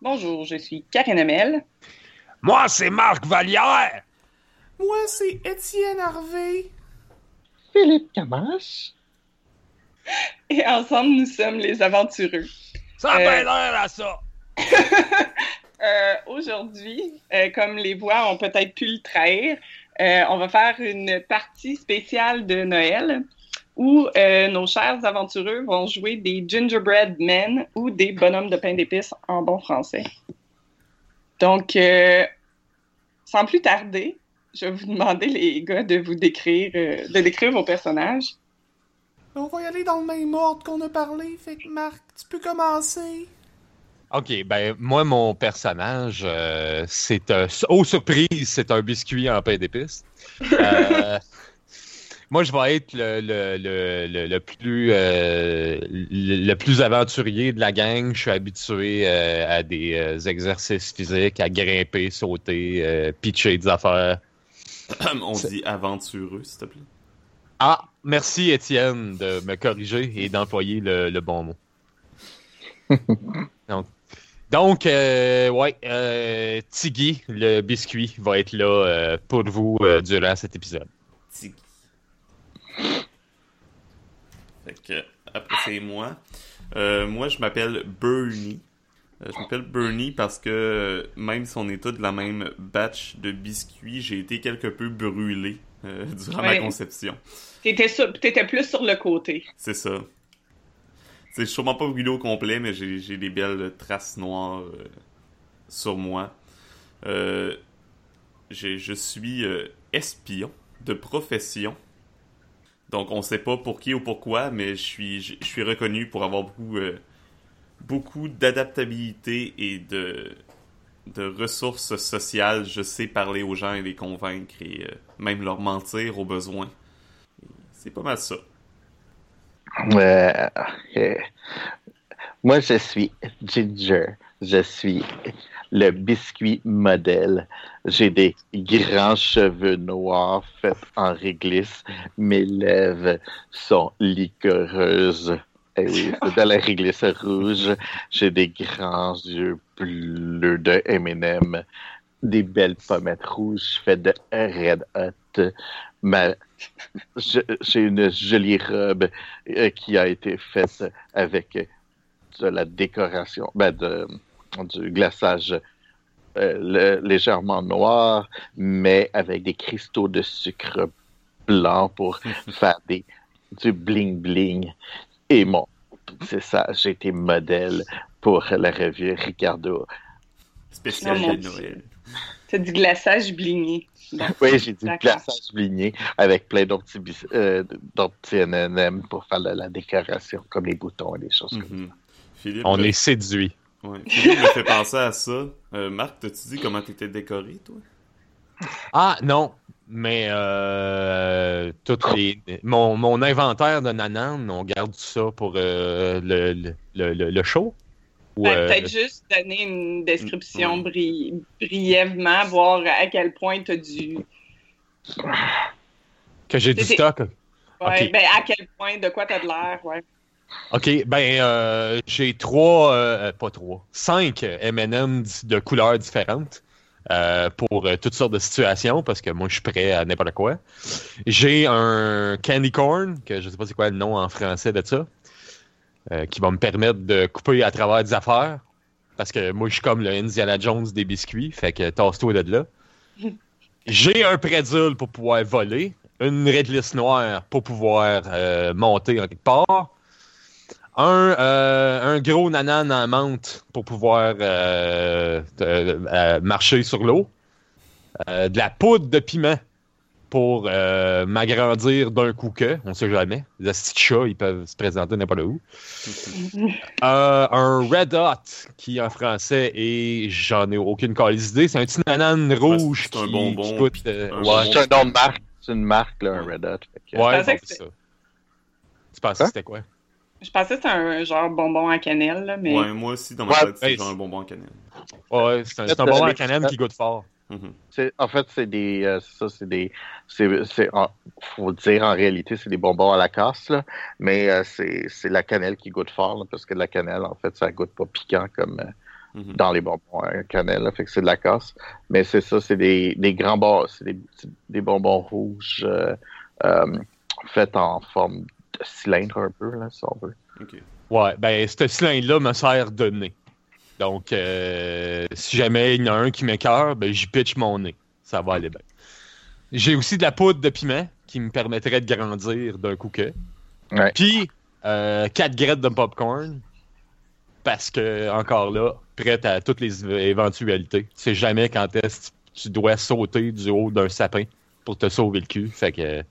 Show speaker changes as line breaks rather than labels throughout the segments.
Bonjour, je suis Karine Amel.
Moi, c'est Marc Vallière.
Moi, c'est Étienne Harvey.
Philippe Camache.
Et ensemble, nous sommes les aventureux.
Ça a bien l'air à ça.
Euh, Aujourd'hui, euh, comme les voix ont peut-être pu le trahir, euh, on va faire une partie spéciale de Noël où euh, nos chers aventureux vont jouer des gingerbread men ou des bonhommes de pain d'épices en bon français. Donc, euh, sans plus tarder, je vais vous demander, les gars, de vous décrire, euh, de décrire vos personnages.
On va y aller dans le même ordre qu'on a parlé. Fait que Marc, tu peux commencer.
OK, ben moi, mon personnage, euh, c'est un... Oh, surprise, c'est un biscuit en pain d'épices. Euh, moi, je vais être le, le, le, le, le plus, euh, le, le plus aventurier de la gang. Je suis habitué euh, à des euh, exercices physiques, à grimper, sauter, euh, pitcher des affaires.
On dit aventureux, s'il te plaît.
Ah, merci Étienne de me corriger et d'employer le, le bon mot. donc, donc euh, ouais, euh, Tiggy, le biscuit, va être là euh, pour vous euh, durant cet épisode.
Tiggy. Fait que, après, c'est moi. Euh, moi, je m'appelle Bernie. Euh, je m'appelle Bernie parce que, euh, même si on est tous de la même batch de biscuits, j'ai été quelque peu brûlé euh, durant
Ouais.
ma conception.
T'étais, sur- t'étais plus sur le côté.
C'est ça. C'est sûrement pas brûlé au complet, mais j'ai j'ai des belles traces noires euh, sur moi. Euh, j'ai- je suis euh, espion de profession. Donc on sait pas pour qui ou pourquoi, mais je suis, je je suis reconnu pour avoir beaucoup, euh, beaucoup d'adaptabilité et de, de ressources sociales. Je sais parler aux gens et les convaincre et euh, même leur mentir au besoin. C'est pas mal ça.
Euh, euh, moi, je suis Ginger. Je suis le biscuit modèle. J'ai des grands cheveux noirs faits en réglisse. Mes lèvres sont liquoreuses. Eh oui, c'est de la réglisse rouge. J'ai des grands yeux bleus de M&M. Des belles pommettes rouges faites de Red Hot. Ma... je- J'ai une jolie robe euh, qui a été faite avec de la décoration, ben de, du glaçage euh, le- légèrement noir, mais avec des cristaux de sucre blanc pour faire des, du bling-bling. Et bon, c'est ça, j'ai été modèle pour la revue Ricardo.
Spécial
Ah, mon
de
Dieu.
Noël.
C'est du glaçage bligné. Bon.
Oui, j'ai du
D'accord.
glaçage souligné avec plein d'autres petits bis- euh, d'autres petits M&M pour faire de la décoration, comme les boutons et les choses comme ça.
Mhm. Philippe,
On
euh,
est séduit.
ouais, Philippe me fait penser à ça. Euh, Marc, t'as-tu dit comment t'étais décoré, toi?
Ah non, mais euh, toutes les mon, mon inventaire de nanan, on garde ça pour euh, le, le, le, le- le show. Ou,
Ben,
euh,
Peut-être juste donner une description
Mm,
bri- brièvement, voir à quel point tu as du.
que j'ai du
C'était-
stock.
Ouais,
Ok.
ben, à quel point, de quoi tu as de l'air, ouais.
Ok, ben euh, j'ai trois, euh, pas trois, cinq M&M di- de couleurs différentes euh, pour euh, toutes sortes de situations parce que moi je suis prêt à n'importe quoi. J'ai un candy corn que je sais pas c'est quoi le nom en français de ça, euh, qui va me permettre de couper à travers des affaires parce que moi je suis comme le Indiana Jones des biscuits, fait que tasse-toi de là. J'ai un prédule pour pouvoir voler, une réglisse noire pour pouvoir euh, monter en quelque part un, euh, un gros nanan en menthe pour pouvoir euh, te- euh, marcher sur l'eau. Euh, de la poudre de piment pour euh, m'agrandir d'un coup que, on sait jamais. Les petits chats, ils peuvent se présenter n'importe où. Euh, un red hot qui en français est, j'en ai aucune calisse idée, c'est un petit nanan rouge
c'est un
qui,
bonbon,
qui coûte.
puis
euh,
un
ouais,
bonbon.
C'est un nom de marque, c'est une marque, là, un Red Hot. fait que-
ouais,
pensais
bon,
que
c'est
c'est-
ça. Tu pensais
Hein?
que c'était quoi?
Je pensais que c'était un genre bonbon à cannelle, là, mais.
Ouais, moi aussi, dans ma
Ouais,
tête, c'est
ben,
genre un bonbon en cannelle.
Ouais, c'est un, c'est un
Peut-être,
bonbon à
euh,
canane qui goûte fort.
Mhm.
C'est- en fait, c'est des. euh, ça, c'est des. C'est, c'est- en- faut dire, en réalité, c'est des bonbons à la casse, là. Mais euh, c'est, c'est la cannelle qui goûte fort, là, parce que la cannelle, en fait, ça goûte pas piquant comme, euh,
Hmm.
Mhm.
dans les bonbons à cannelle, là, fait que c'est de la casse. Mais c'est ça, c'est des, des grands bars, c'est des, petits- des bonbons rouges euh, euh, faits en forme de cylindre un peu, là, si on veut.
Ok.
Ouais, ben, ce cylindre-là me sert de nez. Donc, euh, si jamais il y en a un qui m'écœure, ben, j'y pitch mon nez. Ça va aller bien. J'ai aussi de la poudre de piment qui me permettrait de grandir d'un coup que.
Ouais.
Puis, euh, 4 graines de popcorn. Parce que, encore là, prête à toutes les éventualités. Tu sais jamais quand est-ce que tu dois sauter du haut d'un sapin pour te sauver le cul. Fait que,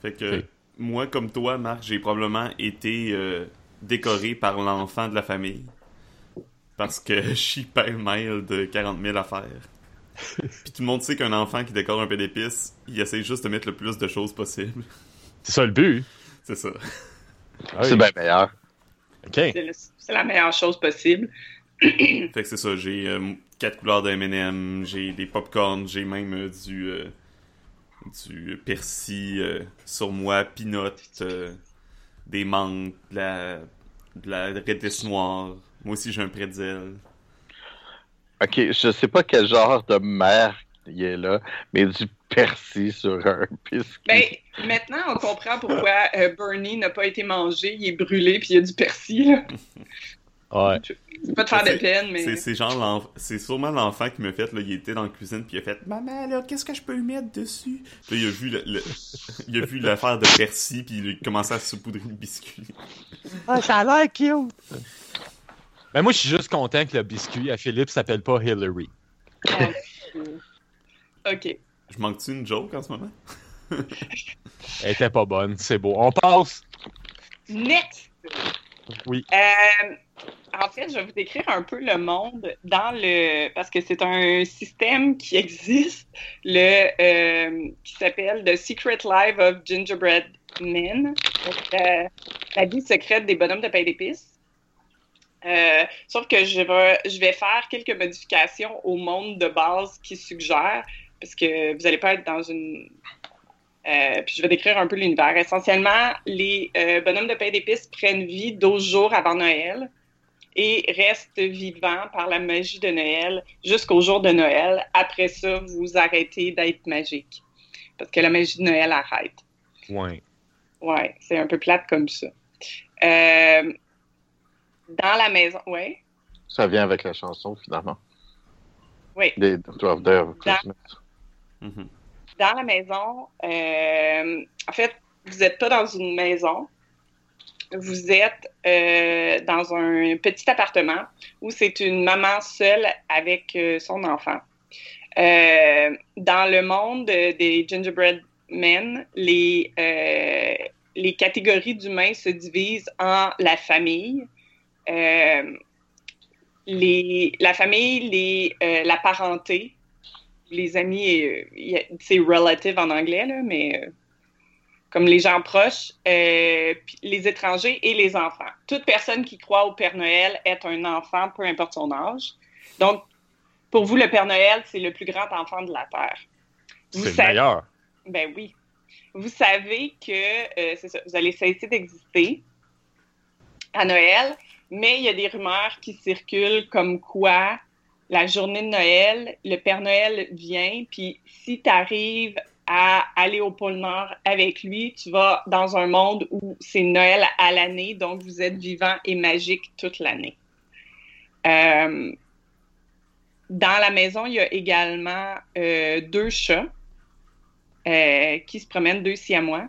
Fait que
Ok.
moi, comme toi, Marc, j'ai probablement été euh, décoré par l'enfant de la famille. Parce que je suis père mail de 40 000 affaires. Puis tout le monde sait qu'un enfant qui décore un peu d'épices, il essaie juste de mettre le plus de choses possible.
c'est ça le but.
C'est ça.
Ah
C'est bien meilleur.
OK.
C'est le- c'est la meilleure chose possible.
Fait que c'est ça, j'ai euh, quatre couleurs de M&M, j'ai des popcorn, j'ai même euh, du euh, du persil euh, sur moi, peanut, euh, des mangues, de la, de la rédisse noire. Moi aussi j'ai un pretzel.
Ok, je sais pas quel genre de mère il est là, mais du persil sur un biscuit.
Ben, maintenant, on comprend pourquoi euh, Bernie n'a pas été mangé, il est brûlé, puis il y a du persil. là.
Ouais.
C'est pas de faire de peine, mais
C'est c'est genre l'enf- c'est sûrement l'enfant qui me fait là, il était dans la cuisine puis il a fait
Maman, là, qu'est-ce que je peux mettre dessus?
Puis là, il a vu le, le- il a vu l'affaire de persil puis il a commencé à saupoudrer le biscuit.
Ben, moi, je suis juste content que le biscuit à Philippe s'appelle pas Hillary.
Ah, OK.
Je manque-tu une joke en ce moment
Elle était pas bonne, c'est beau. On passe.
Next!
Oui.
Euh, en fait, je vais vous décrire un peu le monde dans le parce que c'est un système qui existe, le euh, qui s'appelle The Secret Life of Gingerbread Men, Donc, la, la vie secrète des bonhommes de pain d'épices. Euh, sauf que je vais, je vais faire quelques modifications au monde de base qui suggère, parce que vous n'allez pas être dans une. Euh, puis je vais décrire un peu l'univers. Essentiellement, les euh, bonhommes de pain d'épices prennent vie 12 jours avant Noël et restent vivants par la magie de Noël jusqu'au jour de Noël. Après ça, vous arrêtez d'être magique, parce que la magie de Noël arrête.
Ouais.
Ouais, c'est un peu plate comme ça. Euh, dans la maison, ouais.
Ça vient avec la chanson, finalement.
Oui.
Des Twelve Days of Christmas.
Mm-hmm.
Mhm.
Dans la maison, euh, en fait, vous n'êtes pas dans une maison. Vous êtes euh, dans un petit appartement où c'est une maman seule avec euh, son enfant. Euh, dans le monde euh, des gingerbread men, les, euh, les catégories d'humains se divisent en la famille, euh, les, la famille, les, euh, la parenté, les amis, euh, il y a- c'est relative en anglais, là, mais euh, comme les gens proches, euh, puis les étrangers et les enfants. Toute personne qui croit au Père Noël est un enfant, peu importe son âge. Donc, pour vous, le Père Noël, c'est le plus grand enfant de la Terre. Vous
C'est le
savez-
meilleur.
ben oui. Vous savez que euh, c'est ça, vous allez cesser d'exister à Noël, mais il y a des rumeurs qui circulent comme quoi la journée de Noël, le Père Noël vient, puis si tu arrives à aller au pôle Nord avec lui, tu vas dans un monde où c'est Noël à l'année, donc vous êtes vivant et magique toute l'année. Euh, dans la maison, il y a également euh, deux chats euh, qui se promènent deux siamois,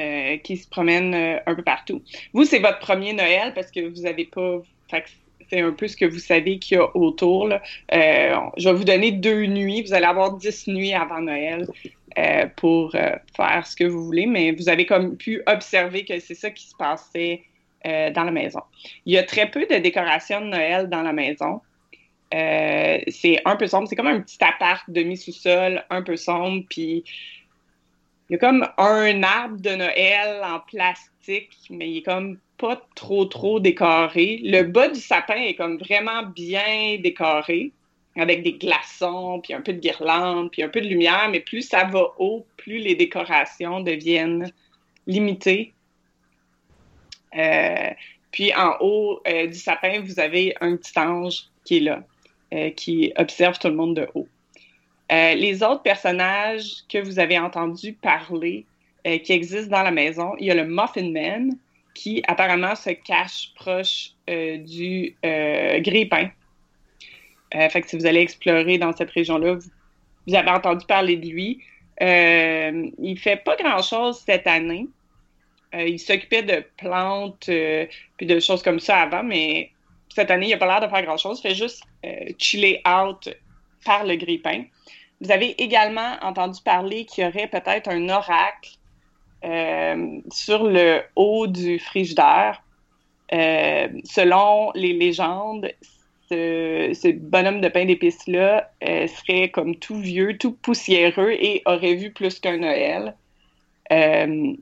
euh, qui se promènent euh, un peu partout. Vous, c'est votre premier Noël parce que vous avez pas. fait que c'est un peu ce que vous savez qu'il y a autour. là. Euh, on- je vais vous donner deux nuits. Vous allez avoir dix nuits avant Noël euh, pour euh, faire ce que vous voulez, mais vous avez comme pu observer que c'est ça qui se passait euh, dans la maison. Il y a très peu de décorations de Noël dans la maison. Euh, c'est un peu sombre. C'est comme un petit appart demi-sous-sol, un peu sombre. Puis il y a comme un arbre de Noël en plastique, mais il est comme pas trop, trop décoré. Le bas du sapin est comme vraiment bien décoré, avec des glaçons, puis un peu de guirlande, puis un peu de lumière. Mais plus ça va haut, plus les décorations deviennent limitées. Euh, Puis en haut euh, du sapin, vous avez un petit ange qui est là, euh, qui observe tout le monde de haut. Euh, les autres personnages que vous avez entendus parler euh, qui existent dans la maison, il y a le Muffin Man qui apparemment se cache proche euh, du euh, grille-pain. Euh, fait que si vous allez explorer dans cette région-là, vous, vous avez entendu parler de lui. Euh, il fait pas grand-chose cette année. Euh, il s'occupait de plantes euh, puis de choses comme ça avant, mais cette année, il n'a pas l'air de faire grand-chose. Il fait juste euh, chiller out par le grille-pain. Vous avez également entendu parler qu'il y aurait peut-être un oracle euh, sur le haut du frigidaire. Euh, selon les légendes, ce, ce bonhomme de pain d'épices-là euh, serait comme tout vieux, tout poussiéreux et aurait vu plus qu'un Noël. Euh,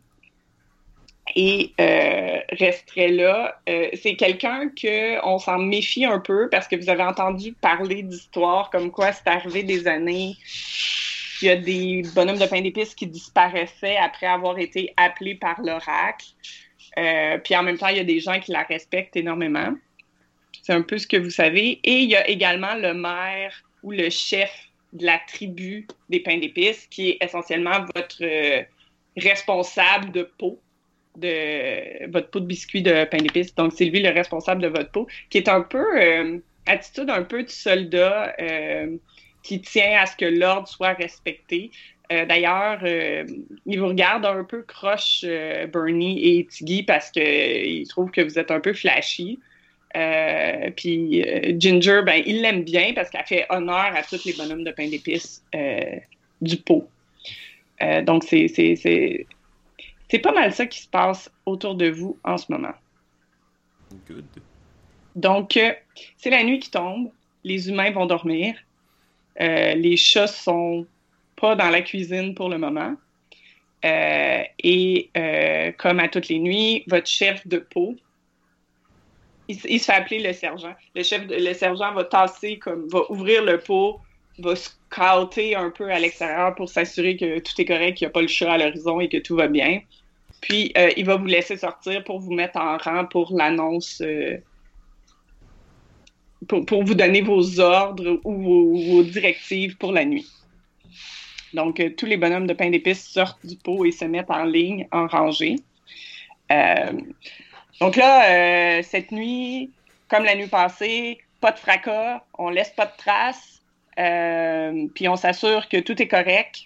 et euh, resterait là. Euh, c'est quelqu'un que on s'en méfie un peu parce que vous avez entendu parler d'histoires comme quoi c'est arrivé des années qu'il y a des bonhommes de pain d'épices qui disparaissaient après avoir été appelés par l'oracle. Euh, puis en même temps, il y a des gens qui la respectent énormément. C'est un peu ce que vous savez. Et il y a également le maire ou le chef de la tribu des pains d'épices qui est essentiellement votre euh, responsable de peau de votre pot de biscuit de pain d'épices. Donc, c'est lui le responsable de votre pot, qui est un peu, euh, attitude un peu de soldat euh, qui tient à ce que l'ordre soit respecté. Euh, D'ailleurs, euh, il vous regarde un peu croche, euh, Bernie et Tiggy, parce qu'il trouve que vous êtes un peu flashy. Euh, puis euh, Ginger, ben, il l'aime bien parce qu'elle fait honneur à tous les bonhommes de pain d'épices euh, du pot. Euh, donc, c'est- c'est c'est- c'est pas mal ça qui se passe autour de vous en ce moment.
Good.
Donc, euh, c'est la nuit qui tombe, les humains vont dormir, euh, les chats sont pas dans la cuisine pour le moment. Euh, et euh, comme à toutes les nuits, votre chef de peau, il, s- il se fait appeler le sergent. Le chef, de- le sergent va tasser, comme, va ouvrir le pot, va scouter un peu à l'extérieur pour s'assurer que tout est correct, qu'il n'y a pas le chat à l'horizon et que tout va bien. Puis, euh, il va vous laisser sortir pour vous mettre en rang pour l'annonce euh, pour, pour vous donner vos ordres ou vos, vos directives pour la nuit. Donc, euh, tous les bonhommes de pain d'épices sortent du pot et se mettent en ligne, en rangée. Euh, donc là, euh, cette nuit, comme la nuit passée, pas de fracas, on laisse pas de traces, euh, puis on s'assure que tout est correct.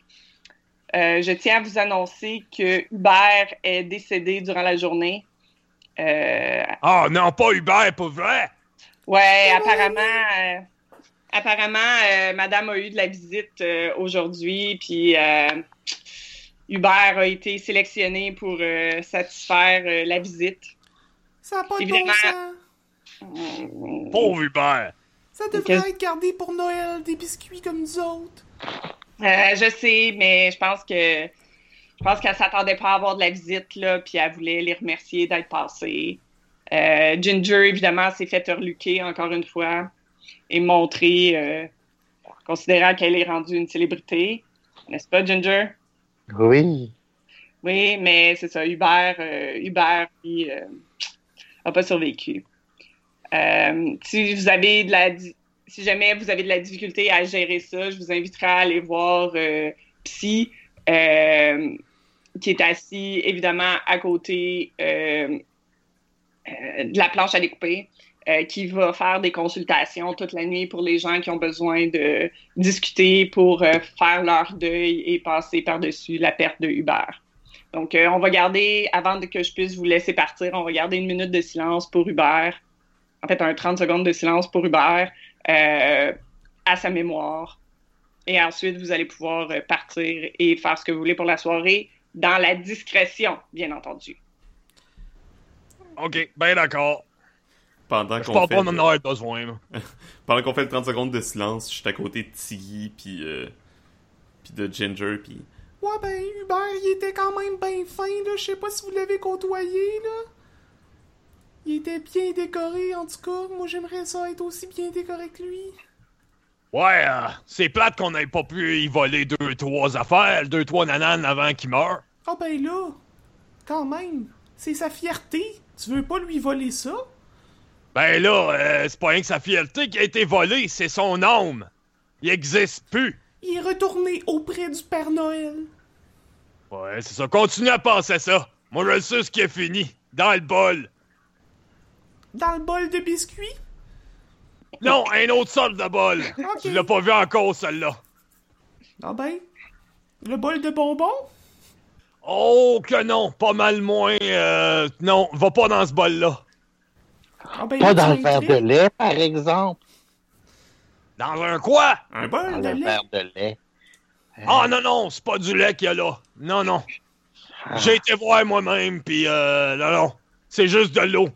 Euh, je tiens à vous annoncer que Hubert est décédé durant la journée. Euh,
Oh non, pas Hubert, pour vrai!
Ouais, apparemment, euh, apparemment, euh, Madame a eu de la visite euh, aujourd'hui, puis euh, Hubert a été sélectionné pour euh, satisfaire euh, la visite.
Ça n'a pas de bon
Évidemment.
sens.
Pauvre Hubert!
Ça devrait
Ok.
être gardé pour Noël, des biscuits comme nous autres.
Euh, je sais, mais je pense que je pense qu'elle s'attendait pas à avoir de la visite là, puis elle voulait les remercier d'être passés. Euh, Ginger évidemment s'est fait reluquer encore une fois et montrer, euh, considérant qu'elle est rendue une célébrité, n'est-ce pas Ginger?
Oui.
Oui, mais c'est ça, Hubert, euh, Hubert, lui, euh, a pas survécu. Euh, si vous avez de la, di- si jamais vous avez de la difficulté à gérer ça, je vous inviterai à aller voir euh, Psy, euh, qui est assis évidemment à côté euh, euh, de la planche à découper, euh, qui va faire des consultations toute la nuit pour les gens qui ont besoin de discuter pour euh, faire leur deuil et passer par-dessus la perte de Hubert. Donc, euh, on va garder, avant de- que je puisse vous laisser partir, on va garder une minute de silence pour Hubert. En fait, un 30 secondes de silence pour Hubert euh, à sa mémoire. Et ensuite, vous allez pouvoir euh, partir et faire ce que vous voulez pour la soirée dans la discrétion, bien entendu.
Ok, ben d'accord.
Pendant
Je
qu'on
pense
fait,
pas en avoir besoin. là.
pendant qu'on fait le 30 secondes de silence, je suis à côté de Tiggy, puis, euh, puis de Ginger, puis...
Ouais, ben, Hubert, il était quand même bien fin, là. Je sais pas si vous l'avez côtoyé, là. Il était bien décoré, en tout cas. Moi, j'aimerais ça être aussi bien décoré que lui.
Ouais, euh, c'est plate qu'on ait pas pu y voler deux, trois affaires, deux, trois nananes avant qu'il meure.
Ah, ben là, quand même, c'est sa fierté. Tu veux pas lui voler ça?
Ben là, euh, c'est pas rien que sa fierté qui a été volée, c'est son âme. Il existe plus.
Il est retourné auprès du Père Noël.
Ouais, c'est ça. Continue à penser ça. Moi, je le sais ce qui est fini. Dans le bol.
Dans le bol de biscuits?
Non, un autre sorte de bol.
Ok.
Tu l'as pas vu encore, celle-là.
Ah ben, le bol de bonbons?
Oh que non, pas mal moins. euh, non, va pas dans ce bol-là.
Ah ben,
Pas
là,
dans
tu
le verre de
l'invites.
lait, par exemple.
Dans un quoi?
Un
Dans
bol?
de
le
lait.
verre de lait.
Ah non, non, c'est pas du lait qu'il y a là. Non, non. J'ai été voir moi-même, puis euh, non, non. C'est juste de l'eau.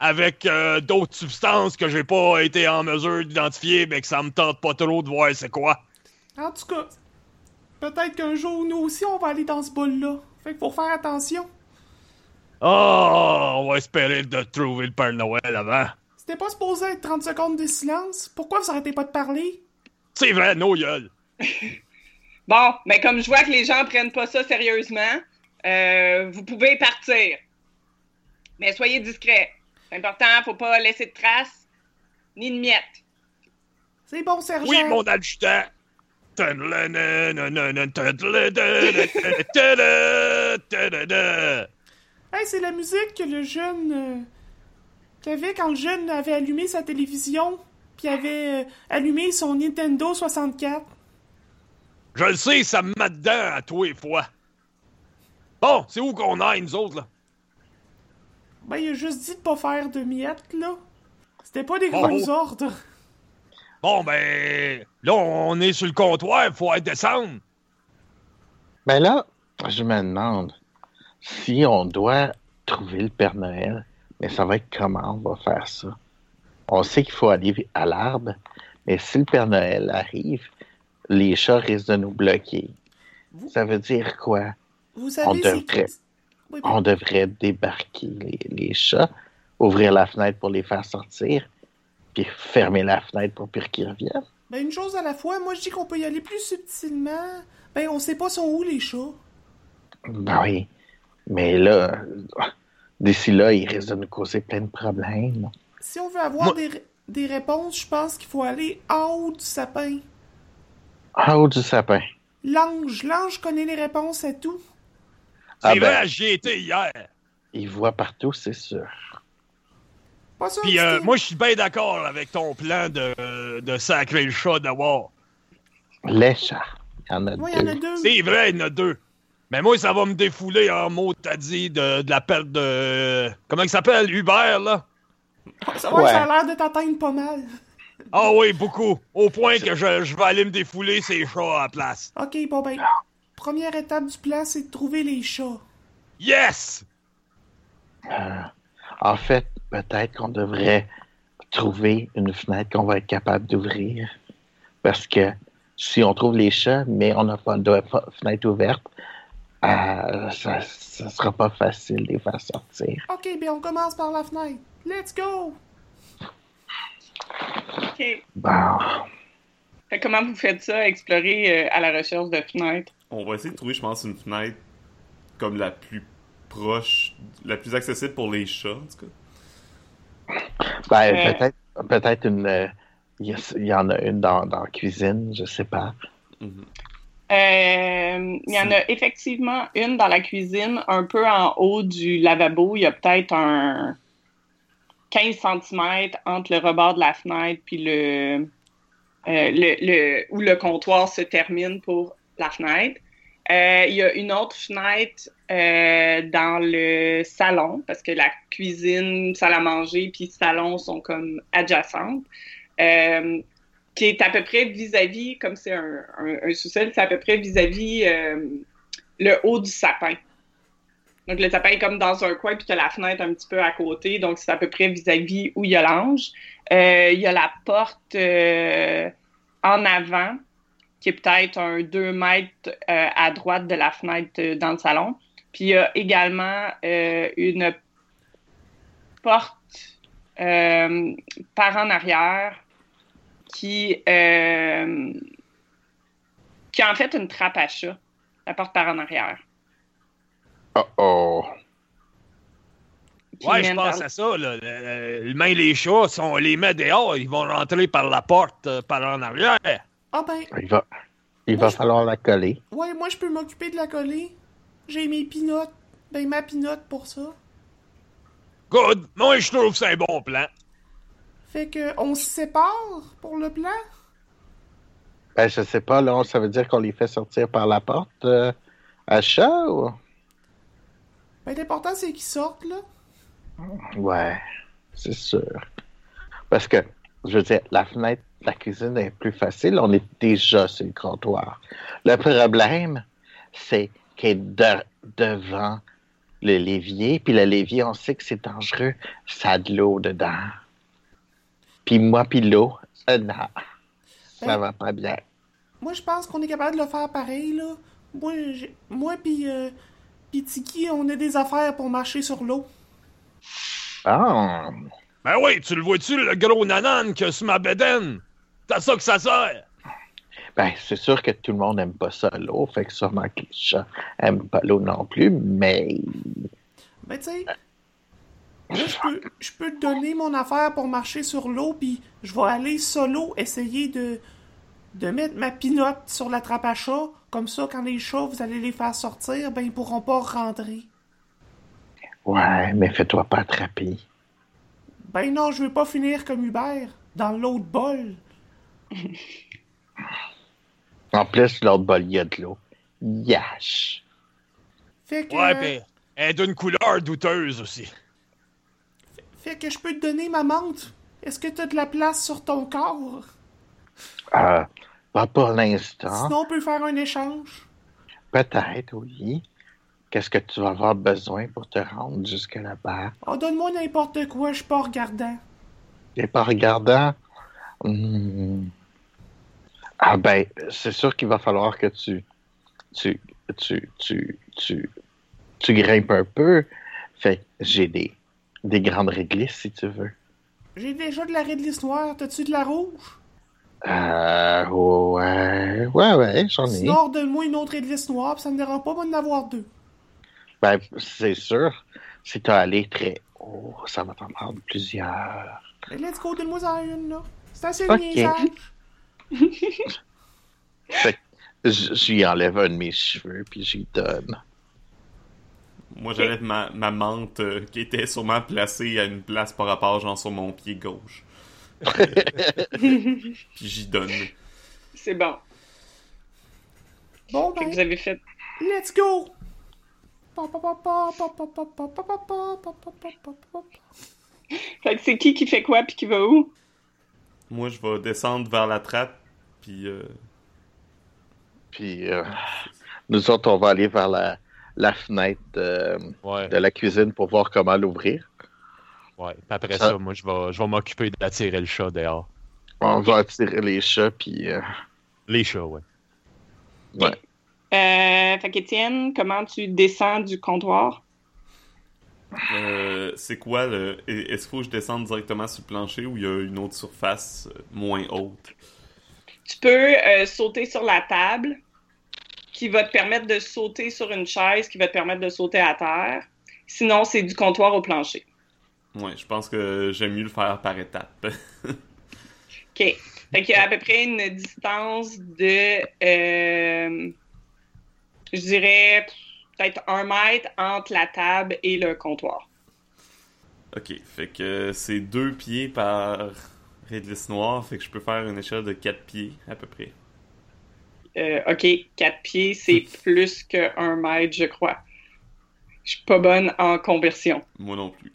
Avec euh, d'autres substances que j'ai pas été en mesure d'identifier, mais que ça me tente pas trop de voir c'est quoi.
En tout cas, peut-être qu'un jour, nous aussi, on va aller dans ce bol-là. Fait qu'il faut faire attention.
Oh, on va espérer de trouver le Père Noël avant.
C'était pas supposé être 30 secondes de silence. Pourquoi vous arrêtez pas de parler?
C'est vrai, nos gueules.
Bon, mais comme je vois que les gens prennent pas ça sérieusement, euh, vous pouvez partir. Mais soyez discret. C'est important, faut pas laisser de traces ni de miettes.
C'est bon, sergent.
Oui, mon adjutant.
Hey, c'est la musique que le jeune. euh, qu'il y avait quand le jeune avait allumé sa télévision, puis avait euh, allumé son Nintendo 64.
Je le sais, ça me met dedans à tous les fois. Bon, c'est où qu'on aille, nous autres, là?
Ben, il a juste dit de pas faire de miettes, là. C'était pas des
Oh,
gros
oh.
ordres.
Bon, ben, là, on est sur le comptoir, faut aller descendre.
Mais Ben là, je me demande si on doit trouver le Père Noël, mais ça va être comment on va faire ça? On sait qu'il faut aller à l'arbre, mais si le Père Noël arrive, les chats risquent de nous bloquer. Ça veut dire quoi?
Vous savez, c'est
devrait.
qui- Oui,
On devrait débarquer les, les chats, ouvrir la fenêtre pour les faire sortir, puis fermer la fenêtre pour plus qu'ils reviennent.
Ben, une chose à la fois, moi je dis qu'on peut y aller plus subtilement. Ben, on sait pas sont où les chats.
Ben oui, mais là, d'ici là, ils risquent de nous causer plein de problèmes.
Si on veut avoir
Moi-
des, ré- des réponses, je pense qu'il faut aller en haut du sapin.
En haut du sapin.
L'ange, l'ange connaît les réponses à tout.
C'est
Ah ben.
vrai, j'y étais hier.
Il voit partout, c'est sûr.
Pas sûr
Puis
que
euh,
c'était-
moi, je suis bien d'accord avec ton plan de, de sacrer le chat dehors.
Les chats. Il y en a
Moi, il y en
deux.
a deux.
C'est vrai, il y en a deux. Mais moi, ça va me défouler en mot, t'as dit, de, de la perte de. Comment il s'appelle Hubert, là
Ça, ouais,
Ouais.
ça a l'air de t'atteindre pas mal.
Ah oui, beaucoup. Au point que je, je vais aller me défouler ces chats à la place.
Ok, bon ben, première étape du plan, c'est de trouver les chats.
Yes
En fait, peut-être qu'on devrait trouver une fenêtre qu'on va être capable d'ouvrir. Parce que si on trouve les chats, mais on n'a pas de f- fenêtre ouverte, euh, ça ne sera pas facile de les faire sortir.
Ok, ben on commence par la fenêtre. Let's go!
OK.
Bon.
Fait comment vous faites ça, explorer euh, à la recherche de fenêtres?
On va essayer de trouver, je pense, une fenêtre comme la plus proche, la plus accessible pour les chats, en tout cas.
Ben,
Euh.
peut-être peut-être une. euh, Il y, a- il y en a une dans, dans la cuisine, je sais pas.
Mhm.
Euh, il y en a effectivement une dans la cuisine, un peu en haut du lavabo. Il y a peut-être un 15 cm entre le rebord de la fenêtre puis le, euh, le, le- où le comptoir se termine pour la fenêtre. Euh, il y a une autre fenêtre euh, dans le salon parce que la cuisine, salle à manger puis salon sont comme adjacentes. Euh, qui est à peu près vis-à-vis, comme c'est un, un, un sous-sol, c'est à peu près vis-à-vis euh, le haut du sapin. Donc le sapin est comme dans un coin, puis tu la fenêtre un petit peu à côté, donc c'est à peu près vis-à-vis où il y a l'ange. Euh, il y a la porte euh, en avant, qui est peut-être un 2 mètres euh, à droite de la fenêtre euh, dans le salon. Puis il y a également euh, une porte euh, par en arrière qui, euh, qui a en fait une trappe à chat, la porte par en arrière.
Oh oh.
Puis
Ouais, je
même
pense
dans-
à ça. Là. Le- le- Même les chats, si on les met dehors, ils vont rentrer par la porte, euh, par en arrière.
Ah ben,
Il va, il va falloir la coller.
ouais, moi je peux m'occuper de la coller. J'ai mes pinottes. Ben, ma pinotte pour ça.
Good. Moi, je trouve que c'est un bon plan.
Fait que, on se sépare pour le plan?
Ben, je sais pas, là, ça veut dire qu'on les fait sortir par la porte euh, à chat ou.
Ben, l'important c'est qu'ils sortent, là.
Ouais, c'est sûr. Parce que, je veux dire, la fenêtre de la cuisine est plus facile. On est déjà sur le comptoir. Le problème, c'est qu'elle est de- devant le lévier. Puis le lévier, on sait que c'est dangereux. Ça a de l'eau dedans. Puis moi, puis l'eau, euh, non, ça va pas bien.
Moi, je pense qu'on est capable de le faire pareil, là. Moi, j'ai- moi pis, euh, pis Tiki, on a des affaires pour marcher sur l'eau.
Ah,
Ben oui, tu le vois-tu, le gros nanan que sur ma bédaine? T'as ça que ça sert.
ben, c'est sûr que tout le monde n'aime pas ça, l'eau. Fait que sûrement que les chats n'aiment pas l'eau non plus. Mais
Ben, tu sais, là, je peux, je peux te donner mon affaire pour marcher sur l'eau, puis je vais aller solo essayer de, de mettre ma pinotte sur la trappe à chat. Comme ça, quand les chats, vous allez les faire sortir, ben, ils pourront pas rentrer.
Ouais, mais fais-toi pas attraper.
Ben non, je veux pas finir comme Hubert, dans l'autre bol.
En plus, l'autre bol, il y a de l'eau. Yash!
Fait que,
Ouais, ben, pis elle est d'une couleur douteuse aussi.
fait que je peux te donner ma montre. Est-ce que t'as de la place sur ton corps?
Euh, pas pour l'instant.
Sinon, on peut faire un échange.
Peut-être, oui. Qu'est-ce que tu vas avoir besoin pour te rendre jusque là-bas?
Oh, donne-moi n'importe quoi, je suis pas regardant.
Et pas regardant? hmm. Ah ben, c'est sûr qu'il va falloir que tu tu, tu, tu, tu, tu grimpes un peu. Fait que j'ai des, des grandes réglisses, si tu veux.
J'ai déjà de la réglisse noire, t'as-tu de la rouge?
Euh, ouais, ouais, ouais, j'en ai.
Sinon, donne-moi une autre réglisse noire, pis ça me dérange pas, moi, d'en avoir deux.
Ben, c'est sûr. Si t'as allé très haut, ça va t'en prendre plusieurs.
Mais let's go, donne-moi en une, là. C'est assez
Ok.
niaisage.
J- J'y enlève un de mes cheveux, puis j'y donne.
Moi, j'avais ma, ma menthe euh, qui était sûrement placée à une place par rapport, genre, sur mon pied gauche. Puis j'y donne.
C'est bon.
Bon,
Fait que
ben,
vous avez fait.
let's go! Pa, pa, pa, pa, pa, pa, pa, pa, pa, pa, pa, pa, pa, pa, pa, pa.
Fait que c'est qui qui fait quoi puis qui va où?
Moi, je vais descendre vers la trappe, puis euh,
Puis euh, nous autres, on va aller vers la, la fenêtre de,
Ouais,
de la cuisine pour voir comment l'ouvrir.
ouais. Puis après
Ça-
ça, moi, je vais, je vais m'occuper d'attirer le chat dehors.
On va attirer les chats, puis... euh,
Les chats, ouais.
Euh, fait qu'Étienne, comment tu descends du comptoir?
euh, c'est quoi le. e- Est-ce qu'il faut que je descende directement sur le plancher ou il y a une autre surface euh, moins haute
Tu peux euh, sauter sur la table qui va te permettre de sauter sur une chaise, qui va te permettre de sauter à terre. Sinon, c'est du comptoir au plancher.
Ouais, je pense que j'aime mieux le faire par étapes.
OK. Fait qu'il y a à peu près une distance de, euh, je dirais, peut-être un mètre entre la table et le comptoir.
ok, fait que c'est deux pieds par réglisse noire, fait que je peux faire une échelle de quatre pieds à peu près.
Euh, OK, quatre pieds, c'est plus qu'un mètre, je crois. Je suis pas bonne en conversion,
Moi non plus.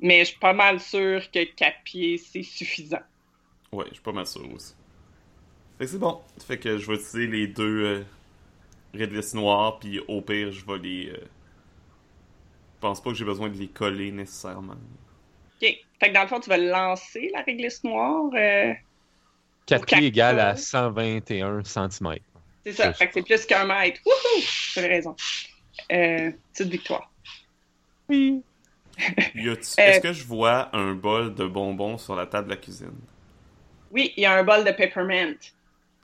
mais je suis pas mal sûre que quatre pieds, c'est suffisant.
Ouais, je suis pas mal sûr aussi. Fait que c'est bon. Fait que je vais utiliser les deux euh, réglisse noires, puis au pire, je vais les. euh, Je pense pas que j'ai besoin de les coller nécessairement.
OK. Fait que dans le fond, tu vas lancer la réglisse noire. euh, quatre
4 pieds égale à
chats.
121 cm.
c'est ça.
Juste.
Fait que c'est plus qu'un mètre. Wouhou! Tu raison. Euh, petite victoire.
Y a-tu- Est-ce que je vois un bol de bonbons sur la table de la cuisine
Oui, il y a un bol de peppermint.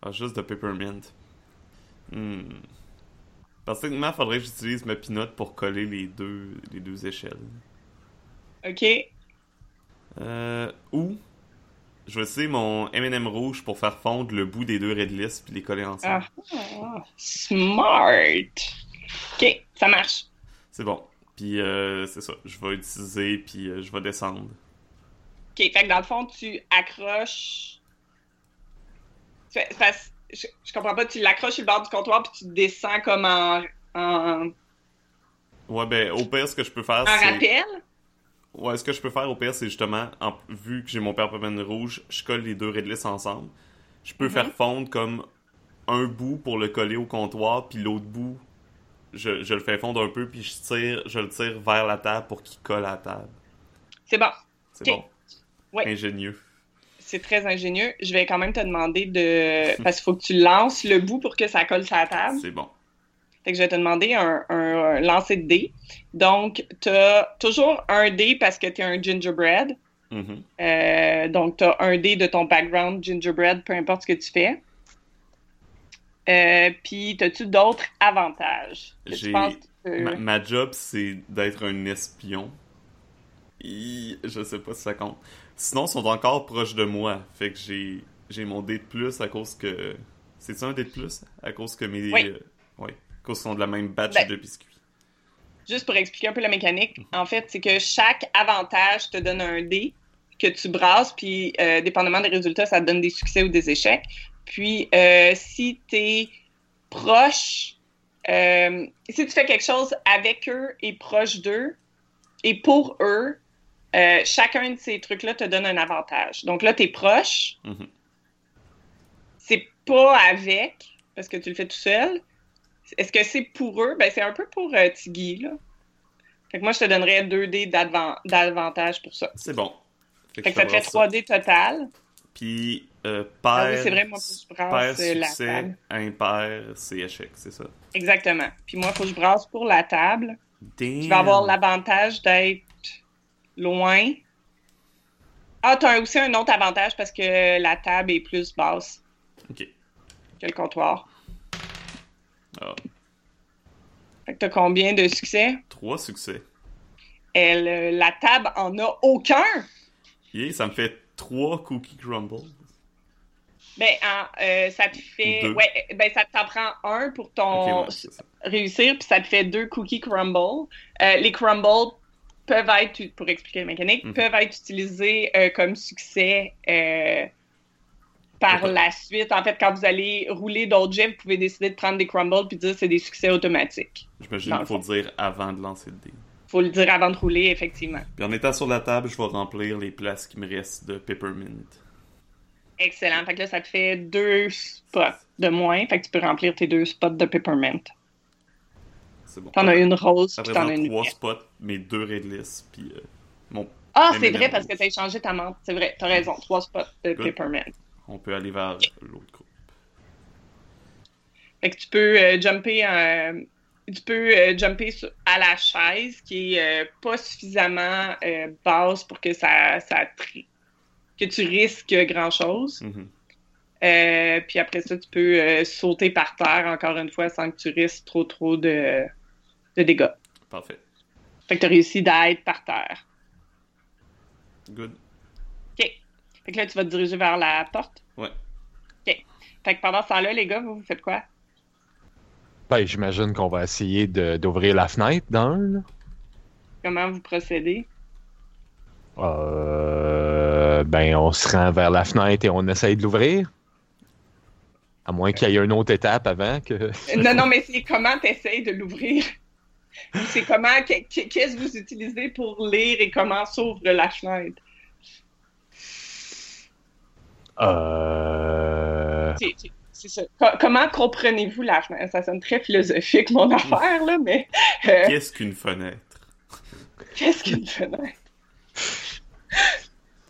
Ah, juste de peppermint. Hmm. Parce que techniquement, faudrait que j'utilise ma pinotte pour coller les deux, les deux échelles.
OK.
Euh, ou je vais utiliser mon M&M rouge pour faire fondre le bout des deux Red List puis les coller ensemble.
Ah, ah, smart. OK, ça marche.
C'est bon. Puis euh, c'est ça, je vais utiliser puis euh, je vais descendre.
OK, fait que dans le fond, tu accroches. tu fais- ça- je, je comprends pas, tu l'accroches sur le bord du comptoir puis tu descends comme en, en, en
Ouais ben au pire ce que je peux faire
Ah,
c'est
rappel.
ouais ce que je peux faire au pire c'est justement en- vu que j'ai mon perpétuel rouge, je colle les deux Red List ensemble. Je peux
Mhm.
faire fondre comme un bout pour le coller au comptoir puis l'autre bout je, je le fais fondre un peu puis je tire je le tire vers la table pour qu'il colle à la table.
C'est bon,
C'est
Ok.
bon.
Ouais.
Ingénieux.
c'est très ingénieux. Je vais quand même te demander de. Parce qu'il faut que tu lances le bout pour que ça colle sur la table.
C'est bon.
Fait que je vais te demander un, un, un lancer de dés. Donc, tu as toujours un dé parce que tu es un gingerbread.
Mhm.
Euh, donc, tu as un dé de ton background gingerbread, peu importe ce que tu fais. Euh, Puis, as-tu d'autres avantages? que tu
J'ai-
penses que tu peux-
Ma, ma job, c'est d'être un espion. Et je sais pas si ça compte. Sinon, ils sont encore proches de moi. Fait que j'ai, j'ai mon dé de plus à cause que. C'est-tu un dé de plus À cause que mes.
Oui.
euh, ouais. À cause qu'ils sont de la même batch
Ben.
de biscuits.
Juste pour expliquer un peu la mécanique, en fait, c'est que chaque avantage te donne un dé que tu brasses, puis euh, dépendamment des résultats, ça te donne des succès ou des échecs. Puis, euh, si tu es proche, euh, si tu fais quelque chose avec eux et proche d'eux, et pour eux, euh, chacun de ces trucs-là te donne un avantage. Donc là, tu es proche.
Mhm.
C'est pas avec, parce que tu le fais tout seul. Est-ce que c'est pour eux? Ben, c'est un peu pour euh, Tiggy, là. Fait que moi, je te donnerais 2 dés d'advan- d'avantage pour ça.
C'est bon.
Fait que
je
ça te fait
brasse
3 dés total.
Puis, euh,
Ah oui,
pair.
c'est vrai, moi, faut que je
pair,
brasse euh, la
succès,
table.
impair, c'est échec, c'est ça.
Exactement. Puis moi, faut que je brasse pour la table.
Damn.
Je vais avoir l'avantage d'être loin. Ah, t'as aussi un autre avantage parce que la table est plus basse
Ok.
que le comptoir.
Ah,
Fait que t'as combien de succès?
trois succès.
Elle, euh, la table en a aucun!
Yeah, ça me fait trois cookie crumbles.
Ben, en- euh, ça te fait.
Deux.
Ouais, ben, ça t'en prend un pour ton
Ok, ouais, c'est ça.
réussir, puis ça te fait deux cookies crumble. Euh, les crumbles peuvent être, pour expliquer la mécanique,
Mhm.
peuvent être utilisés euh, comme succès euh, par
Ok.
la suite. En fait, quand vous allez rouler d'autres jets, vous pouvez décider de prendre des crumbles puis dire que c'est des succès automatiques.
J'imagine
Dans le
qu'il faut dire avant de lancer le dé.
Faut le dire avant de rouler, effectivement.
Puis en étant sur la table, je vais remplir les places qui me restent de Peppermint.
Excellent. Fait que là, ça te fait deux spots de moins. Fait que tu peux remplir tes deux spots de peppermint.
C'est bon.
T'en as une rose,
Ça
puis t'en as
présente
une
trois spots, mes deux Red List, puis euh, mon...
Ah,
Mais
c'est
mais
vrai,
non.
parce que t'as échangé ta menthe. C'est vrai, t'as raison. Trois spots de
M&M. Good.
Peppermint.
on peut aller vers l'autre groupe.
Fait que tu peux euh, jumper euh, Tu peux euh, jumper sur- à la chaise qui est euh, pas suffisamment euh, basse pour que ça, ça tri- que tu risques grand chose.
Mhm.
puis après ça, tu peux euh, sauter par terre encore une fois sans que tu risques trop trop de, de dégâts.
Parfait.
Fait que t'as réussi d'être par terre.
Good.
Fait que là, tu vas te diriger vers la porte.
Ouais.
OK. Fait que pendant ce temps-là, les gars, vous, vous faites quoi?
Ben, j'imagine qu'on va essayer de- d'ouvrir la fenêtre d'un.
Comment vous procédez?
Euh, ben, on se rend vers la fenêtre et on essaye de l'ouvrir. À moins qu'il y ait une autre étape avant que.
Non, non, mais c'est comment tu de l'ouvrir. C'est comment, qu'est- qu'est-ce que vous utilisez pour lire et comment s'ouvre la fenêtre.
Ah.
Euh...
C'est- c'est- C'est ça. Co- comment comprenez-vous la fenêtre? Ça sonne très philosophique, mon affaire, là, mais euh,
Qu'est-ce qu'une fenêtre?
qu'est-ce qu'une fenêtre?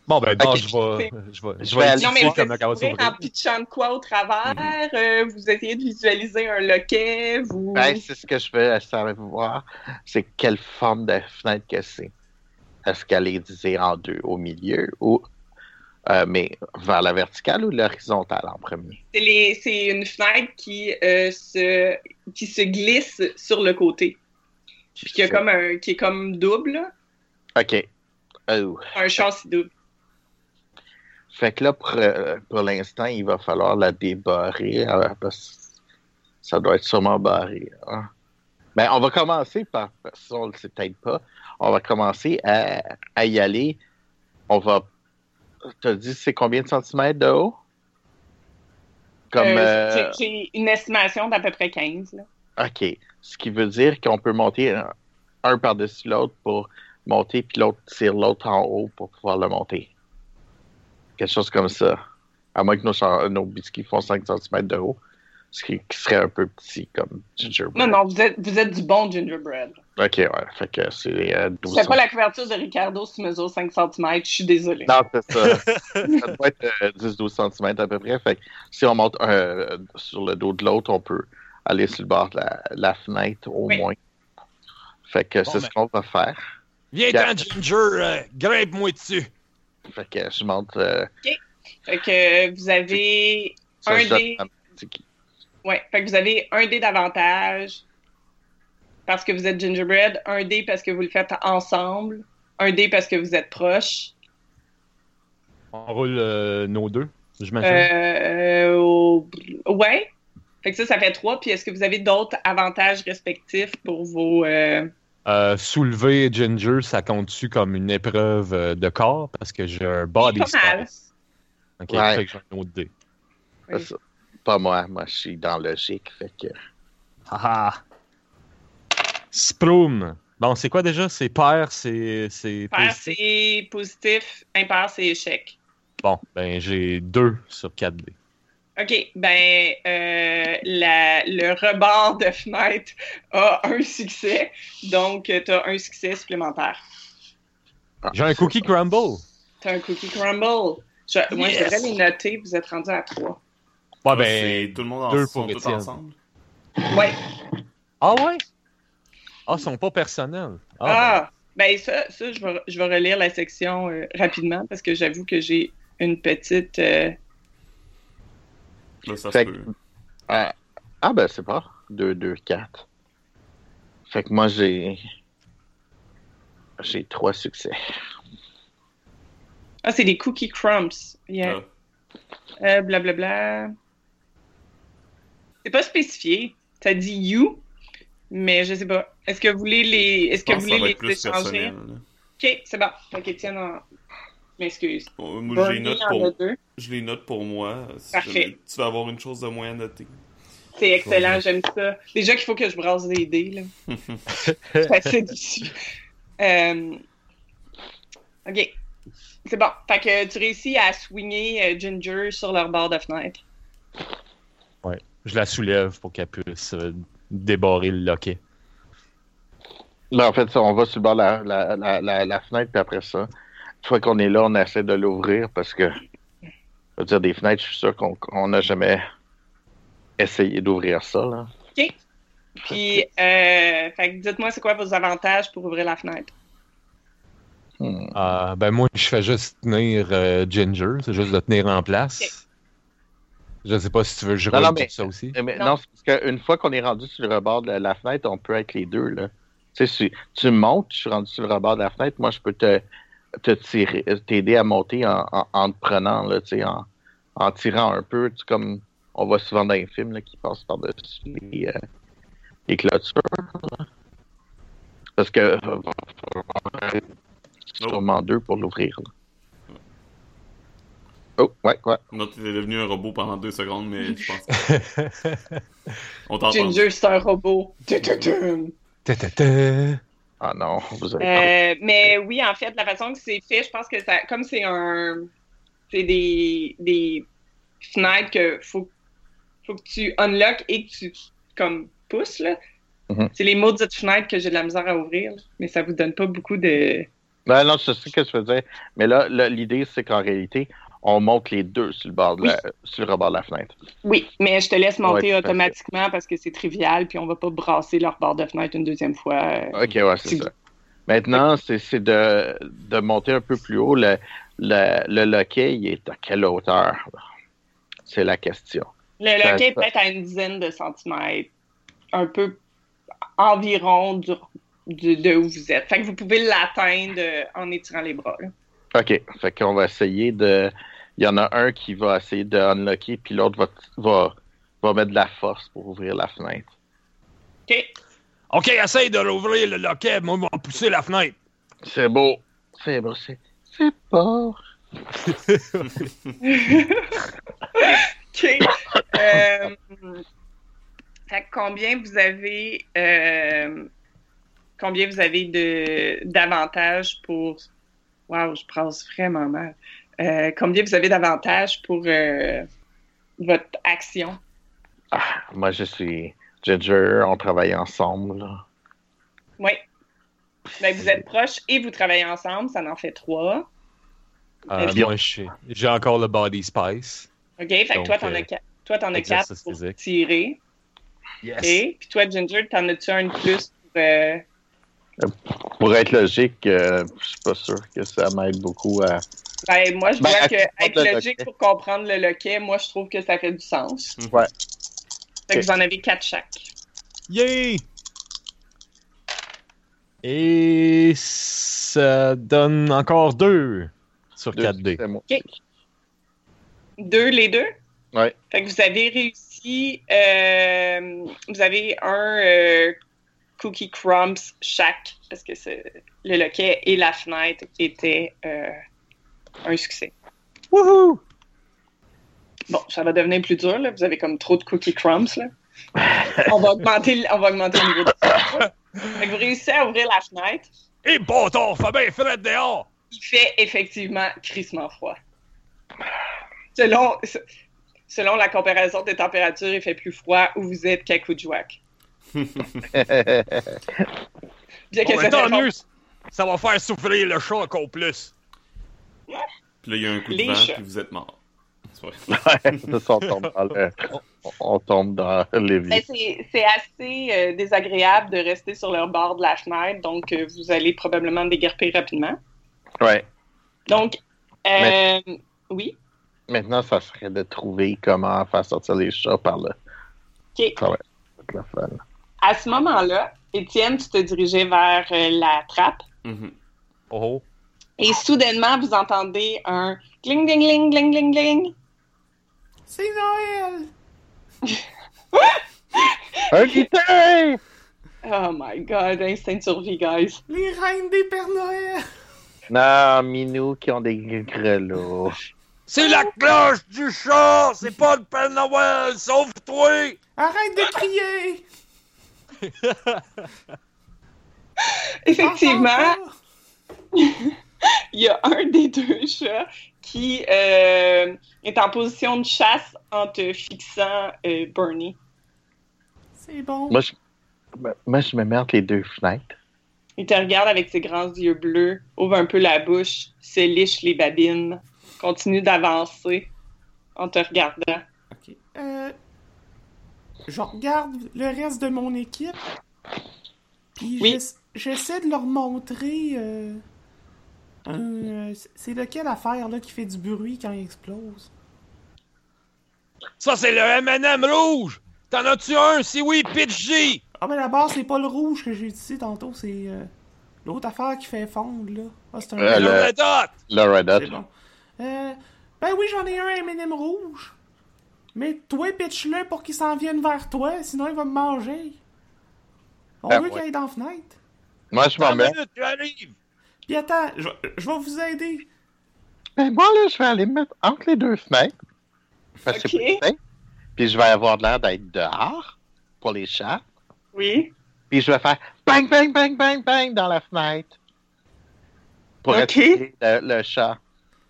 Bon, ben, non,
Ok.
je vais. Je vais,
Je vais aller
Non, mais
dire
vous
comment elle va
essayez
s'ouvrir.
en pitchant de quoi au travers? euh, vous essayez de visualiser un loquet? Vous...
Ben, c'est ce que je veux savoir, c'est quelle forme de fenêtre que c'est. Est-ce qu'elle est divisée en deux au milieu ou euh, mais vers la verticale ou l'horizontale en premier?
C'est les- c'est une fenêtre qui, euh, se, qui se glisse sur le côté. Puis qui, a comme un, qui est comme double. là.
OK. Oh.
Un châssis double.
Fait que là, pour, euh, pour l'instant, il va falloir la débarrer. euh, parce que ça doit être sûrement barré. hein. Ben, on va commencer par, si on le sait peut-être pas, on va commencer à, à y aller. On va. T'as dit, c'est combien de centimètres de haut? Comme.
Euh,
euh,
j'ai- J'ai une estimation d'à peu près 15. là.
OK. Ce qui veut dire qu'on peut monter un, un par-dessus l'autre pour monter, puis l'autre tire l'autre en haut pour pouvoir le monter. Quelque chose comme ça. À moins que nos, char- nos biscuits font 5 cm de haut, ce qui, qui serait un peu petit comme
Non,
gingerbread.
non, vous êtes, vous êtes du bon gingerbread.
OK, ouais. Fait que c'est euh, 12
C'est pas
cm.
la couverture de Ricardo si tu mesures 5 cm, je suis désolée.
Non, c'est ça. ça doit être euh, 10-12 cm à peu près. Fait que si on monte euh, sur le dos de l'autre, on peut aller sur le bord de la, la fenêtre au
Oui.
moins. Fait que c'est
ben.
ce qu'on va faire.
Viens-t'en, Ginger, euh, grimpe-moi dessus.
Fait que je monte. euh,
Fait que vous avez
ça,
un
je donne
dé.
à ma petite-
Ouais, fait que vous avez un dé d'avantage parce que vous êtes gingerbread, un dé parce que vous le faites ensemble, un dé parce que vous êtes proches.
On roule euh, nos deux, j'imagine.
Mm-hmm.
Euh, au- ouais. Fait que ça, ça fait trois. Puis est-ce que vous avez d'autres avantages respectifs pour vos. euh,
Euh, soulever Ginger, ça compte-tu comme une épreuve euh, de corps? Parce que j'ai un body
Pas mal.
space. Ok,
Ouais.
fait que j'ai un autre dé.
Oui.
ça, Pas moi, moi je suis dans le logique. Fait que
Haha! Sproum! Bon, c'est quoi déjà? C'est pair, c'est... c'est
Pair,
positif?
c'est positif, impair, c'est échec.
Bon, ben j'ai deux sur 4 dés.
OK, ben, euh, la- le rebord de fenêtre a un succès, donc tu as un succès supplémentaire.
Ah,
J'ai un cookie crumble.
Tu as un cookie crumble. Je, Moi, je
Yes!
devrais les noter, vous êtes rendu à trois.
Ouais,
C'est
ben...
tout le monde en,
deux
sont
pour
tous
Étienne.
ensemble.
Ouais.
Ah ouais? Ah, ils sont pas personnels. Ah,
Ah, ben, ça, ça je, vais, je vais relire la section euh, rapidement parce que j'avoue que j'ai une petite. euh,
Là, ça se
Fait
peut.
ah, ah, ben c'est pas 2 2 4. Fait que moi j'ai j'ai trois succès.
Ah, c'est des cookie crumbs. Yeah.
Ah.
Euh, Blablabla. c'est pas spécifié. Ça dit you, mais je sais pas. Est-ce que vous voulez les, est-ce
Je
que vous
pense que ça va
voulez
être
les
plus
échanger?
personnel. là.
Ok, c'est bon. Fait qu'Étienne en... m'excuse.
Bon, moi, je les
Bernie
note
en a
pour,
deux.
je les note pour moi. Si
Parfait.
jamais tu vas avoir une chose de moins à noter.
C'est excellent, j'aime ça. Déjà qu'il faut que je brasse des dés, là. c'est assez difficile. Euh, Ok. C'est bon. Fait que tu réussis à swinguer euh, Ginger sur leur bord de fenêtre.
ben, Je la soulève pour qu'elle puisse euh, débarrer le loquet.
Là Ben, en fait ça, on va sur le bord de la, la, la, la, la fenêtre puis après ça, une fois qu'on est là, on essaie de l'ouvrir parce que je veux dire des fenêtres, je suis sûr qu'on qu'on n'a jamais essayé d'ouvrir ça là.
Puis, euh, fait que dites-moi, c'est quoi vos avantages pour ouvrir la fenêtre?
Hmm.
Ah, ben moi, je fais juste tenir euh, Ginger. C'est juste de tenir en place. Je sais pas si tu veux que je
Non,
roule
non,
pour
mais-
ça aussi.
euh,
Eh, Mais
Non.
non, c'est parce qu'une fois qu'on est rendu sur le rebord de la fenêtre, on peut être les deux. Là. Tu, sais, si tu montes, je suis rendu sur le rebord de la fenêtre, moi je peux te, te tirer, t'aider à monter en, en- en te prenant, là, tu sais, en, en tirant un peu, tu sais, comme on voit souvent dans les films là, qui passent par-dessus les, euh, les clôtures. là. Parce que euh, sûrement deux pour l'ouvrir. là. Oh, ouais, ouais.
Non, t'es devenu un robot pendant deux secondes, mais je pense que... On t'entend.
Ginger, c'est un robot. Euh, Tututum.
Ta, ta, ta.
Ah non, vous avez
Euh, mais oui, en fait, la façon que c'est fait, je pense que ça, comme c'est un, c'est des, des fenêtres que faut, faut que tu unlock et que tu comme pousses là.
Mhm.
C'est les maudites fenêtres que j'ai de la misère à ouvrir, là. mais ça vous donne pas beaucoup de.
Ben Non, non, je sais ce que je veux dire. Mais là, là, l'idée, c'est qu'en réalité, on monte les deux sur le, bord de la- sur le rebord de la fenêtre.
Oui, mais je te laisse monter
Ouais, tout à fait.
automatiquement parce que c'est trivial, puis on va pas brasser leur bord de fenêtre une deuxième fois. euh.
OK, ouais, c'est
Si.
ça. Maintenant, c'est c'est de, de monter un peu plus haut. Le, le, le loquet, il est à quelle hauteur? C'est la question.
Le
Ça-
loquet est
ça-
peut-être à une dizaine de centimètres, un peu environ du, de, de où vous êtes. Fait que vous pouvez l'atteindre euh, en étirant les bras. là.
OK. Fait qu'on va essayer de. Il y en a un qui va essayer de unlocker, puis l'autre va, va, va mettre de la force pour ouvrir la fenêtre.
OK.
Ok, essaye de rouvrir le loquet, moi, je vais pousser la fenêtre.
C'est beau. C'est beau. C'est c'est beau.
OK. Euh, fait que combien vous avez euh, combien vous avez de d'avantages pour Wow, je pense vraiment mal. Euh, combien vous avez d'avantages pour euh, votre action?
Ah, moi, je suis Ginger. On travaille ensemble. là.
Oui. Ben, vous êtes proches et vous travaillez ensemble, ça en fait trois.
Euh,
Puis on-
moi, je- j'ai encore le body spice.
OK? Fait que
Donc,
toi, t'en
euh,
as quatre. Toi, t'en as
exercice
quatre pour
physique.
tirer.
Yes.
OK? Puis toi, Ginger, t'en as-tu un de plus pour. euh,
Pour être logique, euh, je suis pas sûr que ça m'aide beaucoup à.
Ben, moi, je
Ben,
vois
à
que
comprendre le
être logique
loquet.
pour comprendre le loquet, moi, je trouve que ça fait du sens.
Ouais.
Fait que
Ok.
vous en avez quatre chaque.
Yay! Et ça donne encore deux sur
Deux,
4D.
c'est moi.
Deux, les deux?
Ouais.
Fait que vous avez réussi, euh, vous avez un euh, cookie crumbs chaque, parce que c'est- le loquet et la fenêtre étaient euh, un succès.
Wouhou!
Bon, ça va devenir plus dur, là. Vous avez comme trop de cookie crumbs, là. On va augmenter, le- on va augmenter le niveau de Fait que vous réussissez à ouvrir la fenêtre.
Et bon, ton fait bien frais dehors.
Il fait effectivement crissement froid. Selon, se- selon la comparaison des températures, il fait plus froid où vous êtes qu'à Coudjouac. Bien que
Bon, ben,
cette
tant
réponse-
mieux. Ça va faire souffrir le chat encore plus.
Puis là, il y a un coup de
Les
vent,
chats.
puis vous êtes mort.
Ouais, ça, on tombe dans le- on- on tombe dans les
Mais
vies.
c'est c'est assez euh, désagréable de rester sur le bord de la fenêtre, donc euh, vous allez probablement déguerpir rapidement.
Ouais.
Donc, euh, oui.
Maintenant, ça serait de trouver comment faire sortir les chats par le.
Ok.
Ça va être le fun.
À ce moment-là, Étienne, tu te dirigeais vers euh, la trappe
Mhm.
Oh,
et soudainement, vous entendez un gling, gling, gling, gling, gling, gling.
C'est Noël!
Un guitar!
Oh my god, instinct de survie, guys.
Les reines des Pères Noël!
Non, Minou qui ont des grelots.
C'est la cloche du chat, c'est pas le Père Noël, sauve-toi!
Arrête de crier!
Effectivement,
Entends pas.
il y a un des deux chats qui euh, est en position de chasse en te fixant euh, Bernie.
C'est bon.
Moi, je, moi, je me mets entre les deux fenêtres.
Il te regarde avec ses grands yeux bleus, ouvre un peu la bouche, se liche les babines, continue d'avancer en te regardant.
Ok.
Euh, je regarde le reste de mon équipe. Puis
Oui.
j'ess- j'essaie de leur montrer. euh, un- euh, c'est lequel affaire là qui fait du bruit quand il explose?
Ça, c'est le M&M rouge! T'en as-tu un? Si oui, pitch G!
Ah, mais d'abord, c'est pas le rouge que j'ai utilisé tantôt, c'est euh, l'autre affaire qui fait fondre là. Ah, c'est un.
Euh,
Le
le-
Red Hot!
Le Red
C'est
Hot.
bon. Euh, ben oui, j'en ai un M&M rouge. Mais toi, pitch-le pour qu'il s'en vienne vers toi, sinon il va me manger. On
Ah,
veut
ouais.
qu'il aille dans la fenêtre.
Moi, je m'en
Ah,
Cinq
mets.
minutes, tu arrives!
Puis attends, je, vais- je vais vous aider.
Ben, moi, là, je vais aller me mettre entre les deux fenêtres. Parce que
Ok.
c'est plus simple. Puis je vais avoir l'air d'être dehors pour les chats.
Oui.
Puis je vais faire bang, bang, bang, bang, bang dans la fenêtre. Pour
Ok.
attirer le, le chat.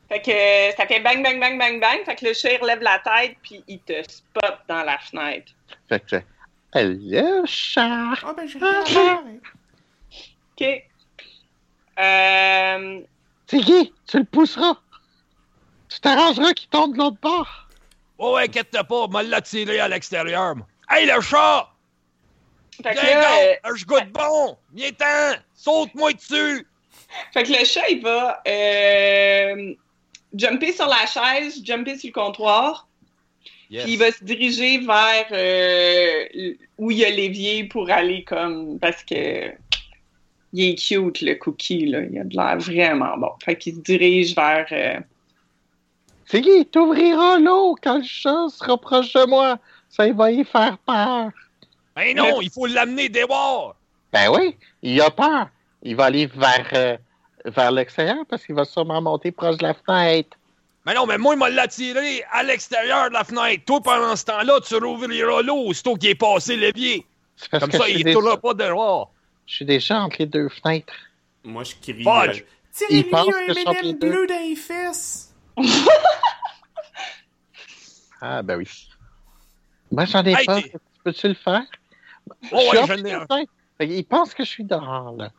Fait que euh, ça fait bang, bang, bang, bang, bang. Fait que le chat il relève la tête puis il te spot dans la fenêtre.
Fait que je Hello, chat!
Ah ben j'ai rien à faire.
OK. Euh,
C'est qui? Tu le pousseras. Tu t'arrangeras qu'il tombe de l'autre bord.
Oh, ouais, inquiète-toi pas, m'a l'attiré à l'extérieur. moi. Hey, le chat!
fait que
Viens
là, euh,
donc, je goûte bon! Viens-t'en! Saute-moi dessus!
Fait que le chat, il va euh, jumper sur la chaise, jumper sur le comptoir,
yes.
puis il va se diriger vers euh, où il y a l'évier pour aller comme. Parce que il est cute, le cookie, là. Il a de l'air vraiment bon. Fait qu'il se dirige vers. euh,
C'est qui t'ouvrira l'eau quand le chat se rapproche de moi. Ça va y faire peur.
Ben non, il faut l'amener dehors!
Ben oui, il a peur. Il va aller vers, euh, vers l'extérieur parce qu'il va sûrement monter proche de la fenêtre.
Mais Ben non, mais moi, il m'a l'attiré à l'extérieur de la fenêtre. Toi, pendant ce temps-là, tu rouvriras l'eau aussitôt qu'il est passé le levier.
C'est parce
Comme
que
ça,
je, suis
il ne
dé-
tournera pas dehors.
je suis déjà entre les deux fenêtres.
Moi, je crie.
Fudge.
Il
Tirez-lui
pense
un
que son
M&M
leader-
bleu dans les fesses.
Ah, ben oui. Moi, j'en ai
Hey,
pas.
t'es-
Peux-tu le faire?
Oh,
je suis
ouais,
entre
j'en ai
les
un.
fenêtres. Fait qu'il pense que je suis dehors, là.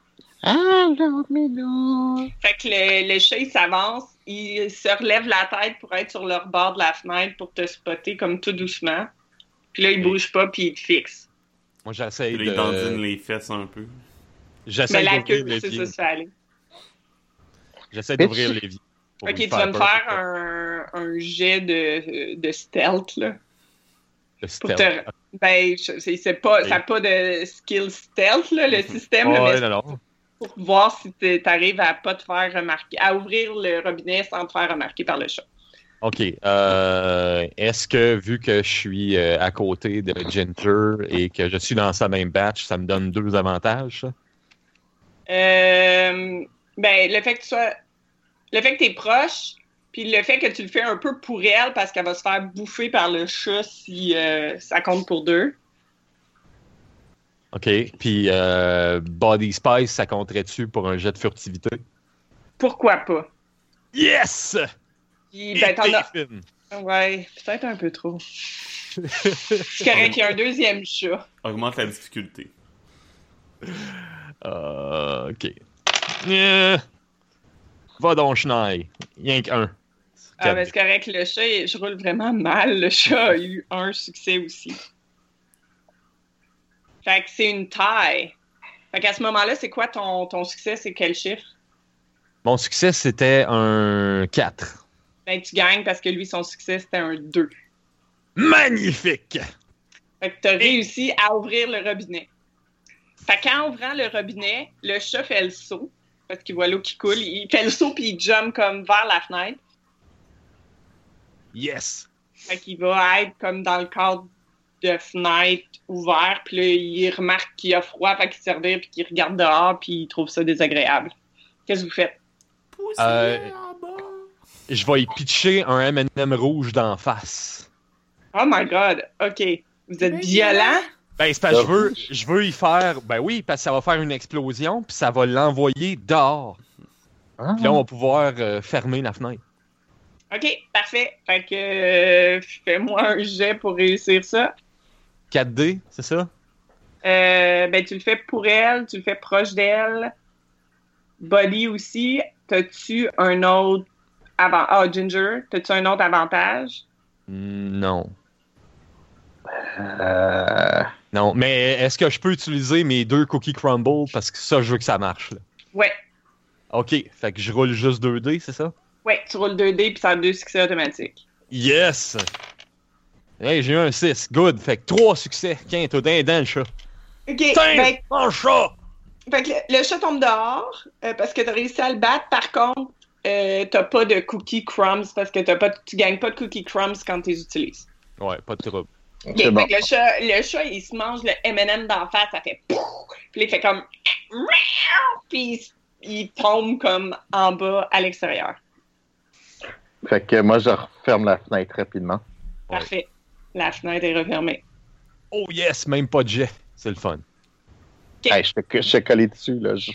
Allô, Minou!
Fait que le, le chat, il s'avance, il se relève la tête pour être sur le rebord de la fenêtre pour te spotter comme tout doucement. Puis là, il bouge pas, puis il te fixe.
Moi, j'essaie
Il dandine
de.
les fesses un peu.
Mais
J'essaie
la
d'ouvrir
queue,
les
c'est ça,
vies.
ça aller.
J'essaie
Mais
d'ouvrir
tu-
les vies.
Ok, tu vas me faire un, un jet de, de stealth, là. Pour te... Ben, je- c'est c'est pas, ça n'a pas de skill stealth, là, le système, là, mais
Mhm. Ouais, non, non.
pour voir si tu arrives à pas te faire remarquer, à ouvrir le robinet sans te faire remarquer par le chat.
OK. euh, Est-ce que, vu que je suis euh, à côté de Ginger et que je suis dans sa même batch, ça me donne deux avantages? ça?
Euh, ben, le fait que tu sois. Le fait que t'es proche, puis le fait que tu le fais un peu pour elle parce qu'elle va se faire bouffer par le chat si euh, ça compte pour deux.
OK. Puis euh, Body Spice, ça compterait-tu pour un jet de furtivité?
Pourquoi pas?
Yes!
Puis, ben, t'en as.
T'es fine.
Ouais, peut-être un peu trop. C'est correct, il y a un deuxième chat.
Augmente la difficulté.
Euh, OK. Euh, Va donc, Schneid. Rien qu'un.
Ah, ben, c'est correct, le chat, je roule vraiment mal. Le chat a eu un succès aussi. Fait que c'est une taille. Fait qu'à ce moment-là, c'est quoi ton, ton succès? C'est quel chiffre?
Mon succès, c'était un 4.
Ben, tu gagnes parce que lui, son succès, c'était un 2.
Magnifique!
Fait que t'as réussi à ouvrir le robinet. Fait qu'en ouvrant le robinet, le chat fait le saut, parce qu'il voit l'eau qui coule. Il fait le saut, puis il jump comme vers la fenêtre.
Yes!
Fait qu'il va être comme dans le cadre de fenêtre ouvert, puis là, il remarque qu'il a froid, fait qu'il se revire, puis qu'il regarde dehors, puis il trouve ça désagréable. Qu'est-ce que vous faites?
Poussez
Euh,
en bas.
Je vais y pitcher un M&M rouge d'en face.
Oh my God! OK. Vous êtes
Mais
violent?
Ben, c'est parce que je veux, je veux y faire... Ben oui, parce que ça va faire une explosion, puis ça va l'envoyer dehors.
Ah,
Puis là, on va pouvoir euh, fermer la fenêtre.
OK, parfait. Fait que euh, fais-moi un jet pour réussir ça.
4D, c'est ça?
Euh, ben, tu le fais pour elle, tu le fais proche d'elle. Body aussi. T'as-tu un autre avant Ah, Ginger, t'as-tu un autre avantage?
Mm, Non.
euh,
Non, mais est-ce que je peux utiliser mes deux cookies crumble? Parce que ça, je veux que ça marche. là.
Ouais,
OK, fait que je roule juste 2D, c'est ça?
ouais, tu roules 2D puis ça a deux succès automatiques.
Yes! Hey, j'ai eu un 6. Good. Fait que 3 succès. Quinte, au dindin, le chat.
OK.
Tiens!
ben,
Mon chat!
fait que le, le chat tombe dehors euh, parce que t'as réussi à le battre. Par contre, euh, t'as pas de cookie crumbs parce que t'as pas, tu gagnes pas de cookie crumbs quand tu les utilises.
Ouais, pas de trouble.
Ok,
C'est bon.
fait que le, chat, le chat, il se mange le M&M d'en face, ça fait pouf, puis il fait comme Miaou puis il s- il tombe comme en bas à l'extérieur.
Fait que moi, je referme la fenêtre rapidement.
Ouais.
Parfait. La fenêtre est refermée.
Oh yes, même pas de jet. C'est le fun.
Ok.
Hey, je te je te collais dessus, là. Je-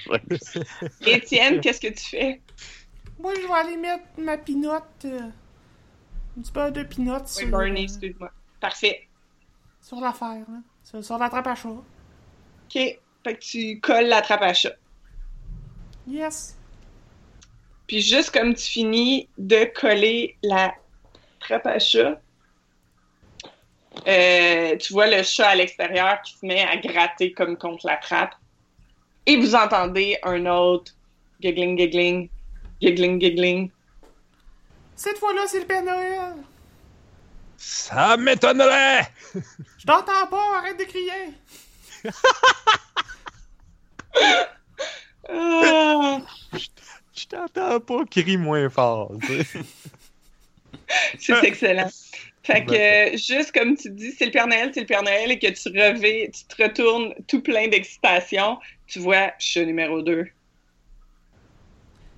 Étienne, qu'est-ce que tu fais?
Moi, je vais aller mettre ma pinotte. euh, un petit beurre de pinotte
Oui,
sur,
Bernie, excuse-moi. Parfait.
sur l'affaire. Hein. Sur, sur la trappe à chat.
OK. Fait que tu colles la trappe à chat.
Yes.
Puis juste comme tu finis de coller la trappe à chat, euh, tu vois le chat à l'extérieur qui se met à gratter comme contre la trappe. Et vous entendez un autre giggling, giggling, giggling, giggling.
Cette fois-là, c'est le Père Noël.
Ça m'étonnerait!
Je t'entends pas, arrête de crier.
Ah,
Je t'entends pas crier moins fort. tu sais.
c'est excellent. Fait que, euh, juste comme tu dis, c'est le Père Noël, c'est le Père Noël, et que tu revais, tu te retournes tout plein d'excitation, tu vois chat numéro 2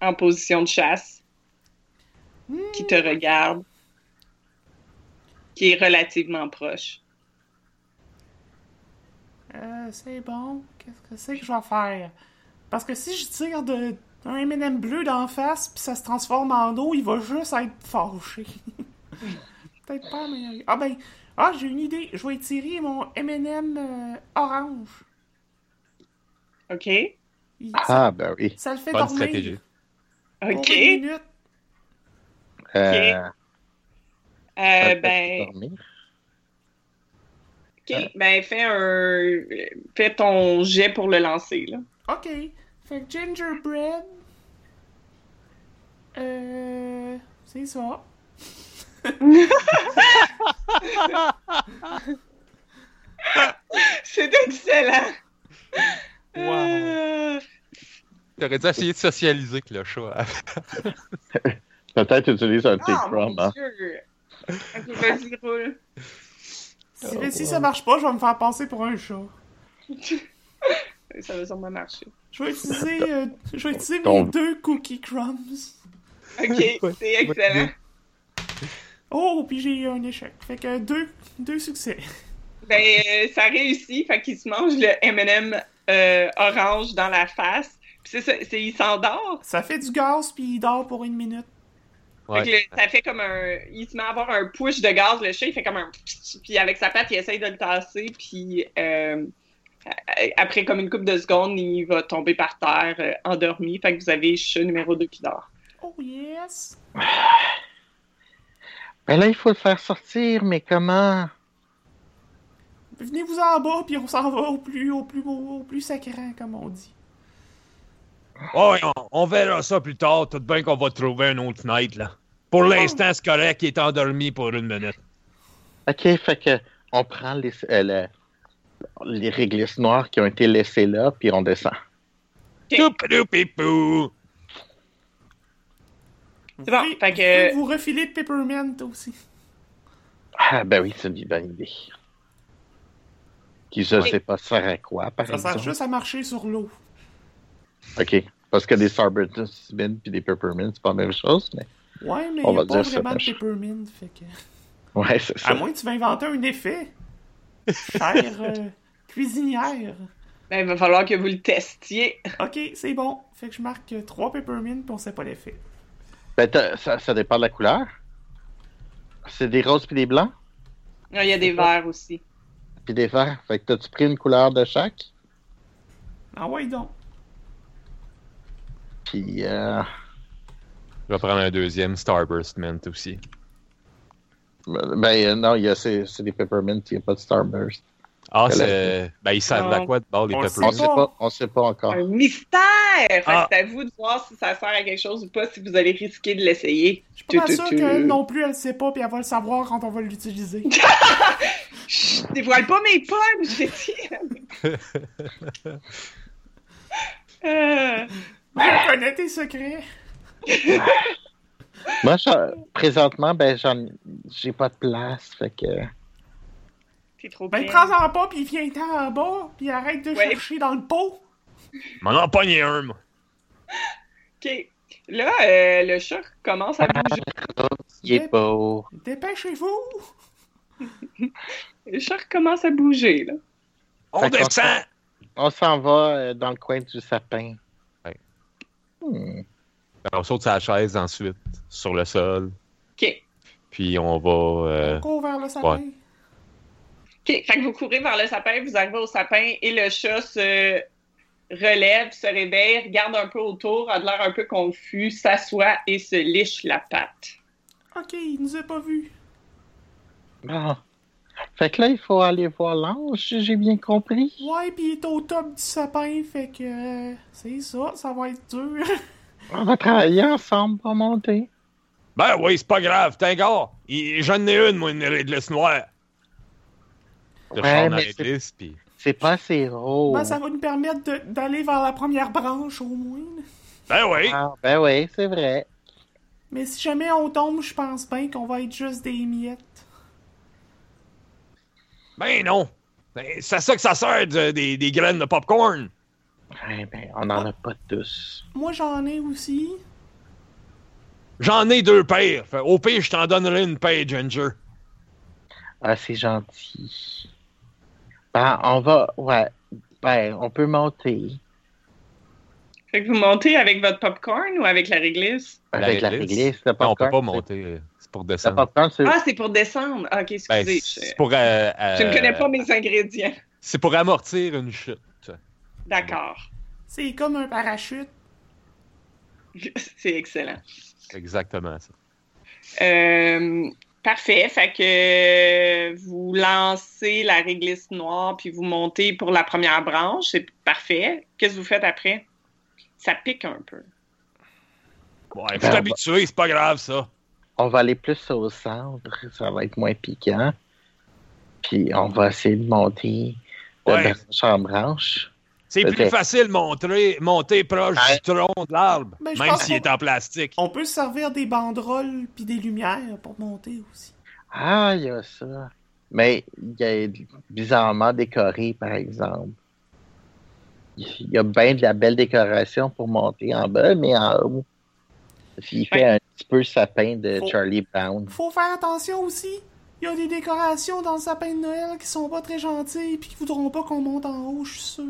en position de chasse,
Hmm.
qui te regarde, qui est relativement proche.
Euh, c'est bon. Qu'est-ce que c'est que je vais faire? Parce que si je tire de, un M&M bleu d'en face puis ça se transforme en eau, il va juste être fâché. Peut-être pas, mais... Ah ben... Ah, j'ai une idée. Je vais tirer mon M&M euh, orange.
OK?
Il- ça,
Ah, ben oui.
ça le fait
Bonne
dormir.
stratégie.
Pour
OK?
une minute.
Euh,
Euh,
peut-être
ben,
dormir.
OK. Ben, fais un. Fais ton jet pour le lancer, là.
OK. Fait que gingerbread... Euh... C'est ça.
C'est excellent! Euh,
T'aurais dû essayer de socialiser que le chat.
Peut-être utilise un de tes
Ah, mon
crumbs, hein.
Dieu! Ok, vas-y, roule.
Si, mais si ça marche pas, je vais me faire passer pour un chat.
Ça va sûrement marcher.
Je vais utiliser, euh, je vais utiliser
Ton-
mes deux cookie crumbs.
Ok, c'est excellent.
Oh, puis j'ai eu un échec. Fait que deux, deux succès.
Ben, euh, ça réussit, fait qu'il se mange le M&M euh, orange dans la face. Puis c'est ça, c'est, il s'endort.
Ça fait du gaz, puis il dort pour une minute.
Fait que le- ça fait comme un... Il se met à avoir un push de gaz, le chat, il fait comme un... pfft, Puis avec sa patte, il essaye de le tasser, puis... euh, a- Après comme une couple de secondes, il va tomber par terre euh, endormi. Fait que vous avez chat numéro 2 qui dort.
Oh yes!
Ben là, il faut le faire sortir, mais comment?
Venez-vous en bas, puis on s'en va au plus, au plus beau, au plus sacré, comme on dit.
Oh, Ouais, on, on verra ça plus tard. Tout de bien qu'on va trouver un autre night, là. Pour l'instant, c'est correct. Il est endormi pour une minute.
OK, fait que on prend les, euh, le- les réglisses noires qui ont été laissées là, puis on descend.
Toupadoupipou.
C'est bon,
Vous
fait
pouvez
que...
vous refiler de peppermint aussi.
Ah, ben oui, c'est une bonne idée. Qui, je sais pas, sert à quoi, par
Ça sert
exemple.
juste à marcher sur l'eau.
OK. Parce que des Sarbentin puis des Peppermint, c'est pas la même chose, mais.
Ouais, mais
On
il n'y
va
a pas
dire ça
vraiment de
marche.
peppermint, fait que...
Ouais, c'est
Ah,
ça.
À moins que tu vas inventer un effet. Chère euh, cuisinière.
Ben, il va falloir que vous le testiez.
Ok, c'est bon. Fait que je marque euh, trois peppermint, puis on sait pas l'effet.
Ben, t'as- ça, ça dépend de la couleur. C'est des roses puis des blancs,
Non, Ah, Il y a des verres aussi.
puis des verts. Fait que t'as-tu pris une couleur de chaque?
Ah ouais, donc.
Puis, euh,
Je vais prendre un deuxième Starburst Mint aussi.
ben euh, non, il y a c'est c'est des Peppermint, il n'y a pas de Starburst.
Ah,
Elle a-
c'est. Ben, ils servent à
Non.
quoi de bord, les
On le
On
peuples?
Oh!
sait pas, on sait pas encore.
Un mystère! Fait que
Ah.
c'est à vous de voir si ça sert à quelque chose ou pas, si vous allez risquer de l'essayer.
Je suis pas
Tu, tu,
sûr
tu.
qu'elle non plus, elle le sait pas, puis elle va le savoir quand on va l'utiliser.
Chut, dévoile pas mes pommes, j'ai dit! Euh,
Je connais tes secrets.
Moi, j'en- présentement, ben j'en j'ai pas de place, fait que
T'es trop
Ben,
belle.
prends-en pas, puis viens-t'en en bas, puis arrête de
Ouais.
chercher dans le pot.
M'en a pogné un, moi.
OK. Là, euh, le chat commence à bouger.
il est beau.
Dépêchez-vous.
Le chat commence à bouger, là.
On
Fait qu'on
descend.
On s'en va euh, dans le coin du sapin.
Ouais.
Hmm.
Ben,
On saute sa chaise ensuite, sur le sol.
OK.
Puis on va. euh,
Cours vers le sapin.
OK. Fait que vous courez vers le sapin, vous arrivez au sapin et le chat se relève, se réveille, regarde un peu autour, a de l'air un peu confus, s'assoit et se liche la patte.
Ok, il nous a pas vus.
Bon. Fait que là, il faut aller voir l'ange, si j'ai bien compris.
Ouais, puis il est au top du sapin, fait que... euh, c'est ça, ça va être dur.
On va travailler ensemble pour monter.
Ben oui, c'est pas grave. T'es un gars. Il- J'en ai une, moi, une réglisse noire.
de
Ouais,
chambre dans
mais c'est-
l'église, puis
C'est pas assez
Oh.
rose.
Ben, ça va nous permettre de- d'aller vers la première branche au moins. là.
Ben oui.
Ah, ben oui, c'est vrai.
Mais si jamais on tombe, je pense bien qu'on va être juste des miettes.
Ben non. Ben, c'est à ça que ça sert de- des, des graines de popcorn.
Eh ben, on n'en a pas tous.
Moi, j'en ai aussi.
J'en ai deux paires. Fait, au pire, je t'en donnerai une paire, Ginger.
Ah, c'est gentil. Ben, on va. Ouais. Ben, on peut monter
Fait que vous montez avec votre popcorn ou avec la réglisse?
avec la
réglisse.
réglisse. Le
Non, on peut
popcorn,
pas
c'est-
euh,
monter. C'est pour
Le
descendre.
popcorn, c'est.
Ah, c'est pour descendre. Ah, ok, excusez.
Ben,
je
c'est pour. euh,
je ne
euh,
connais pas mes ingrédients.
C'est pour amortir une chute.
D'accord.
C'est comme un parachute.
C'est excellent.
Exactement ça.
Euh, parfait. Fait que euh, vous lancez la réglisse noire puis vous montez pour la première branche. C'est parfait. Qu'est-ce que vous faites après? Ça pique un peu.
Ouais, je
Ben,
suis habitué, c'est pas grave ça.
On va aller plus au centre. Ça va être moins piquant. Puis, on va essayer de monter de
Ouais.
branche en branche.
C'est plus
Ok.
facile monter, monter proche
Ouais.
du tronc de l'arbre,
Ben, je
même
pense
s'il est
qu'on-
en plastique.
On peut se servir des banderoles puis des lumières pour monter aussi.
Ah, il y a ça. Mais il est bizarrement décoré, par exemple. Il y a bien de la belle décoration pour monter en bas, mais en haut. Il fait un petit peu sapin de
Faut-
Charlie Brown.
Faut faire attention aussi. Il y a des décorations dans le sapin de Noël qui sont pas très gentilles puis qui voudront pas qu'on monte en haut, je suis sûr.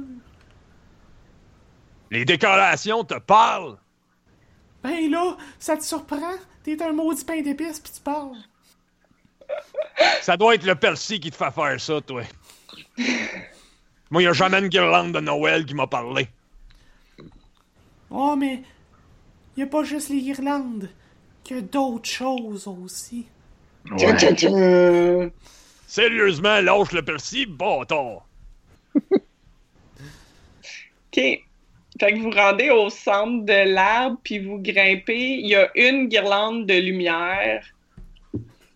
Les décorations te parlent.
Ben là, ça te surprend? T'es un maudit pain d'épices puis tu parles.
Ça doit être le persil qui te fait faire ça, toi. Moi, il a jamais une guirlande de Noël qui m'a parlé.
Oh, mais y a pas juste les guirlandes. Y a d'autres choses aussi.
Ouais.
Sérieusement, lâche le persil, bâtard.
OK. Fait que vous rendez au centre de l'arbre, puis vous grimpez. Il y a une guirlande de lumière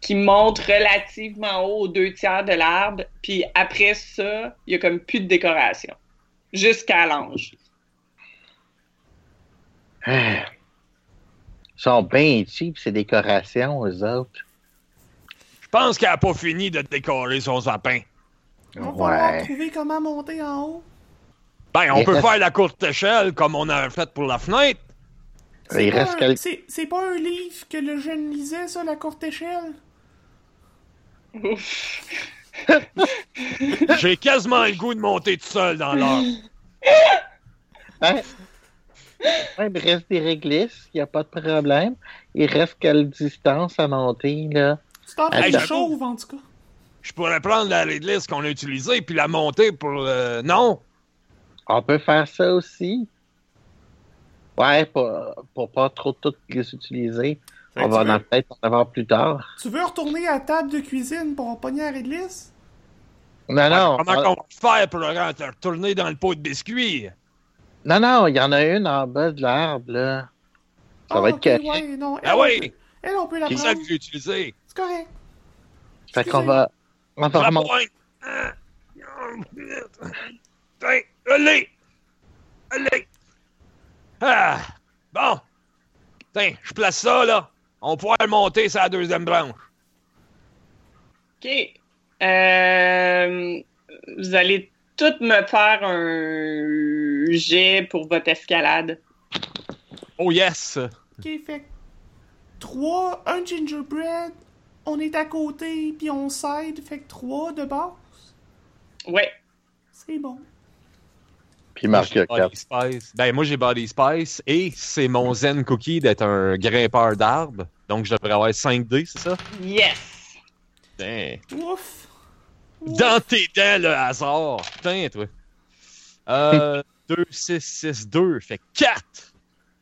qui monte relativement haut aux deux tiers de l'arbre. Puis après ça, il y a comme plus de décoration. Jusqu'à l'ange.
Ah. Ils sont bien cheap, ces décorations, eux autres.
Je pense qu'elle a pas fini de décorer son sapin.
On va falloir
Ouais.
trouver comment monter en haut.
Ben, on
Mais
peut
ça-
faire la courte échelle comme on a fait pour la fenêtre.
C'est
Il
pas
reste
un-
quelques-
c'est- C'est pas un livre que le jeune lisait, ça, la courte échelle?
Ouf.
J'ai quasiment le goût de monter tout seul dans l'arbre.
Hein? Ouais, il reste des réglisses, il n'y a pas de problème. Il reste quelle distance à monter, là?
Tu t'en fais
Hey,
du
j'avoue.
chauve, en tout cas.
Je pourrais prendre la réglisse qu'on a utilisée puis la monter pour. euh, Non!
On peut faire ça aussi. Ouais, pour, pour pas trop toutes les utiliser.
Fait
on
que
va
tu
en
veux-
peut-être en avoir plus tard.
Tu veux retourner à la table de cuisine pour pogner la réglisse?
Non, non.
Comment
on-
qu'on va faire pour te retourner dans le pot de biscuits?
Non, non, il y en a une en bas de l'arbre, là. Ça va être
ok,
caché.
ouais, non.
Ah
elle, on
oui.
peut- Elle, on peut la
C'est ça que
prendre.
j'ai utilisé.
C'est correct.
Fait qu'on
excusez.
va. On va
La
remonter.
pointe. Ah. Tiens, Allez! Allez! Ah! Bon! Tiens, je place ça, là. On pourra le monter sur la deuxième branche.
OK. Euh, vous allez toutes me faire un jet pour votre escalade.
Oh yes!
Ok, fait que trois, un gingerbread, on est à côté, puis on side, fait que trois de base.
Ouais.
C'est bon.
Puis Marc, il y a
J'ai Body
quatre.
Spice. Ben, moi, j'ai Body Spice et c'est mon Zen Cookie d'être un grimpeur d'arbre. Donc, je devrais avoir 5D, c'est ça?
Yes!
Putain.
Ouf! Ouf.
Dans tes dents, le hasard! Putain, toi. Euh, 2, 6, 6, 2. Fait 4!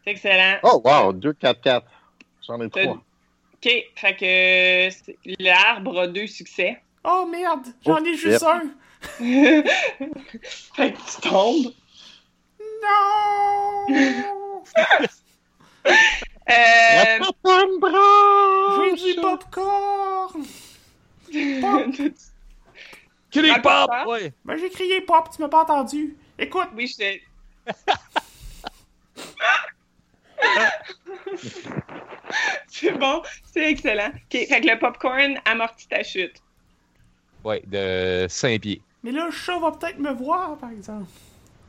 C'est excellent.
Oh, wow, 2, 4, 4. J'en ai
T'as-
3.
OK, fait que euh, c'est- l'arbre a deux succès.
Oh merde! J'en ai
Oh,
juste
shit.
un!
fait que tu tombes.
Non!
Euh,
Oh,
J'ai du popcorn!
tu-
Crie
Dans le
pop!
porteur?
Ouais.
Ben, j'ai crié pop, tu m'as pas entendu. Écoute,
Oui, je. c'est bon, c'est excellent. OK, fait que le popcorn amortit ta chute.
Ouais, de 5 pieds.
mais là, le chat va peut-être me voir, par exemple.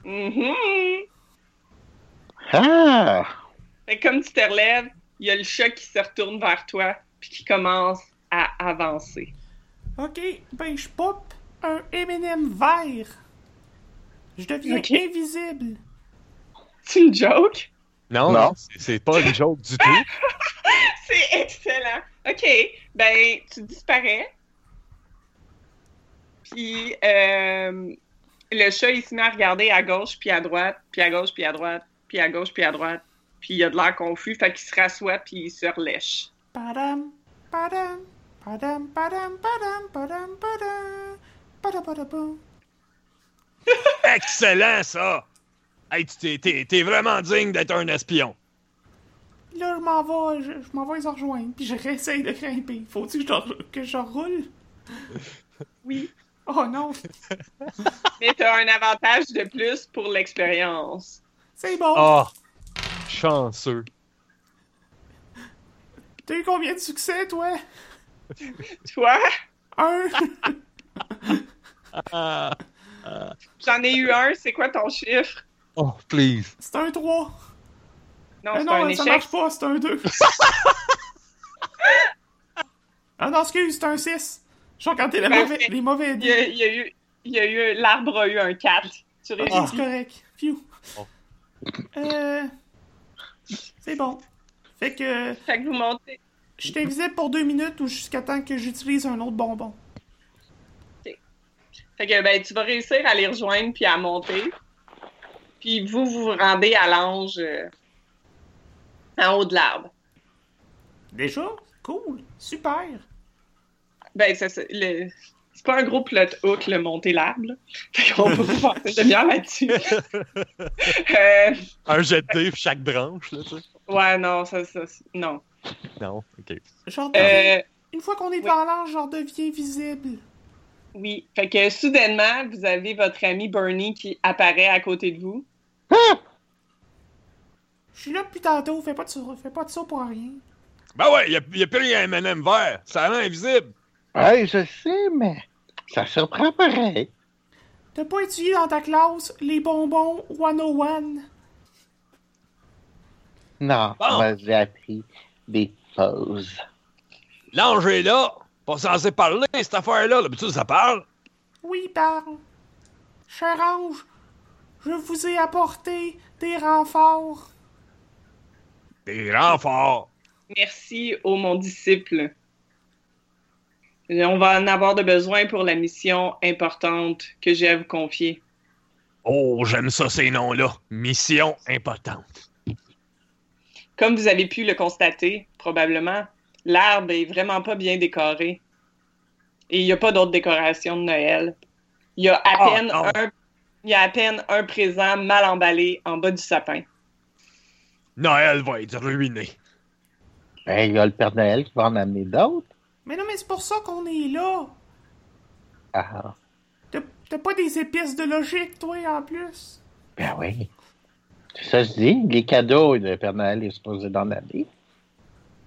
Mhm.
Ah!
Fait que comme tu te relèves, il y a le chat qui se retourne vers toi puis qui commence à avancer.
Ok, ben, je pop un M&M vert. Je deviens
Ok.
invisible.
C'est une joke?
Non,
Non.
non, c'est- c'est pas une joke du tout.
C'est excellent. OK. Ben, tu disparais. Puis, euh, le chat, il se met à regarder à gauche, puis à droite, puis à gauche, puis à droite, puis à gauche, puis à droite. Puis, il a de l'air confus, fait qu'il se rassoit, puis il se relèche.
Padam, padam, padam, padam, padam, padam, padam, padam, padam.
Excellent, ça! Hey, tu t'es- t'es t'es vraiment digne d'être un espion.
Là, je m'en vais, je, je m'en vais les rejoindre, puis je réessaye de grimper. Faut-tu que je leur- que je leur roule?
Oui.
Oh non,
Mais t'as un avantage de plus pour l'expérience.
c'est bon.
Ah, chanceux.
T'as eu combien de succès, toi?
Toi,
Un.
Ah.
j'en ai eu un. C'est quoi ton chiffre?
Oh, please.
C'est un 3.
Non,
Ah
c'est
non,
un
ça
échec.
marche pas, c'est un 2. ah non, excuse, c'est un 6. J'ai regardé les
Parfait.
mauvais, les mauvais
Il y a,
dés.
il y a eu... il y a eu- L'arbre a eu un 4. Tu
Ok,
réussis.
c'est correct. Phew.
Oh.
Euh... C'est bon. Fait que
Fait que vous montez.
je suis invisible pour deux minutes ou jusqu'à temps que j'utilise un autre bonbon.
Fait que ben tu vas réussir à les rejoindre puis à monter. Puis vous vous vous rendez à l'ange euh, en haut de l'arbre.
Déjà? Cool. Super.
Ben ça, c'est le- c'est pas un gros plot hook le monter l'arbre. là. Fait qu'on peut pas passer de bien là-dessus. Euh,
Un jet de dés pour chaque branche, là, tu sais.
ouais non ça ça c'est- non.
Non, ok.
Je redeviens-
Euh,
Une fois qu'on est devant l'ange, je redeviens visible.
oui. Fait que soudainement vous avez votre ami Bernie qui apparaît à côté de vous.
Je suis là depuis tantôt, fais pas de, ça- fais pas de ça pour rien.
Ben ouais, y a, y a plus rien M&M vert. Ça rend invisible.
Ouais, je sais, mais ça surprend pareil.
T'as pas étudié dans ta classe les bonbons 101?
Non,
Bon.
moi j'ai appris des pauses.
L'ange est là. Pas censé parler, cette affaire-là. D'habitude, ça parle.
Oui, parle. Cher ange, je vous ai apporté des renforts.
Des renforts.
Merci ô mon disciple. Et On va en avoir de besoin pour la mission importante que j'ai à vous confier.
Oh, j'aime ça, ces noms-là. Mission importante.
Comme vous avez pu le constater, probablement, l'arbre est vraiment pas bien décoré. Et il n'y a pas d'autres décorations de Noël. Il y a à
Ah,
peine
non.
un il y a à peine un présent mal emballé en bas du sapin.
Noël va être ruiné.
Ben, il y a le Père Noël qui va en amener d'autres.
Mais non, mais c'est pour ça qu'on est là.
Ah,
T'as t'as pas des épices de logique, toi, en plus.
ben oui. C'est ça que je dis, les cadeaux, le Père Noël est supposé d'en amener.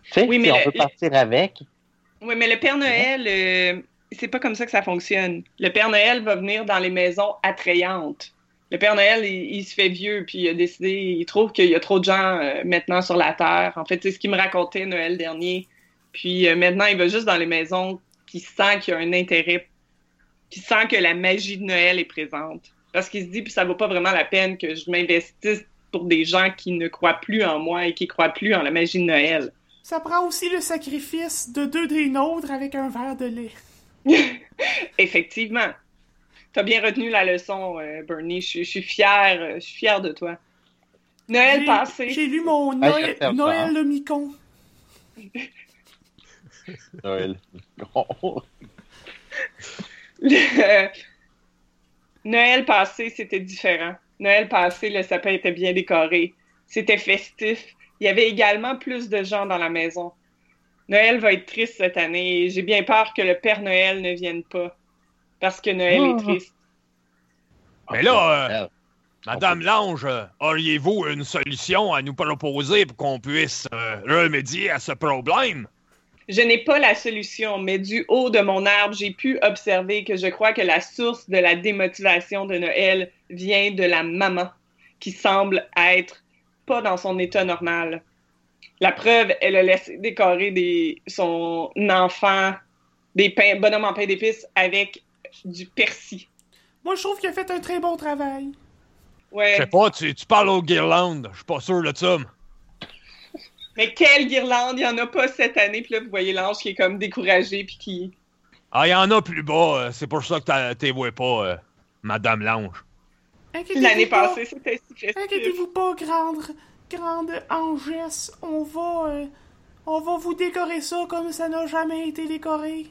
Tu sais,
Oui,
si
mais
on
le-
peut partir avec.
Oui, mais le Père Noël, euh, c'est pas comme ça que ça fonctionne. Le Père Noël va venir dans les maisons attrayantes. Le Père Noël, il, il se fait vieux, puis il a décidé, il trouve qu'il y a trop de gens euh, maintenant sur la Terre. En fait, c'est ce qu'il me racontait Noël dernier. Puis euh, maintenant, il va juste dans les maisons qui sent qu'il y a un intérêt, qui sent que la magie de Noël est présente. Parce qu'il se dit, puis ça vaut pas vraiment la peine que je m'investisse pour des gens qui ne croient plus en moi et qui croient plus en la magie de Noël.
Ça prend aussi le sacrifice de deux des nôtres avec un verre de lait.
Effectivement. T'as bien retenu la leçon, euh, Bernie. Je suis- je suis fière, euh, je suis fière de toi. Noël
J'ai-
passé.
J'ai lu mon
Ah, je
Noël,
vais faire ça,
Noël
hein.
le Micon.
Noël.
Le- Noël passé, c'était différent. Noël passé, le sapin était bien décoré. C'était festif. Il y avait également plus de gens dans la maison. Noël va être triste cette année et j'ai bien peur que le Père Noël ne vienne pas. parce que Noël est triste.
Mais là, euh, Madame Lange, euh, auriez-vous une solution à nous proposer pour qu'on puisse euh, remédier à ce problème?
Je n'ai pas la solution, mais du haut de mon arbre, j'ai pu observer que je crois que la source de la démotivation de Noël vient de la maman, qui semble être pas dans son état normal. La preuve, elle a laissé décorer des, son enfant des pains, bonhomme en pain d'épices avec du persil.
Moi, je trouve qu'il a fait un très bon travail.
Ouais.
Je sais pas, tu, tu parles aux guirlandes, je suis pas sûr de ça. mais-
Mais quelle guirlande! Il n'y en a pas cette année. Puis là, vous voyez l'ange qui est comme découragé puis qui...
Ah, il y en a plus bas, euh, c'est pour ça que t'as- t'es vois pas, euh, Madame Lange.
Inquiétez-vous
L'année
pas.
passée, c'était si
Ah,
festif.
Inquiétez-vous pas, grande, grande Angesse. On va, euh, on va vous décorer ça comme ça n'a jamais été décoré.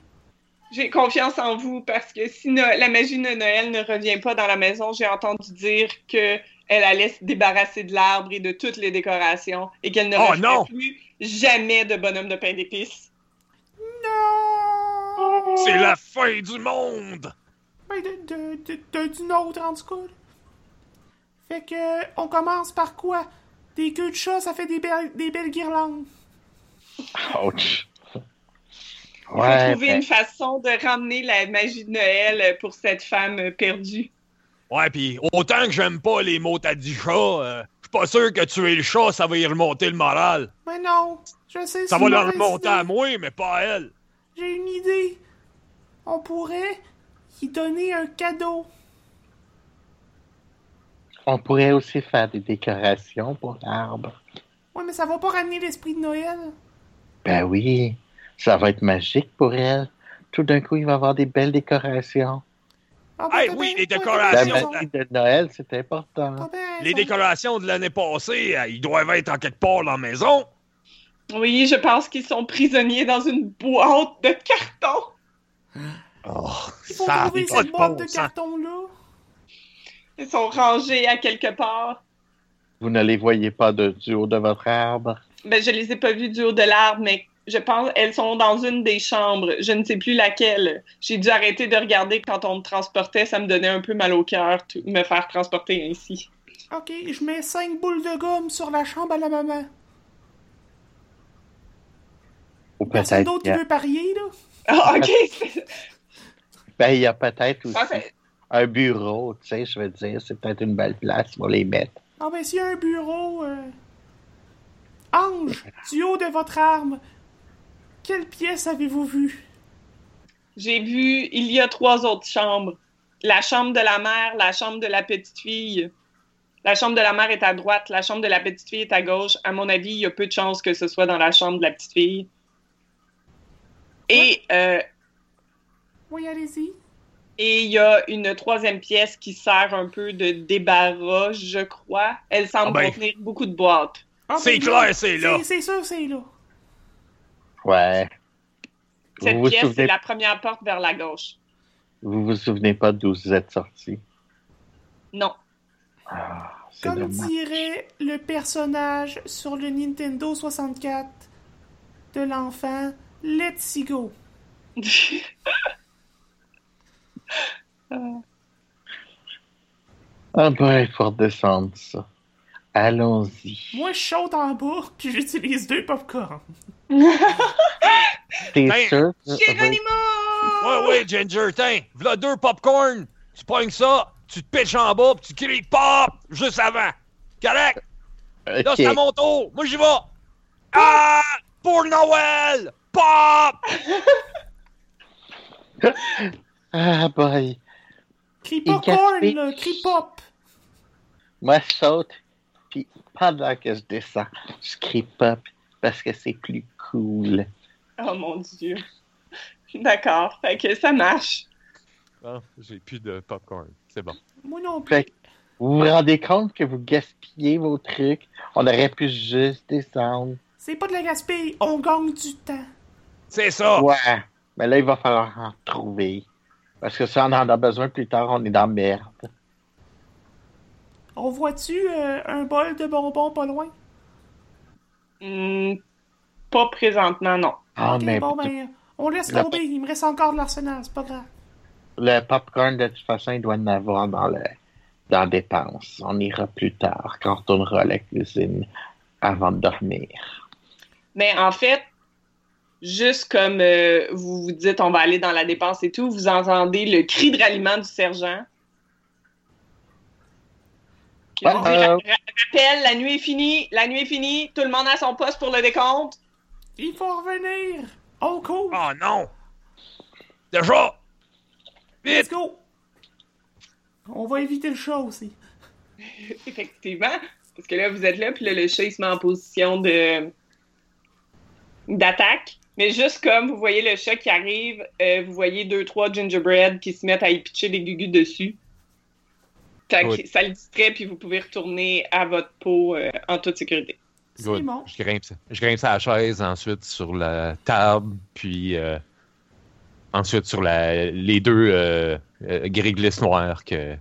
J'ai confiance en vous parce que si No- la magie de Noël ne revient pas dans la maison, j'ai entendu dire que elle allait se débarrasser de l'arbre et de toutes les décorations et qu'elle ne
Oh,
referait
non!
plus jamais de bonhomme de pain d'épices.
Non!
C'est la fin du monde!
Ben, de, de, de, de- d'une autre, en tout cas. là. Fait que, on commence par quoi? Des queues de chat, ça fait des belles, des belles guirlandes.
Ouch.
Il faut
Ouais,
trouver
ben,
une façon de ramener la magie de Noël pour cette femme perdue.
Ouais, pis autant que j'aime pas les mots t'as dit chat, euh, je suis pas sûr que tuer le chat, ça va y remonter le moral.
Mais non, je sais
Ça
c'est
va
une
leur
mauvaise
remonter à
idée.
moi, mais pas à elle.
J'ai une idée. On pourrait y donner un cadeau.
on pourrait aussi faire des décorations pour l'arbre.
Ouais, mais ça va pas ramener l'esprit de Noël.
Ben oui, ça va être magique pour elle. Tout d'un coup, il va y avoir des belles décorations.
Ah,
Hey,
t'as
oui,
bien-
les
t'as bien
La
décorations.
raison.
magie de Noël, c'est important.
T'as bien
Les
raison.
décorations de l'année passée, euh, ils doivent être en quelque part dans la maison.
Oui, je pense qu'ils sont prisonniers dans une boîte de carton.
Oh,
Il faut
a
trouver
pas
cette boîte
bon
de
sens.
carton-là.
Ils sont rangés à quelque part.
Vous ne les voyez pas de, du haut de votre arbre.
Ben, je les ai pas vus du haut de l'arbre, mais je pense elles sont dans une des chambres. Je ne sais plus laquelle. J'ai dû arrêter de regarder quand on me transportait. Ça me donnait un peu mal au cœur tout- me faire transporter ainsi.
Ok, je mets 5 boules de gomme sur la chambre à la maman.
Ben,
Ou
Personne
peut-être.
d'autre
qu'il
qui
y a-
veut parier, là.
Ah, ok. c'est-
Ben, il y a peut-être aussi
Ah, c'est-
un bureau, tu sais, je veux dire, c'est peut-être une belle place pour les mettre.
Ah ben s'il y a un bureau... euh, Ange, du haut de votre arme, quelle pièce avez-vous vue?
J'ai vu, il y a trois autres chambres. La chambre de la mère, la chambre de la petite fille. La chambre de la mère est à droite, la chambre de la petite fille est à gauche. À mon avis, il y a peu de chances que ce soit dans la chambre de la petite fille. Et euh,
Oui, allez-y.
Et il y a une troisième pièce qui sert un peu de débarras, je crois. Elle semble
Ah ben.
contenir beaucoup de boîtes.
Ah, ben,
C'est clair, c'est là.
C'est, c'est sûr, c'est là.
Ouais.
Cette
vous vous,
pièce, c'est
souvenez...
la première porte vers la gauche.
vous vous souvenez pas d'où vous êtes sorti?
Non.
Ah, c'est
Comme
dommage.
dirait le personnage sur le Nintendo 64 de l'enfant, let's y go.
Ah ben, il faut redescendre ça. Allons-y.
Moi, je saute en bas, puis j'utilise deux popcorn.
T'es
Ben,
sûr?
Géronimo!
Ouais, ouais, Ginger, tiens, v'là deux popcorn. Tu pognes ça, tu te pitches en bas, puis tu cries pop juste avant. Correct?
Ok.
Là, c'est à mon tour. Moi, j'y vais. Ah! Pour Noël! Pop!
Ah boy. Il
Crie popcorn,
gaspille.
là, crie pop.
Moi, je saute, puis pendant que je descends, je crie pop parce que c'est plus cool.
Oh mon Dieu. D'accord. Fait que ça marche.
Ah, j'ai plus de popcorn. C'est bon.
Moi non plus.
Fait que vous vous rendez compte que vous gaspillez vos trucs? On aurait pu juste descendre.
C'est pas de la gaspille, on gagne du temps.
C'est ça.
Ouais, mais là, il va falloir en trouver. Parce que si on en a besoin plus tard, on est dans la merde.
On voit-tu euh, un bol de bonbons pas loin?
Hmm, pas présentement, non.
Ah,
ok,
mais
bon, ben, on laisse
La-
tomber. Il me reste encore de l'arsenal, c'est pas grave.
le popcorn, de toute façon, il doit en avoir dans le dans dépense. On ira plus tard quand on retournera à la cuisine avant de dormir.
Mais en fait, juste comme euh, vous vous dites on va aller dans la dépense et tout, vous entendez le cri de ralliement du sergent. Qui vous dit,
Uh-oh.
Ra- rappel, la nuit est finie, la nuit est finie, tout le monde à son poste pour le décompte.
Il faut revenir! Oh, cool!
Oh non! Déjà!
Let's go! On va éviter le chat aussi.
Effectivement, parce que là vous êtes là, puis là le chat il se met en position de d'attaque. Mais juste comme vous voyez le chat qui arrive, euh, vous voyez deux trois gingerbread qui se mettent à y pitcher des gugus dessus. Fait que
Oui.
Ça le distrait, puis vous pouvez retourner à votre peau euh, en toute sécurité.
C'est bon.
Je grimpe, ça- je grimpe sa chaise, ensuite sur la table, puis euh, ensuite sur la, les deux euh, euh, gréglisses noires que.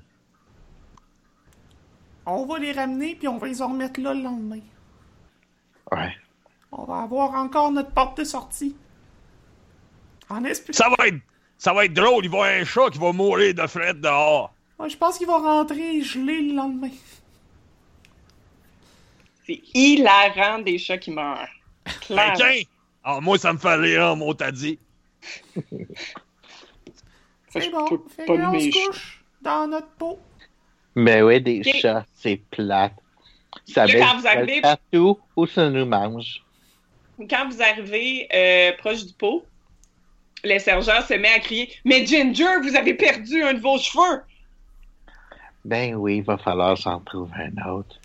On va les ramener, puis on va les en remettre là le lendemain.
Ouais.
On va avoir encore notre porte de sortie. En espérant.
Ça va être. Ça va être drôle, il va y avoir un chat qui va mourir de fret dehors.
Ouais, je pense qu'il va rentrer gelé le lendemain.
C'est hilarant des chats qui meurent. Clair.
Quelqu'un? Ah, moi, ça me fait rire, mon t'as dit.
Ça, je
C'est bon.
peux
Fait
pas
que on
mes
se
chats.
couche dans notre peau.
Mais ouais, des
Ok.
chats, c'est plate. Ça
Là,
baisse
quand vous arrivez-
partout où ça nous mange.
Quand vous arrivez euh, proche du pot, le sergent se met à crier Mais Ginger, vous avez perdu un de vos cheveux!
Ben oui, il va falloir s'en trouver un autre.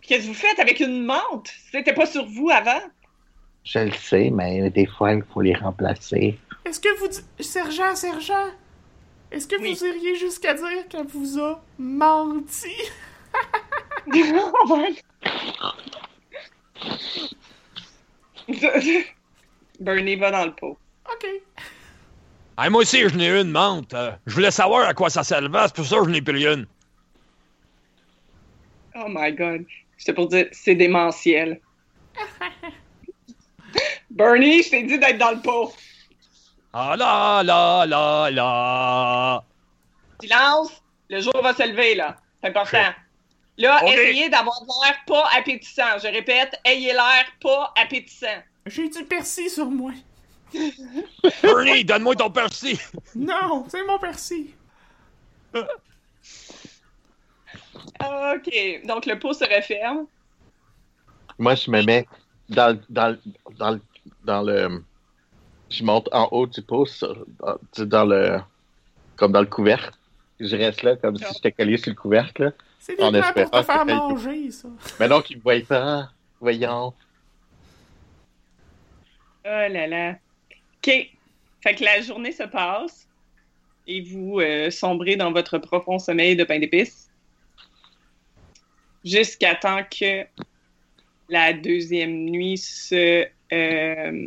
Qu'est-ce que vous faites avec une menthe? C'était pas sur vous avant?
Je le sais, mais des fois, il faut les remplacer.
Est-ce que vous. di- Sergent, sergent! Est-ce que
Oui.
vous iriez jusqu'à dire qu'elle vous a menti?
Bernie va dans le pot.
Ok.
Hey, Ah, moi aussi, je n'ai une menthe. euh, je voulais savoir à quoi ça servait, c'est pour ça que je n'ai pris une.
Oh my god. J'étais pour dire, c'est démentiel. Bernie, je t'ai dit d'être dans le pot.
Ah là là là là!
Silence, le jour va se lever, là. C'est important. Là,
Ok.
essayez d'avoir de l'air pas appétissant. Je répète, ayez l'air pas appétissant.
J'ai du persil sur moi.
Bernie, donne-moi ton persil!
Non, c'est mon persil.
OK. Donc, le pot se referme.
Moi, je me mets dans, le- dans, le- dans, le- dans le. Je monte en haut du pouce, dans, tu- dans le. Comme dans le couvercle. Je reste là, comme si j'étais collé sur le couvercle. là.
C'est des
En
plans pour te
espérant
faire
que-
manger, ça.
Mais donc, ils me voient pas. Voyons.
Oh là là. OK. Fait que la journée se passe et vous euh, sombrez dans votre profond sommeil de pain d'épices jusqu'à temps que la deuxième nuit se euh,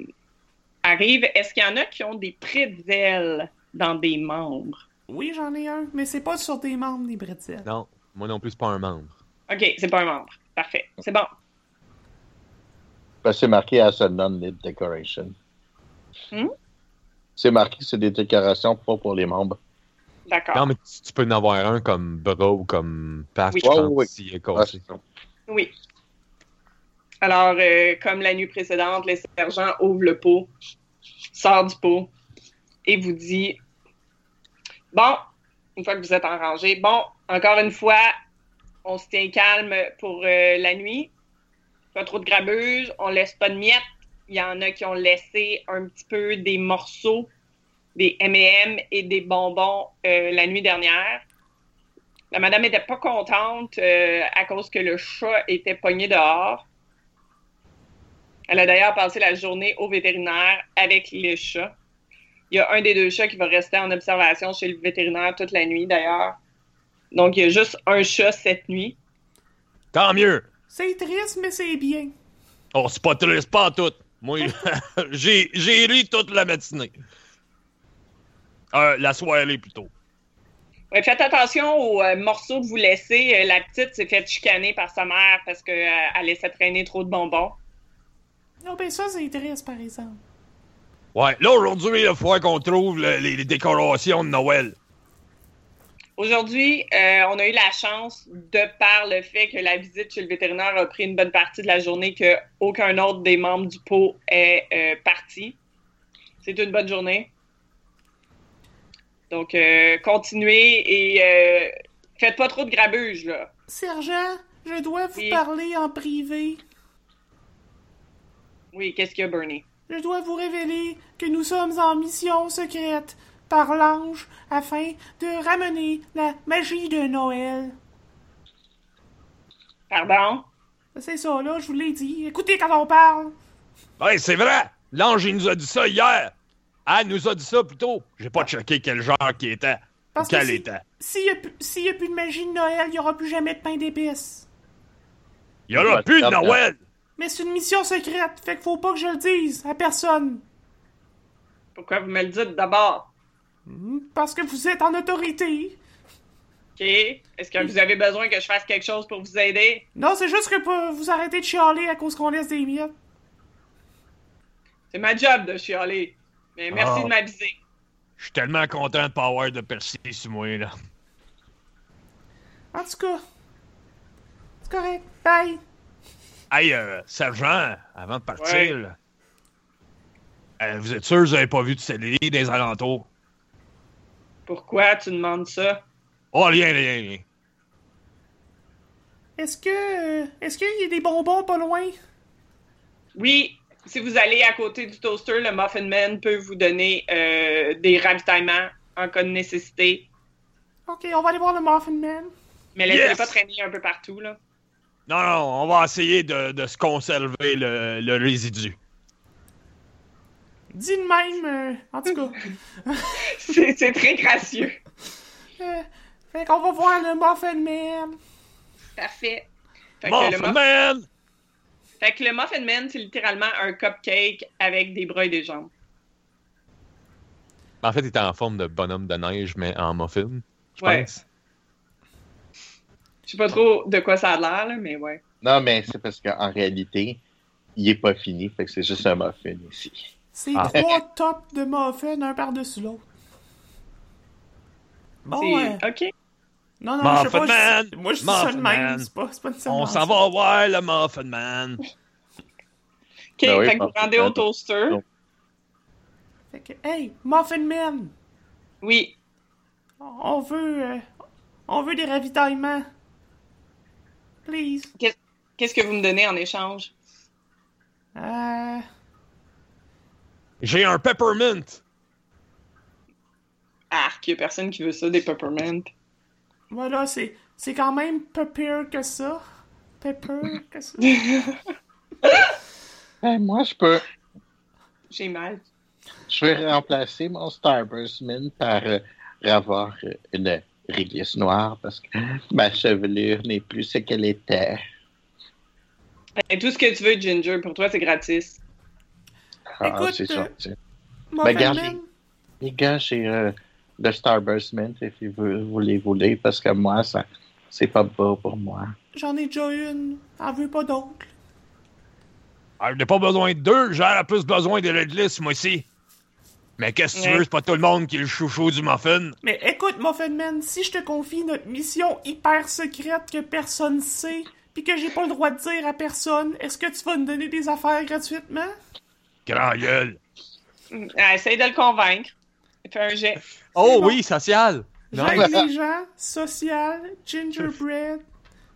arrive. Est-ce qu'il y en a qui ont des prédelles dans des membres?
Oui, j'en ai un, mais c'est pas sur tes membres, les bretzels.
Non, moi non plus, c'est pas un membre.
OK, c'est pas un membre. Parfait. C'est bon.
Ben, c'est marqué as a non-lit decoration.
Hmm?
C'est marqué, c'est des décorations pas pour les membres.
Non,
D'accord.
mais tu, tu peux en avoir un comme bras ou comme paf,
Oui.
je pense,
Ouais, ouais,
s'il est
Ah,
cassé.
Oui. Alors, euh, comme la nuit précédente, le sergent ouvre le pot, sort du pot et vous dit Bon, une fois que vous êtes en rangée, bon, encore une fois, on se tient calme pour euh, la nuit. Pas trop de grabuge, on laisse pas de miettes. Il y en a qui ont laissé un petit peu des morceaux, des M&M et des bonbons euh, la nuit dernière. La madame était pas contente euh, à cause que le chat était pogné dehors. Elle a d'ailleurs passé la journée au vétérinaire avec les chats. Il y a un des deux chats qui va rester en observation chez le vétérinaire toute la nuit d'ailleurs. Donc il y a juste un chat cette nuit.
Tant mieux!
C'est triste, mais c'est bien.
Oh, c'est pas triste, pas en tout. Moi, j'ai j'ai ri toute la matinée. Euh, la soirée, plutôt.
Ouais, faites attention aux euh, morceaux que vous laissez. Euh, la petite s'est faite chicaner par sa mère parce euh, qu'elle laissait traîner trop de bonbons.
Non, ben ça, c'est triste, par exemple.
Ouais, là, aujourd'hui, il faut qu'on trouve le- les, les décorations de Noël.
Aujourd'hui, euh, on a eu la chance, de par le fait que la visite chez le vétérinaire a pris une bonne partie de la journée, que aucun autre des membres du pot est euh, parti. C'est une bonne journée. Donc, euh, continuez et euh, faites pas trop de grabuge, là.
Sergent, je dois vous
Oui.
parler en privé.
Oui, qu'est-ce qu'il y a, Bernie?
Je dois vous révéler que nous sommes en mission secrète par l'ange afin de ramener la magie de Noël.
Pardon?
C'est ça, là, je vous l'ai dit. Écoutez quand on parle.
Ouais, Ben, c'est vrai! L'ange, il nous a dit ça hier! Ah, il nous a dit ça plus tôt! J'ai pas checké quel genre qui était.
Parce que
quel
si-
était.
S'il n'y a, pu- s'il y a plus de magie de Noël, il n'y aura plus jamais de pain d'épices.
Il y aura plus de Noël!
Mais c'est une mission secrète, fait qu'il faut pas que je le dise à personne.
Pourquoi vous me le dites d'abord?
Parce que vous êtes en autorité.
OK? Est-ce que vous avez besoin que je fasse quelque chose pour vous aider?
Non, c'est juste que pas- vous arrêtez de chialer à cause qu'on laisse des miettes.
C'est ma job de chialer. Mais merci
Ah.
de m'aviser.
Je suis tellement content de pas avoir de persillé sur moi, là.
En tout cas, c'est correct. Bye.
Hey, euh, sergent, avant de partir,
Ouais.
là, euh, vous êtes sûr que vous avez pas vu de céleri des alentours?
Pourquoi tu demandes ça?
Oh, rien, rien, rien.
Est-ce que. euh, Est-ce qu'il y a des bonbons pas loin?
Oui, si vous allez à côté du toaster, le Muffin Man peut vous donner euh, des ravitaillements en cas de nécessité.
Ok, on va aller voir le Muffin Man.
Mais laissez-les
Yes!
pas traîner un peu partout, là.
Non, non, on va essayer de, de se conserver le, le résidu.
Dis de même, euh, en tout cas.
C'est c'est très gracieux.
Euh, fait qu'on va voir le Muffin Man.
Parfait. Fait que, le
Muffin
muff-
Man!
fait que le Muffin Man, c'est littéralement un cupcake avec des bras et des jambes.
Ben, En fait, il était en forme de bonhomme de neige, mais en muffin, je
Ouais.
pense.
Je sais pas trop de quoi ça a l'air, là, mais ouais.
Non, mais c'est parce qu'en réalité, il est pas fini, fait que c'est juste un muffin ici.
C'est
Ah.
trois tops de muffins, un par-dessus l'autre. Bon,
C'est-
euh,
OK.
non, non, je sais
Muffin
pas. si-
Man!
Moi, je dis ça de
Muffin
même,
Man.
c'est pas, c'est pas nécessairement
On s'en
ça.
va voir le Muffin Man.
OK,
Ben oui,
fait que vous
Muffin
rendez au
Man.
toaster.
Non.
Fait que, hey, Muffin Man,
Oui.
on veut, euh, on veut des ravitaillements. Please.
Qu'est-ce que vous me donnez en échange?
Euh,
J'ai un peppermint.
Arc, y a personne qui veut ça, des peppermint.
voilà, c'est, c'est quand même peu pire que ça. Peu pire que ça.
Ben, moi, je peux.
J'ai mal.
Je vais remplacer mon Starburst Mint par euh, avoir euh, une réglisse noire parce que ma chevelure n'est plus ce qu'elle était.
Et tout ce que tu veux, Ginger, pour toi, c'est gratis.
Ah,
Écoute,
c'est
euh,
gentil.
Muffin
garde
Man,
Les gars, j'ai euh, le Starburst Mint et si vous, vous les voulez parce que moi, ça, c'est pas beau pour moi.
j'en ai déjà une. T'en veux pas d'autres.
Ah, Je n'ai pas besoin de deux, j'en ai plus besoin de l'église, moi aussi. Mais qu'est-ce que tu
Ouais.
veux, c'est pas tout le monde qui est le chouchou du muffin.
Mais écoute, Muffin Man, si je te confie notre mission hyper secrète que personne sait, puis que j'ai pas le droit de dire à personne, est-ce que tu vas nous donner des affaires gratuitement?
Grand gueule.
Mm, ah, Essaye de le convaincre. Fais un jet.
Oh
bon.
oui, social! Non,
J'aide les gens, social, gingerbread,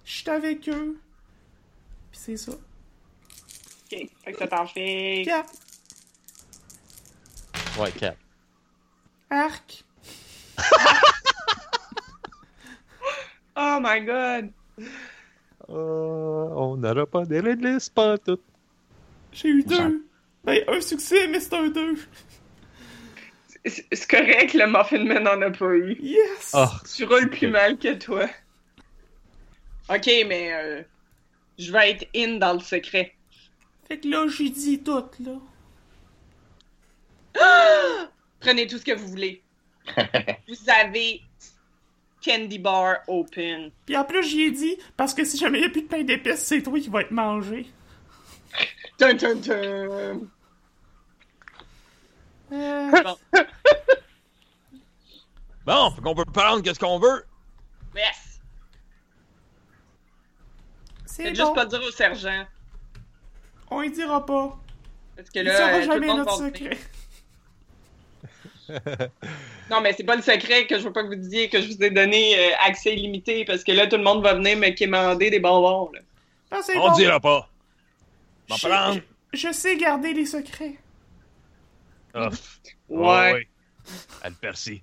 je suis avec eux. Puis c'est ça.
OK. Fait que ça t'en fait.
Quatre,
ouais, cap.
arc.
Oh my god.
Euh, on n'aura pas des réglisse, pas tout.
J'ai eu deux. Ben, un succès, mais c'est un deux.
C'est c'est correct, le Muffin Man en a pas eu.
Yes!
Ah,
Tu roules plus
Ok.
mal que toi. OK, mais euh, je vais être in dans le secret.
Fait que là, j'ai dit tout, là.
Prenez tout ce que vous voulez. vous avez Candy Bar Open.
Puis en plus, j'y ai dit, parce que si jamais il n'y a plus de pain d'épices, c'est toi qui vas être mangé.
Dun, dun, dun.
Euh,
Bon, fait qu'on peut prendre qu'est-ce qu'on veut.
Yes!
c'est
Faites
bon.
juste pas dire au sergent.
On y dira pas.
Parce que
Il
là,
saura
euh, tout le
jamais
monde va
notre
en venir.
secret.
Non, mais c'est pas le secret que je veux pas que vous disiez que je vous ai donné euh, accès illimité parce que là, tout le monde va venir me quémander des bonbons. Là.
Ah, c'est
On
bon.
dira pas.
Je-
M'en prendre.
je sais garder les secrets.
Ah,
Ouais.
ah oui. Elle percy.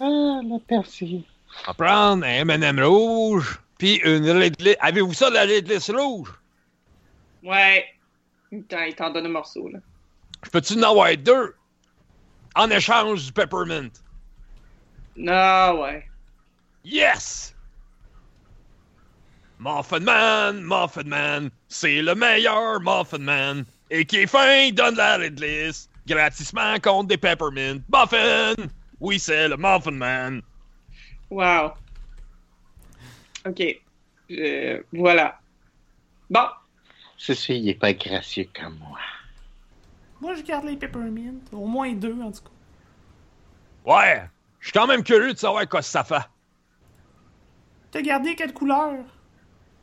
Ah, la persil.
M'en prendre un M&M rouge, puis une réglisse. Avez-vous ça, la réglisse rouge?
Ouais. Putain, il t'en donne un morceau, là.
Je peux-tu en avoir deux? En échange du peppermint.
Non, Ah, ouais.
Yes! Muffin Man, Muffin Man, c'est le meilleur Muffin Man. Et qui est fin, il donne la réglisse. Gratissement contre des peppermint. Muffin! Oui, c'est le Muffin Man.
Wow. OK. Euh, voilà. Bon.
C'est sûr, il est pas gracieux comme moi.
Moi, je garde les peppermint. Au moins deux, en tout cas.
Ouais, je suis quand même curieux de savoir quoi ça fait.
T'as gardé quelle couleur?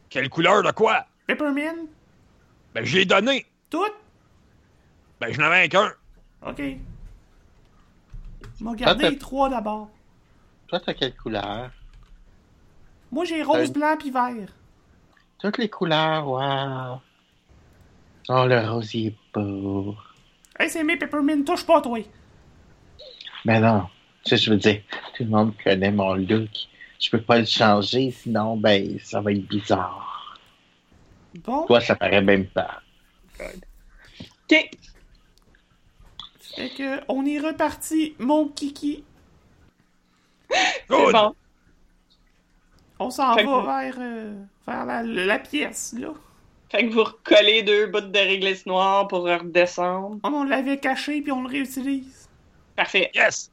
Quelle couleur de quoi?
Peppermint?
Ben, je l'ai donné.
Toutes?
Ben, je n'en avais qu'un.
OK. M'a gardé
t'as-
les trois d'abord.
Toi, t'as quelle couleur?
Moi, j'ai rose,
Euh,
blanc puis vert.
Toutes les couleurs, wow. Oh, le rosier est beau.
Hey, c'est mes peppermint, touche pas, toi.
Mais Ben non, tu sais, je veux dire, tout le monde connaît mon look. Je peux pas le changer, sinon, ben, ça va être bizarre.
Bon,
Toi, ça paraît même pas.
OK.
fait que on est reparti, mon kiki.
C'est
Good!
bon.
On s'en
Fait
va
que-
vers, euh, vers la, la pièce, là.
Fait que vous recollez deux bouts de réglisse noire pour redescendre.
On l'avait caché puis on le réutilise.
Parfait.
Yes!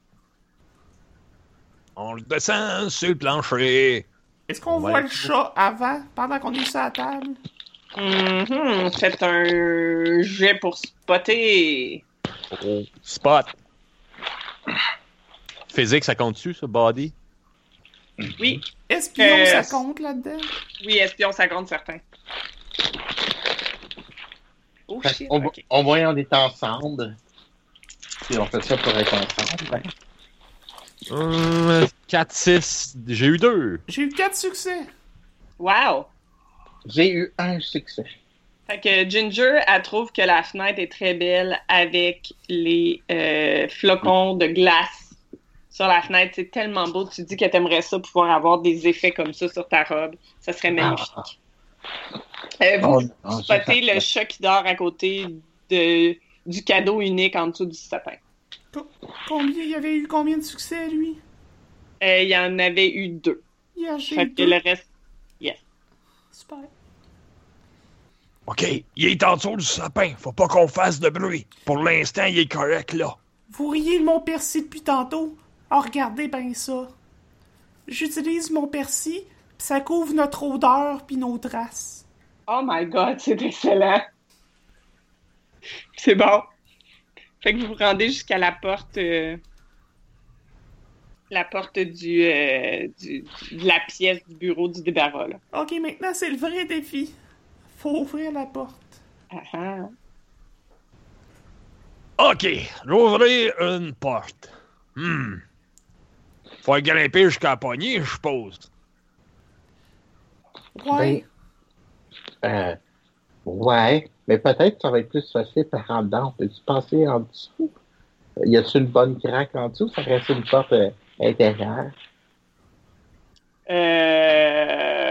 On le descend sur le plancher.
Est-ce qu'on
Ouais.
voit le chat avant, pendant qu'on est sur la table?
Mhm. Faites un jet pour spotter.
Spot. Physique, ça compte-tu, ça, body?
Oui.
Espion,
Euh,
ça compte là-dedans?
Oui, espion, ça compte certain. Oh
Fait
shit.
qu'on-
OK.
Au moins, on est ensemble. Puis on fait ça pour être ensemble. hein.
4, 6. Euh, J'ai eu deux.
J'ai eu quatre succès.
Wow.
J'ai eu un succès.
Fait que Ginger, elle trouve que la fenêtre est très belle avec les euh, flocons de glace sur la fenêtre. C'est tellement beau. Tu dis que t'aimerais ça, pouvoir avoir des effets comme ça sur ta robe. Ça serait magnifique. Euh, vous
Oh,
spottez
Ah. j'ai-
le chat qui dort à côté de, du cadeau unique en dessous du sapin.
Combien, il y avait eu combien de succès, lui?
Euh, Il y en avait eu deux.
Hier, j'ai
Fait
eu
que
deux.
le reste,
Super.
OK, il est en dessous du sapin. Faut pas qu'on fasse de bruit. Pour l'instant, il est correct, là.
Vous riez de mon persil depuis tantôt? Ah, regardez bien ça. J'utilise mon persil, puis ça couvre notre odeur puis nos traces.
Oh my god, c'est excellent! C'est bon. Fait que vous vous rendez jusqu'à la porte. euh, la porte du, euh, du- de la pièce du bureau du débarras. là.
Ok, maintenant, c'est le vrai défi. Faut ouvrir la porte.
Ah, ah.
OK, j'ouvrirai une porte. Hmm. Faut grimper jusqu'à la poignée, je suppose.
Ouais.
Ben, euh, ouais, mais peut-être que ça va être plus facile par en dedans. Peux-tu passer en dessous? Euh, Y a-t-il une bonne craque en dessous? Ça reste une porte euh, intérieure.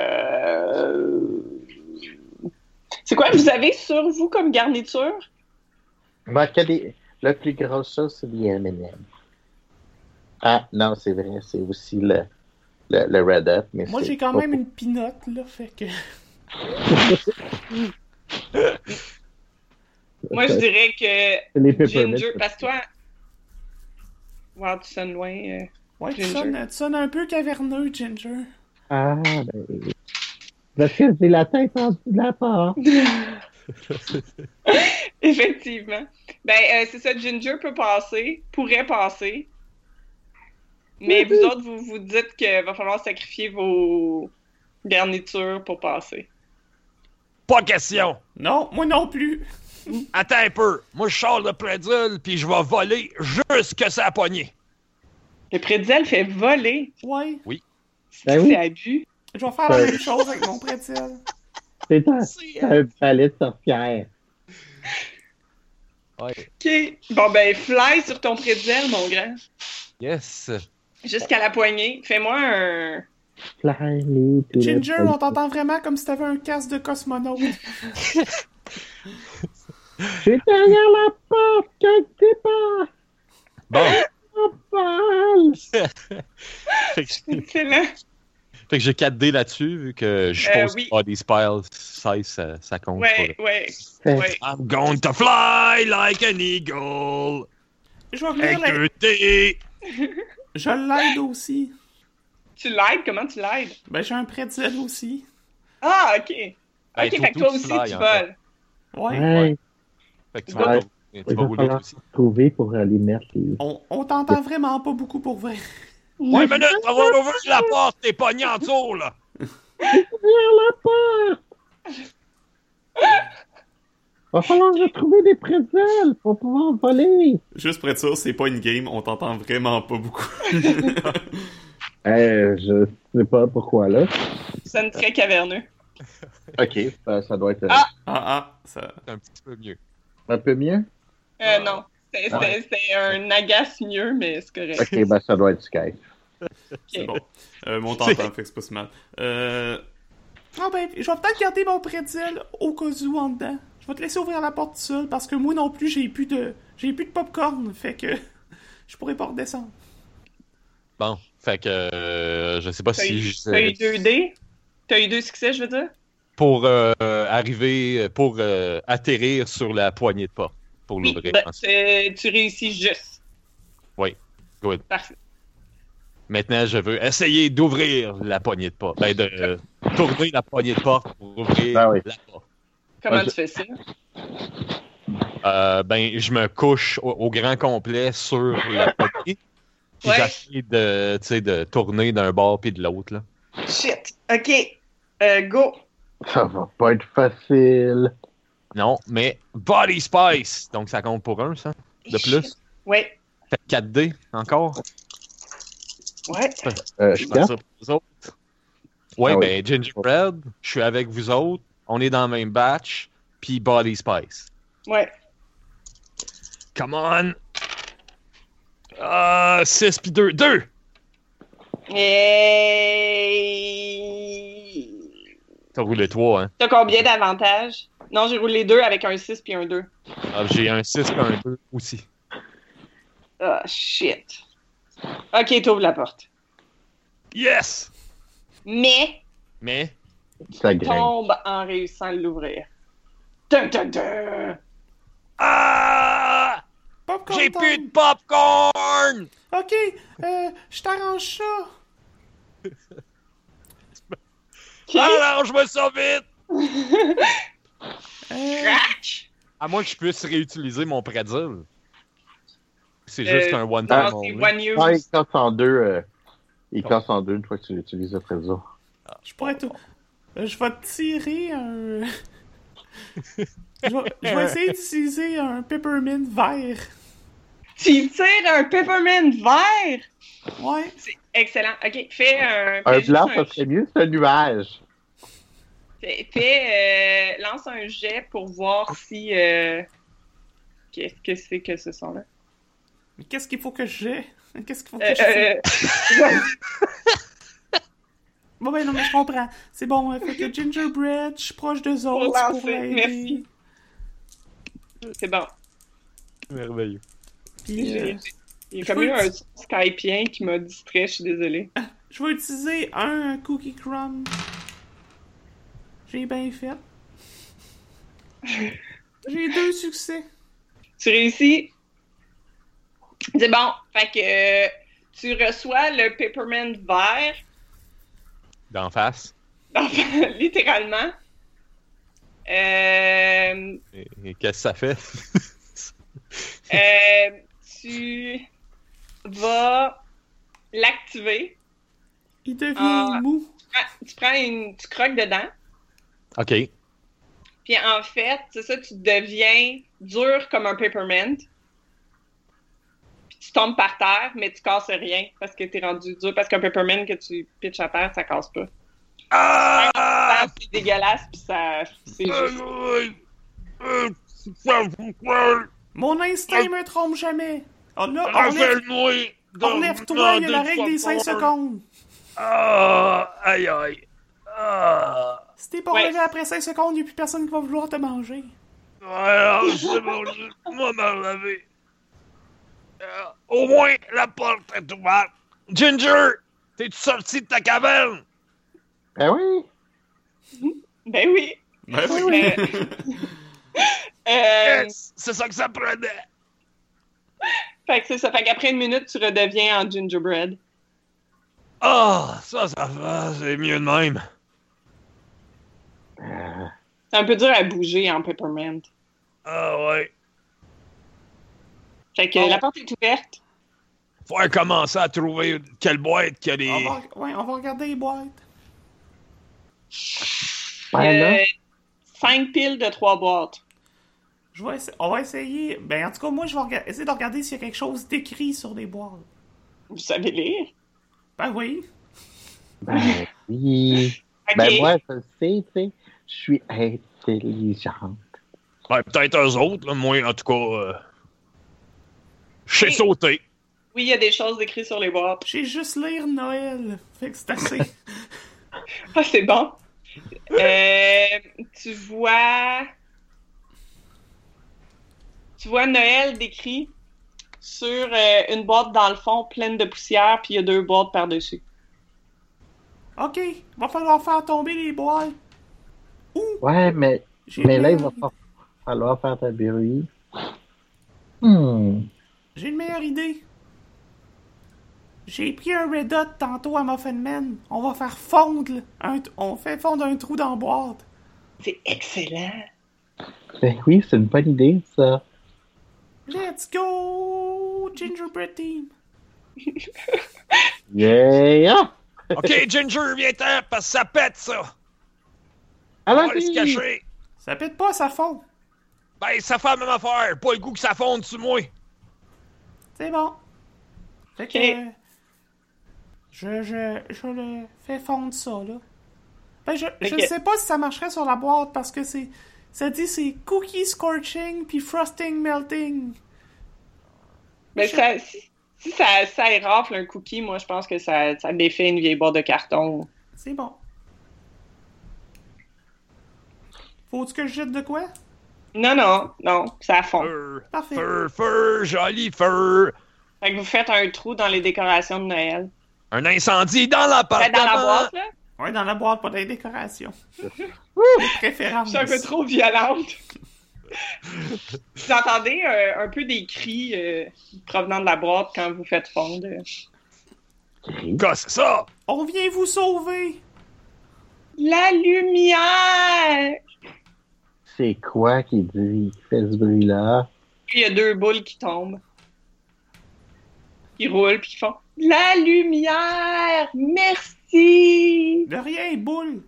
Euh, C'est quoi que vous avez sur vous comme garniture?
Moi, Bah, que des... la plus grosse chose, c'est les M&M. Ah, non, c'est vrai, c'est aussi le, le, le Red Hot. Mais
Moi,
c'est
j'ai quand
pas-
même une pinote, là, fait que...
Moi, je dirais que
Les peppermint.
Ginger, parce que toi. Wow, tu sonnes loin. euh.
Ouais, tu
Ginger.
sonnes, tu sonnes un peu caverneux, Ginger.
Ah, ben... Parce que j'ai la tête en dessous de la porte.
Effectivement. Ben, euh, c'est ça, Ginger peut passer, pourrait passer. Mais vous autres, vous vous dites qu'il va falloir sacrifier vos garnitures pour passer.
Pas question.
Non, moi non plus.
Attends un peu. Moi, je sors le prédule, puis je vais voler jusque sa poignée.
Le prédiel fait voler.
Ouais.
C'est
Ben oui,
abus.
Je vais faire la même chose avec mon prétil.
c'est un, c'est un balai de sorcière.
Ouais.
OK. Bon, ben, fly sur ton prédiel, mon grand.
Yes.
Jusqu'à la poignée. Fais-moi un.
Fly me to the
Ginger,
sun.
on t'entend vraiment comme si t'avais un casque de cosmonaute.
Je suis derrière la porte, quelque part.
Bon.
Balle.
fait que j'ai-
Excellent.
fait que j'ai 4D là-dessus, vu que je
Euh,
suppose
oui.
que des spells 16, ça, ça compte. pour
Ouais,
le-
ouais.
Fait-
ouais.
I'm going to fly like an eagle.
Je vais venir
Avec
la-
un T.
Je l'aide aussi.
Tu l'aides? Comment tu l'aides?
Ben, j'ai un prétil aussi.
Ah, OK.
Ben,
OK,
tout-
fait que
tout
toi
qui
aussi,
fly,
tu
en fait.
voles.
Ouais.
Ouais,
Fait que tu
Ouais.
vas, tu vas
il va
rouler
falloir
aussi.
trouver pour aller mettre les...
On,
On t'entend vraiment pas beaucoup pour vrai.
Une minute, on va ouvrir la porte, t'es pogné en dessous, là.
Derrière la porte! Va falloir retrouver des prédelles pour pouvoir voler.
juste pour être sûr, c'est pas une game, on t'entend vraiment pas beaucoup.
Euh, je sais pas pourquoi là.
Ça sonne très caverneux.
Ok, ça, ça doit être euh,
Ah!
ah ah, ça.
C'est un petit peu mieux.
un peu mieux.
Euh,
Ah.
non. C'est-
Ouais.
c'est- C'est un agace mieux, mais c'est correct.
Ok, ben ça doit être Skype.
C'est bon. Euh, mon temps, fait que c'est pas si mal. Euh,
Ah ben, je vais peut-être garder mon prétil au cas où en dedans. Je vais te laisser ouvrir la porte seule parce que moi non plus, j'ai plus de... J'ai plus de popcorn, fait que... Je pourrais pas redescendre.
Bon. Fait que euh, je sais pas
T'as eu,
si je-
t'as eu deux dés? T'as eu deux succès, je veux dire?
pour euh, arriver, pour euh, atterrir sur la poignée de porte pour
Oui,
l'ouvrir.
ben,
ensuite.
c'est- tu réussis juste.
Oui. Good.
Parfait.
Maintenant, je veux essayer d'ouvrir la poignée de porte. Ben, de euh, tourner la poignée de porte pour ouvrir
Ah oui.
la porte.
Comment
Ah,
tu fais ça?
Euh, ben, je me couche au, au grand complet sur la poignée. Puis
Ouais.
j'essaie de, tu sais, de tourner d'un bord puis de l'autre. là.
Shit. OK. Euh, go.
Ça va pas être facile.
Non, mais Body Spice! Donc ça compte pour un, ça. De plus.
Ouais.
Fait 4D
Ah,
encore.
Ouais.
Euh,
Je
Skype?
pense ça pour vous autres. Ouais,
Ah oui.
ben Gingerbread, je suis avec vous autres. On est dans le même batch. Puis Body Spice.
Ouais.
Come on.
Ah,
Euh, 6 puis 2. 2!
Et...
T'as roulé 3, hein?
T'as combien d'avantages? Non, j'ai roulé deux avec un 6 puis un 2.
Ah, J'ai un 6 et un 2 aussi.
Ah, shit. OK, t'ouvres la porte.
Yes!
Mais
Mais,
Ça grimpe.
Ah,
tombe en réussissant à l'ouvrir. Dun, dun, dun.
Ah!
Popcorn
J'ai
time.
plus de popcorn!
Ok, euh, je t'arrange ça.
Arrange-moi ça vite!
Euh,
Crac!
à moins que je puisse réutiliser mon prédile. C'est
Euh,
juste un one-time.
Non, c'est
only.
one use.
Ah, il casse en deux. euh, il casse en deux une fois que tu l'utilises après ça.
Je pourrais tout. Euh, Je vais te tirer un. je, vais, je vais essayer d'utiliser un peppermint vert.
Tu tires un peppermint vert!
Ouais.
Excellent. OK, fais un... fais
Un
juste
blanc,
un-
ça serait mieux, c'est un nuage.
Fais, fais, euh, lance un jet pour voir si... euh, Qu'est-ce que c'est que ce son-là?
Mais Qu'est-ce qu'il faut que j'ai Qu'est-ce qu'il faut que
Euh,
je fasse?
euh,
Bon, ben non, mais je comprends. C'est bon, hein. fait que Gingerbread, je suis proche d'eux
Pour
autres pour
lancer,
l'aider.
merci. c'est bon.
Merveilleux.
Puis, euh,
J'ai- j'ai- Il y a comme eu un son skypien qui m'a distrait, je suis désolée.
je vais utiliser un cookie crumb. J'ai bien fait. J'ai deux succès.
Tu réussis. C'est bon. Fait que euh, tu reçois le peppermint vert,
D'en face.
dans- littéralement. Euh,
Et- et Qu'est-ce que ça fait?
euh, tu vas l'activer.
Il devient
Ah.
mou.
Ah, Tu prends une, tu croques dedans.
OK.
Puis en fait, c'est ça, tu deviens dur comme un peppermint. Puis tu tombes par terre, mais tu casses rien parce que t'es rendu dur. Parce qu'un peppermint que tu pitches à terre, ça casse pas.
Ah!
Ah, c'est dégueulasse, puis ça. C'est juste.
Mon instinct me trompe jamais.
Oh,
Là,
Ah,
enlève-
Rappelle-moi!
enlève-toi, il y a la règle des 5 secondes.
Ah! Aïe aïe! Ah!
Si t'es pas
Ouais.
relevé après 5 secondes, il n'y a plus personne qui va vouloir te manger.
Alors, c'est bon, je- moi, m'a lavé. Euh, au moins, la porte est ouverte. Ginger! T'es-tu sorti de ta caverne?
Ben oui!
Ben oui.
Ben oui.
Euh,
Yes! C'est ça que ça prenait!
Fait que c'est ça. Fait qu'après une minute, tu redeviens en gingerbread.
Ah! ça, ça va, c'est mieux de même.
C'est un peu dur à bouger en peppermint.
Ah ouais.
Fait que
Oh.
la porte est ouverte.
Faut commencer à trouver quelle boîte qu'il y a des...
On va, Ah, ouais, on va regarder les boîtes.
Ben là,
Euh, cinq piles de trois boîtes.
Je vais essa- on va essayer. Ben, en tout cas, moi, je vais rega- essayer de regarder s'il y a quelque chose d'écrit sur les boîtes.
Vous savez lire?
Ben oui.
ben oui!
Ok.
Ben moi, je le sais, tu sais, je suis intelligente.
Ouais, peut-être eux autres, là. Moi, en tout cas... Euh... Je sais
Oui.
sauter.
Oui, il y a des choses écrites sur les boîtes.
J'ai juste lire Noël. Fait que c'est assez.
Ah, c'est bon. Euh, tu vois. Tu vois Noël décrit sur euh, une boîte dans le fond pleine de poussière, puis il y a deux boîtes par-dessus.
ok, va falloir faire tomber les boîtes.
Ouais, mais,
J'ai
mais
une
Ben là, il va
meilleure-
fa- falloir faire ta bruit. Hmm.
J'ai une meilleure idée. J'ai pris un Red Hot tantôt à Muffin Man. On va faire fondre un... t- On fait fondre un trou dans la boîte.
C'est excellent.
Ben oui, c'est une bonne idée, ça.
Let's go, Gingerbread Team.
Yeah!
OK, Ginger, viens-t'en, parce que ça pète, ça. On va aller se
Allons-y!
cacher.
Ça pète pas, ça fond.
Ben, ça fait la même affaire. Pas le goût que ça fonde sur moi.
C'est bon. Fait que...
Ok.
euh, Je, je, je le fais fondre ça, là. Ben, je, je
Ok.
sais pas si ça marcherait sur la boîte, parce que c'est... Ça dit c'est cookie scorching puis frosting melting.
Mais ça, si, si ça, ça érafle un cookie, moi, je pense que ça, ça défait une vieille boîte de carton.
C'est bon. Faut-tu que je jette de quoi?
Non, non, non, ça fond.
Feu,
Parfait.
feu, feu, joli feu.
Fait que vous faites un trou dans les décorations de Noël.
Un incendie dans
Faites
l'appartement.
dans la boîte, là.
Ouais, dans la boîte, pas dans les décorations.
Je
Préférence.
suis un peu trop violente. vous entendez euh, un peu des cris euh, provenant de la boîte quand vous faites fondre.
Gosse, ça.
On vient vous sauver!
La lumière!
C'est quoi qui dit, qui fait ce bruit-là?
Puis il y a deux boules qui tombent. Qui roulent, puis qui font La lumière! Merci!
De rien, boule!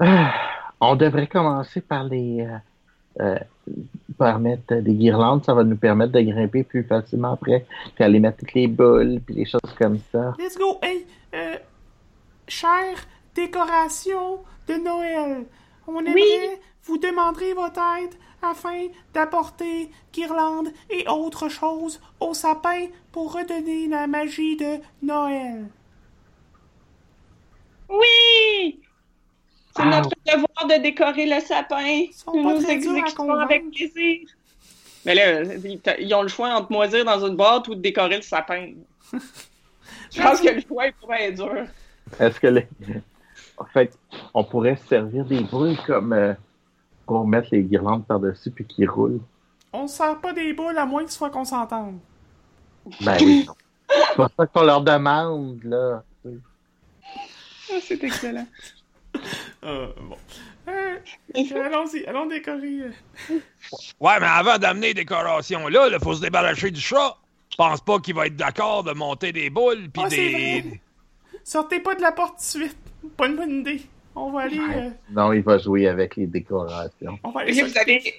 Ah, on devrait commencer par les. euh, euh, par mettre des guirlandes, ça va nous permettre de grimper plus facilement après, puis aller mettre toutes les boules, puis les choses comme ça.
Let's go! Hey! Euh, chère décoration de Noël, on aimerait vous demander votre aide afin d'apporter guirlandes et autres choses au sapin pour redonner la magie de Noël.
Oui! C'est
Ah.
notre devoir de décorer le sapin.
sont
Nous
pas
nous
très durs à
exécuterons
convaincre.
avec plaisir. Mais là, ils t- ils ont le choix entre moisir dans une boîte ou de décorer le sapin. Je pense que le choix il pourrait être dur.
Est-ce que les... En fait, on pourrait se servir des boules comme euh, pour mettre les guirlandes par-dessus puis qui roulent.
On sert pas des boules à moins que ce soit qu'on s'entende.
Ben oui. non. C'est pour ça qu'on leur demande, là.
Ah, C'est excellent.
Euh, bon.
Euh, allons-y, allons décorer. euh.
Ouais, mais avant d'amener des décorations là, il faut se débarrasser du chat. Je pense pas qu'il va être d'accord de monter des boules puis
Ah, c'est
des.
vrai. Sortez pas de la porte tout de suite. Pas une bonne idée. On va aller. euh,
Non, il va jouer avec les décorations.
on va aller
Ok, vous,
s'occuper-
avez,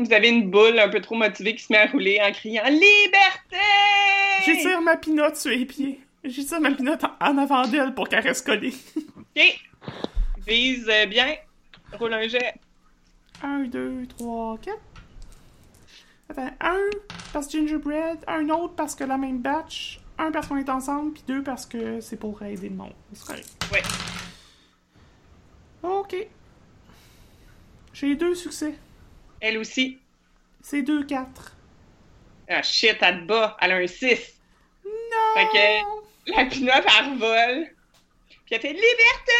vous avez une boule un peu trop motivée qui se met à rouler en criant Liberté!
J'étire ma pinotte sur les pieds. J'étire ma pinotte en- en avant d'elle pour qu'elle reste collée.
Ok. Vise euh, bien. Roule un jet.
1, 2, 3, 4. Attends, un parce gingerbread, un autre parce que la même batch, un parce qu'on est ensemble, puis deux parce que c'est pour aider le monde. C'est correct.
Ouais.
Ok. J'ai deux succès.
Elle aussi.
C'est 2, 4.
Ah shit, elle te bat. Elle a un 6.
Non!
Fait que la pinotte, elle revole. Puis elle fait Liberté!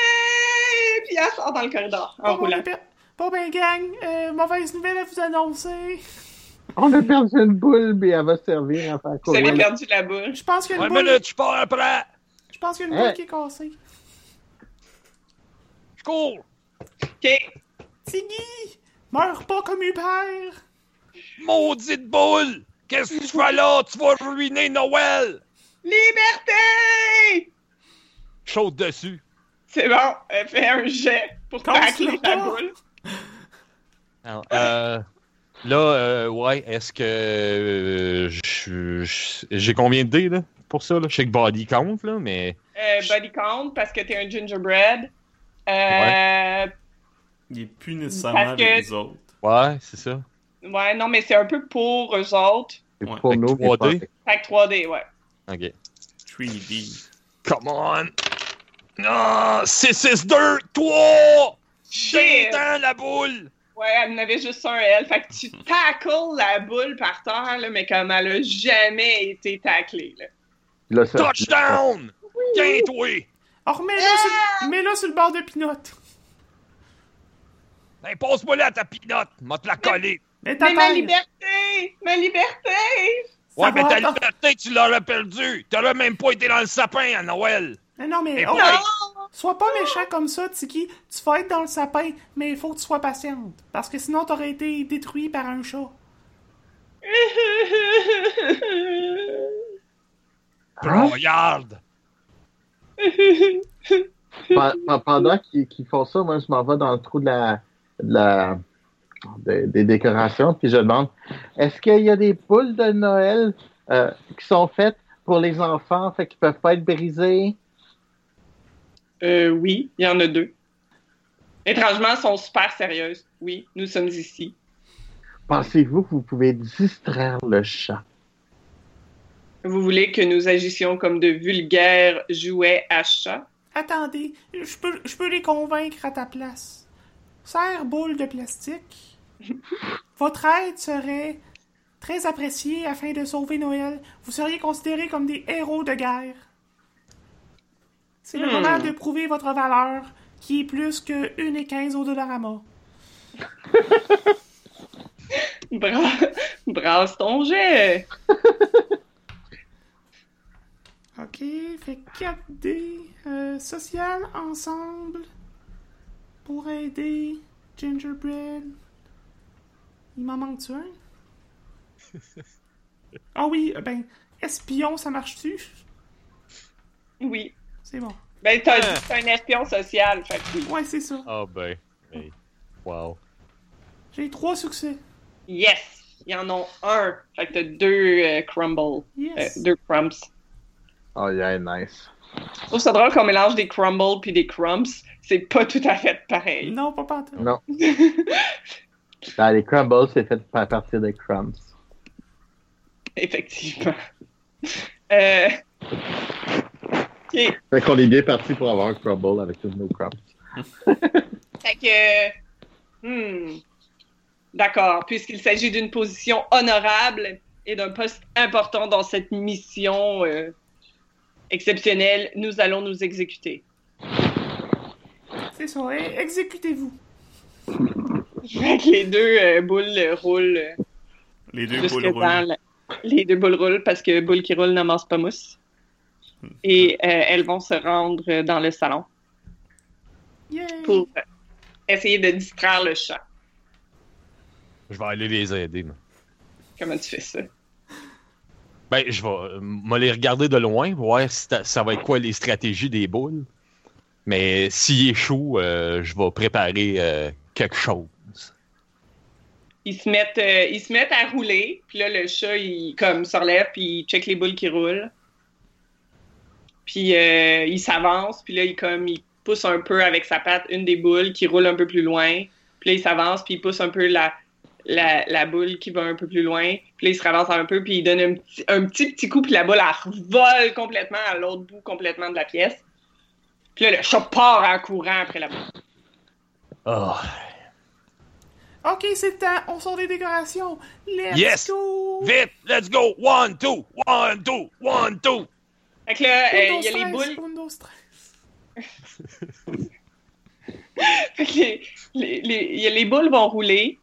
Puis elle sort dans le corridor en
Bon, ben,
roulant.
ben, bon, ben, gang, euh, mauvaise nouvelle à vous annoncer.
On a perdu une boule, mais elle va servir à faire
Vous avez
courir.
perdu la boule.
Je pense qu'il y a
Ouais,
une boule,
minute, je pars après.
je pense qu'il y a une
Hein?
boule qui est cassée.
Je cours.
Ok.
Tiggy, meurs pas comme Hubert.
Maudite boule. Qu'est-ce que tu fais là? Tu vas ruiner Noël.
Liberté!
Chaude dessus.
C'est bon, elle fait un jet pour
Casse-la
tacler la
pas.
boule.
Alors, euh, là, euh, ouais, est-ce que euh, je- je- j'ai combien de dés là, pour ça? Là? Je sais que body compte, là, mais
Euh, body count parce que t'es un gingerbread. Euh,
Il est plus nécessairement
Parce que-
avec les autres.
ouais, c'est ça.
Ouais, non, mais c'est un peu pour eux autres.
C'est
Ouais.
pour
Fait que
nous.
3D.
mais
Fait que 3D, ouais.
Ok.
3D.
Come on. Ah, Non, 6, 6, 2, 3.
Shit!
J'éteins la boule.
Ouais, elle en avait juste un, elle. Fait que tu tacles la boule par terre, là, mais comme elle a jamais été taclée, là.
Là, ça-
Touchdown. Gain-toi.
Alors,
Ah!
remets-la Oh, sur, mets-la sur le bord de Pinotte.
Hey, Ben, passe-moi là ta pinotte. M'a te la coller.
Mais ta
Mais ma
taille,
liberté! Ma liberté!
ça
Ouais, mais
va,
ta
attends.
liberté, tu l'aurais perdue. T'aurais même pas été dans le sapin à Noël.
Mais Non, mais
Et
oh,
voilà.
Non!
sois pas méchant comme ça, Tiki. Tu vas être dans le sapin, mais il faut que tu sois patiente. Parce que sinon, t'aurais été détruit par un chat.
Regarde.
Pe- pe- Pendant qu'ils qu'ils font ça, moi, je m'en vais dans le trou de la, de la- de- des décorations, puis je demande est-ce qu'il y a des boules de Noël euh, qui sont faites pour les enfants, fait qu'ils peuvent pas être brisées
Euh, oui, il y en a deux. Étrangement, elles sont super sérieuses. Oui, nous sommes ici.
Pensez-vous que vous pouvez distraire le chat
Vous voulez que nous agissions comme de vulgaires jouets à chat?
Attendez, je peux, je peux les convaincre à ta place. Serre boule de plastique. Votre aide serait très appréciée afin de sauver Noël. Vous seriez considérés comme des héros de guerre. C'est le
Hmm.
moment de prouver votre valeur, qui est plus que 1 et 15 au Dollarama.
Bra- Brasse ton jet!
Ok, fait 4D. Euh, social, ensemble. Pour aider. Gingerbread. Il m'en manque-tu un? Ah oui, euh, ben, espion, ça marche-tu?
Oui.
C'est bon.
Ben, t'as
Hein.
dit que c'est un espion social, fait que oui.
Ouais, c'est ça.
Ah ben. hey. Wow.
J'ai trois succès.
Yes! Ils en ont un. Fait que t'as deux euh, crumbles.
Yes.
Euh, deux crumbs.
Oh, yeah, nice.
Je trouve ça drôle qu'on mélange des crumbles puis des crumbs. C'est pas tout à fait pareil.
Non, pas pantoute.
Non. Ben, les crumbles, c'est fait à partir des crumbs.
Effectivement. Euh... Ok.
Fait qu'on est bien parti pour avoir un crumble avec tous nos crumbs.
Fait que. hmm, D'accord. Puisqu'il s'agit d'une position honorable et d'un poste important dans cette mission euh, exceptionnelle, nous allons nous exécuter.
C'est ça. Eh, Exécutez-vous.
Fait que les deux euh, boules euh, roulent euh,
Les deux
jusque
poules roulent.
dans la- Les deux boules roulent parce que boule qui roule n'amasse pas mousse. Et euh, elles vont se rendre euh, dans le salon.
Yay!
pour euh, essayer de distraire le chat.
Je vais aller les aider. moi.
Comment tu fais ça?
Ben, je vais euh, me les regarder de loin, voir si ta- ça va être quoi les stratégies des boules. Mais s'il échoue, euh, je vais préparer euh, quelque chose.
Ils se mettent, euh, ils se mettent à rouler, puis là, le chat, il comme, s'enlève, puis il check les boules qui roulent. Puis euh, il s'avance, puis là, il, comme, il pousse un peu avec sa patte une des boules qui roule un peu plus loin. Puis là, il s'avance, puis il pousse un peu la, la, la boule qui va un peu plus loin. Puis là, il se ravance un peu, puis il donne un petit, un petit petit coup, puis la boule, elle revole complètement à l'autre bout complètement de la pièce. Puis là, le chat part en courant après la boule.
Ah,
Ok, c'est le temps. On sort les décorations. Let's
Yes!
go!
Vite, let's go! One, two! One, two! One, two!
Fait que là, euh,
Windows
il y a les
13,
boules
Windows 13.
Fait que les, les, les- les boules vont rouler.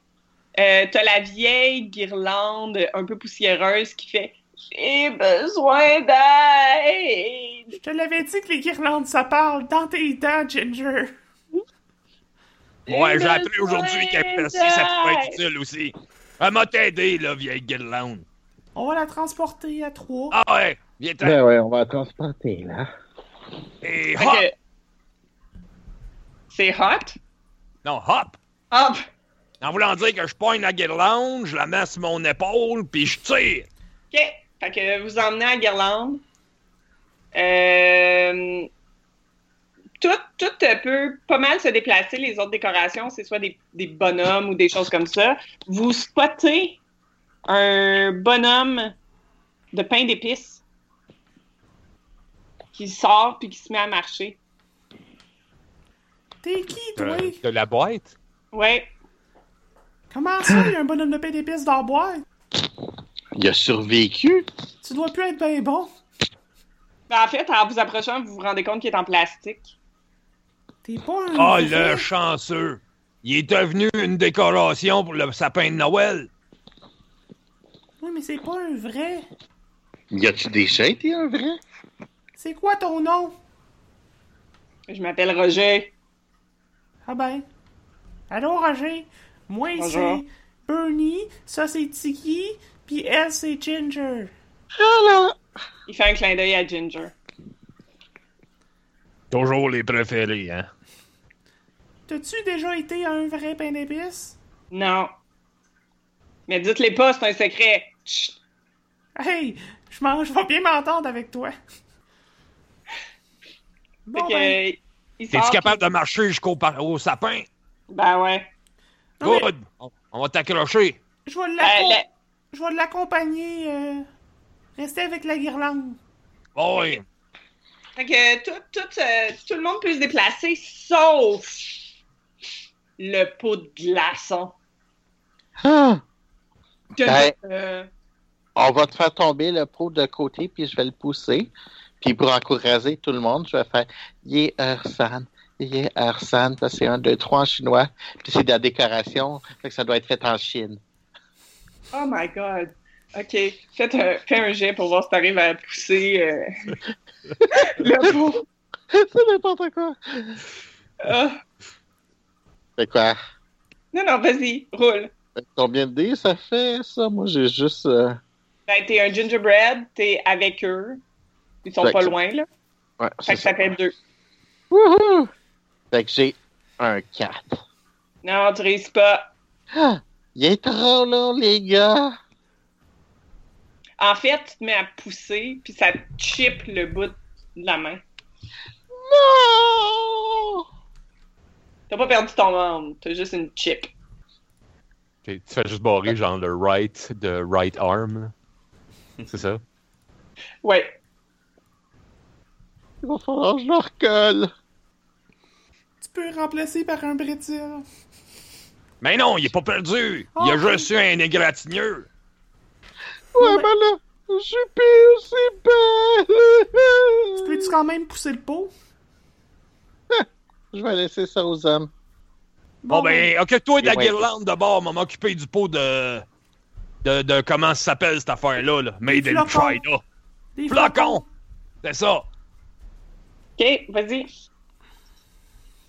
Euh, T'as la vieille guirlande un peu poussiéreuse qui fait J'ai besoin d'aide.
Je te l'avais dit que les guirlandes, ça parle dans tes dents, Ginger.
Ouais,
J'ai
j'ai appris aujourd'hui
besoin
qu'elle merci, ça pourrait être
d'aide.
utile aussi. Elle m'a t'aider, là, vieille guirlande.
On va la transporter à trois.
Ah ouais, viens t'en.
Ben ouais, on va la transporter, là.
Et
Fait
hop!
que- C'est hot. Ah,
Non, hop!
Hop.
En voulant dire que je poigne la guirlande, je la mets sur mon épaule, puis je tire.
OK. Fait que vous emmenez à Guirlande. Euh, tout, tout peut pas mal se déplacer. Les autres décorations, c'est soit des, des bonhommes ou des choses comme ça. Vous spottez un bonhomme de pain d'épices qui sort puis qui se met à marcher.
T'es qui, toi?
euh, de la boîte?
Ouais.
Comment ça, il y a un bonhomme de pain d'épices dans la boîte?
Il a survécu.
Tu dois plus être bien bon.
Ben, en fait, en vous approchant, vous vous rendez compte qu'il est en plastique.
T'es pas un.
Ah,
vrai.
le chanceux! Il est devenu une décoration pour le sapin de Noël.
Oui, mais c'est pas un vrai.
Y a-tu déjà été un vrai?
C'est quoi ton nom?
Je m'appelle Roger.
Ah ben. Allô, Roger? Moi,
Bonjour.
c'est Bernie, ça, c'est Tiki, puis elle, c'est Ginger.
Il fait un clin d'œil à Ginger.
Toujours les préférés, hein.
T'as-tu déjà été à un vrai pain d'épices?
Non. Mais dites-les pas, c'est un secret. Chut.
Hey, je m'en- je vais bien m'entendre avec toi.
Fait
Bon,
que,
ben,
euh, il sort,
T'es-tu capable de marcher jusqu'au par- au sapin?
puis- Ben ouais.
non, mais
Good! On- On va t'accrocher.
je vais
Euh,
l'accom-
la-
je vais l'accompagner. euh, rester avec la guirlande.
Oui.
Fait que tout, tout, euh, tout le monde peut se déplacer, sauf le pot de glaçon.
Ah!
Que-
Ben-
euh,
On va te faire tomber le pot de côté, puis je vais le pousser. Puis pour encourager tout le monde, je vais faire Yé Ersan, Yé Ersan, parce que c'est un, deux, trois en chinois. Puis c'est de la décoration, fait que ça doit être fait en Chine.
Oh my God. OK. Faites un, fais un jet pour voir si t'arrives à pousser euh, le pot.
c'est n'importe quoi.
Ah.
Fait quoi?
Non, non, vas-y, roule.
Fait que Combien de dés ça fait, ça? Moi, j'ai juste. euh,
Ben, t'es un gingerbread, t'es avec eux. Ils sont
Fait
pas
que-
loin, là.
Ouais,
Fait
c'est
que ça
ça.
fait deux.
Wouhou! Fait que j'ai un 4.
Non, tu réussis pas.
Ah! Il est trop long, les gars!
En fait, tu te mets à pousser, puis ça te chip le bout de la main.
Non!
T'as pas perdu ton membre, t'as juste une chip.
Ok, Tu fais juste barrer genre le right de right arm. là. C'est ça?
Ouais.
Il va falloir que je le recolle!
Tu peux le remplacer par un brétil.
Mais non, il est pas perdu. Il a
Oh.
juste eu un égratigneux.
Ouais, ben là, je suis pire, c'est
Tu
belle!
peux-tu quand même pousser le pot?
Je vais laisser ça aux hommes.
Bon, ben, occupe-toi de la
Ouais.
guirlande de bord, m'en occuper du pot de. de, de comment ça s'appelle cette affaire-là, là. Made in
flocons.
China.
des
Flocons! C'est ça.
Ok, vas-y.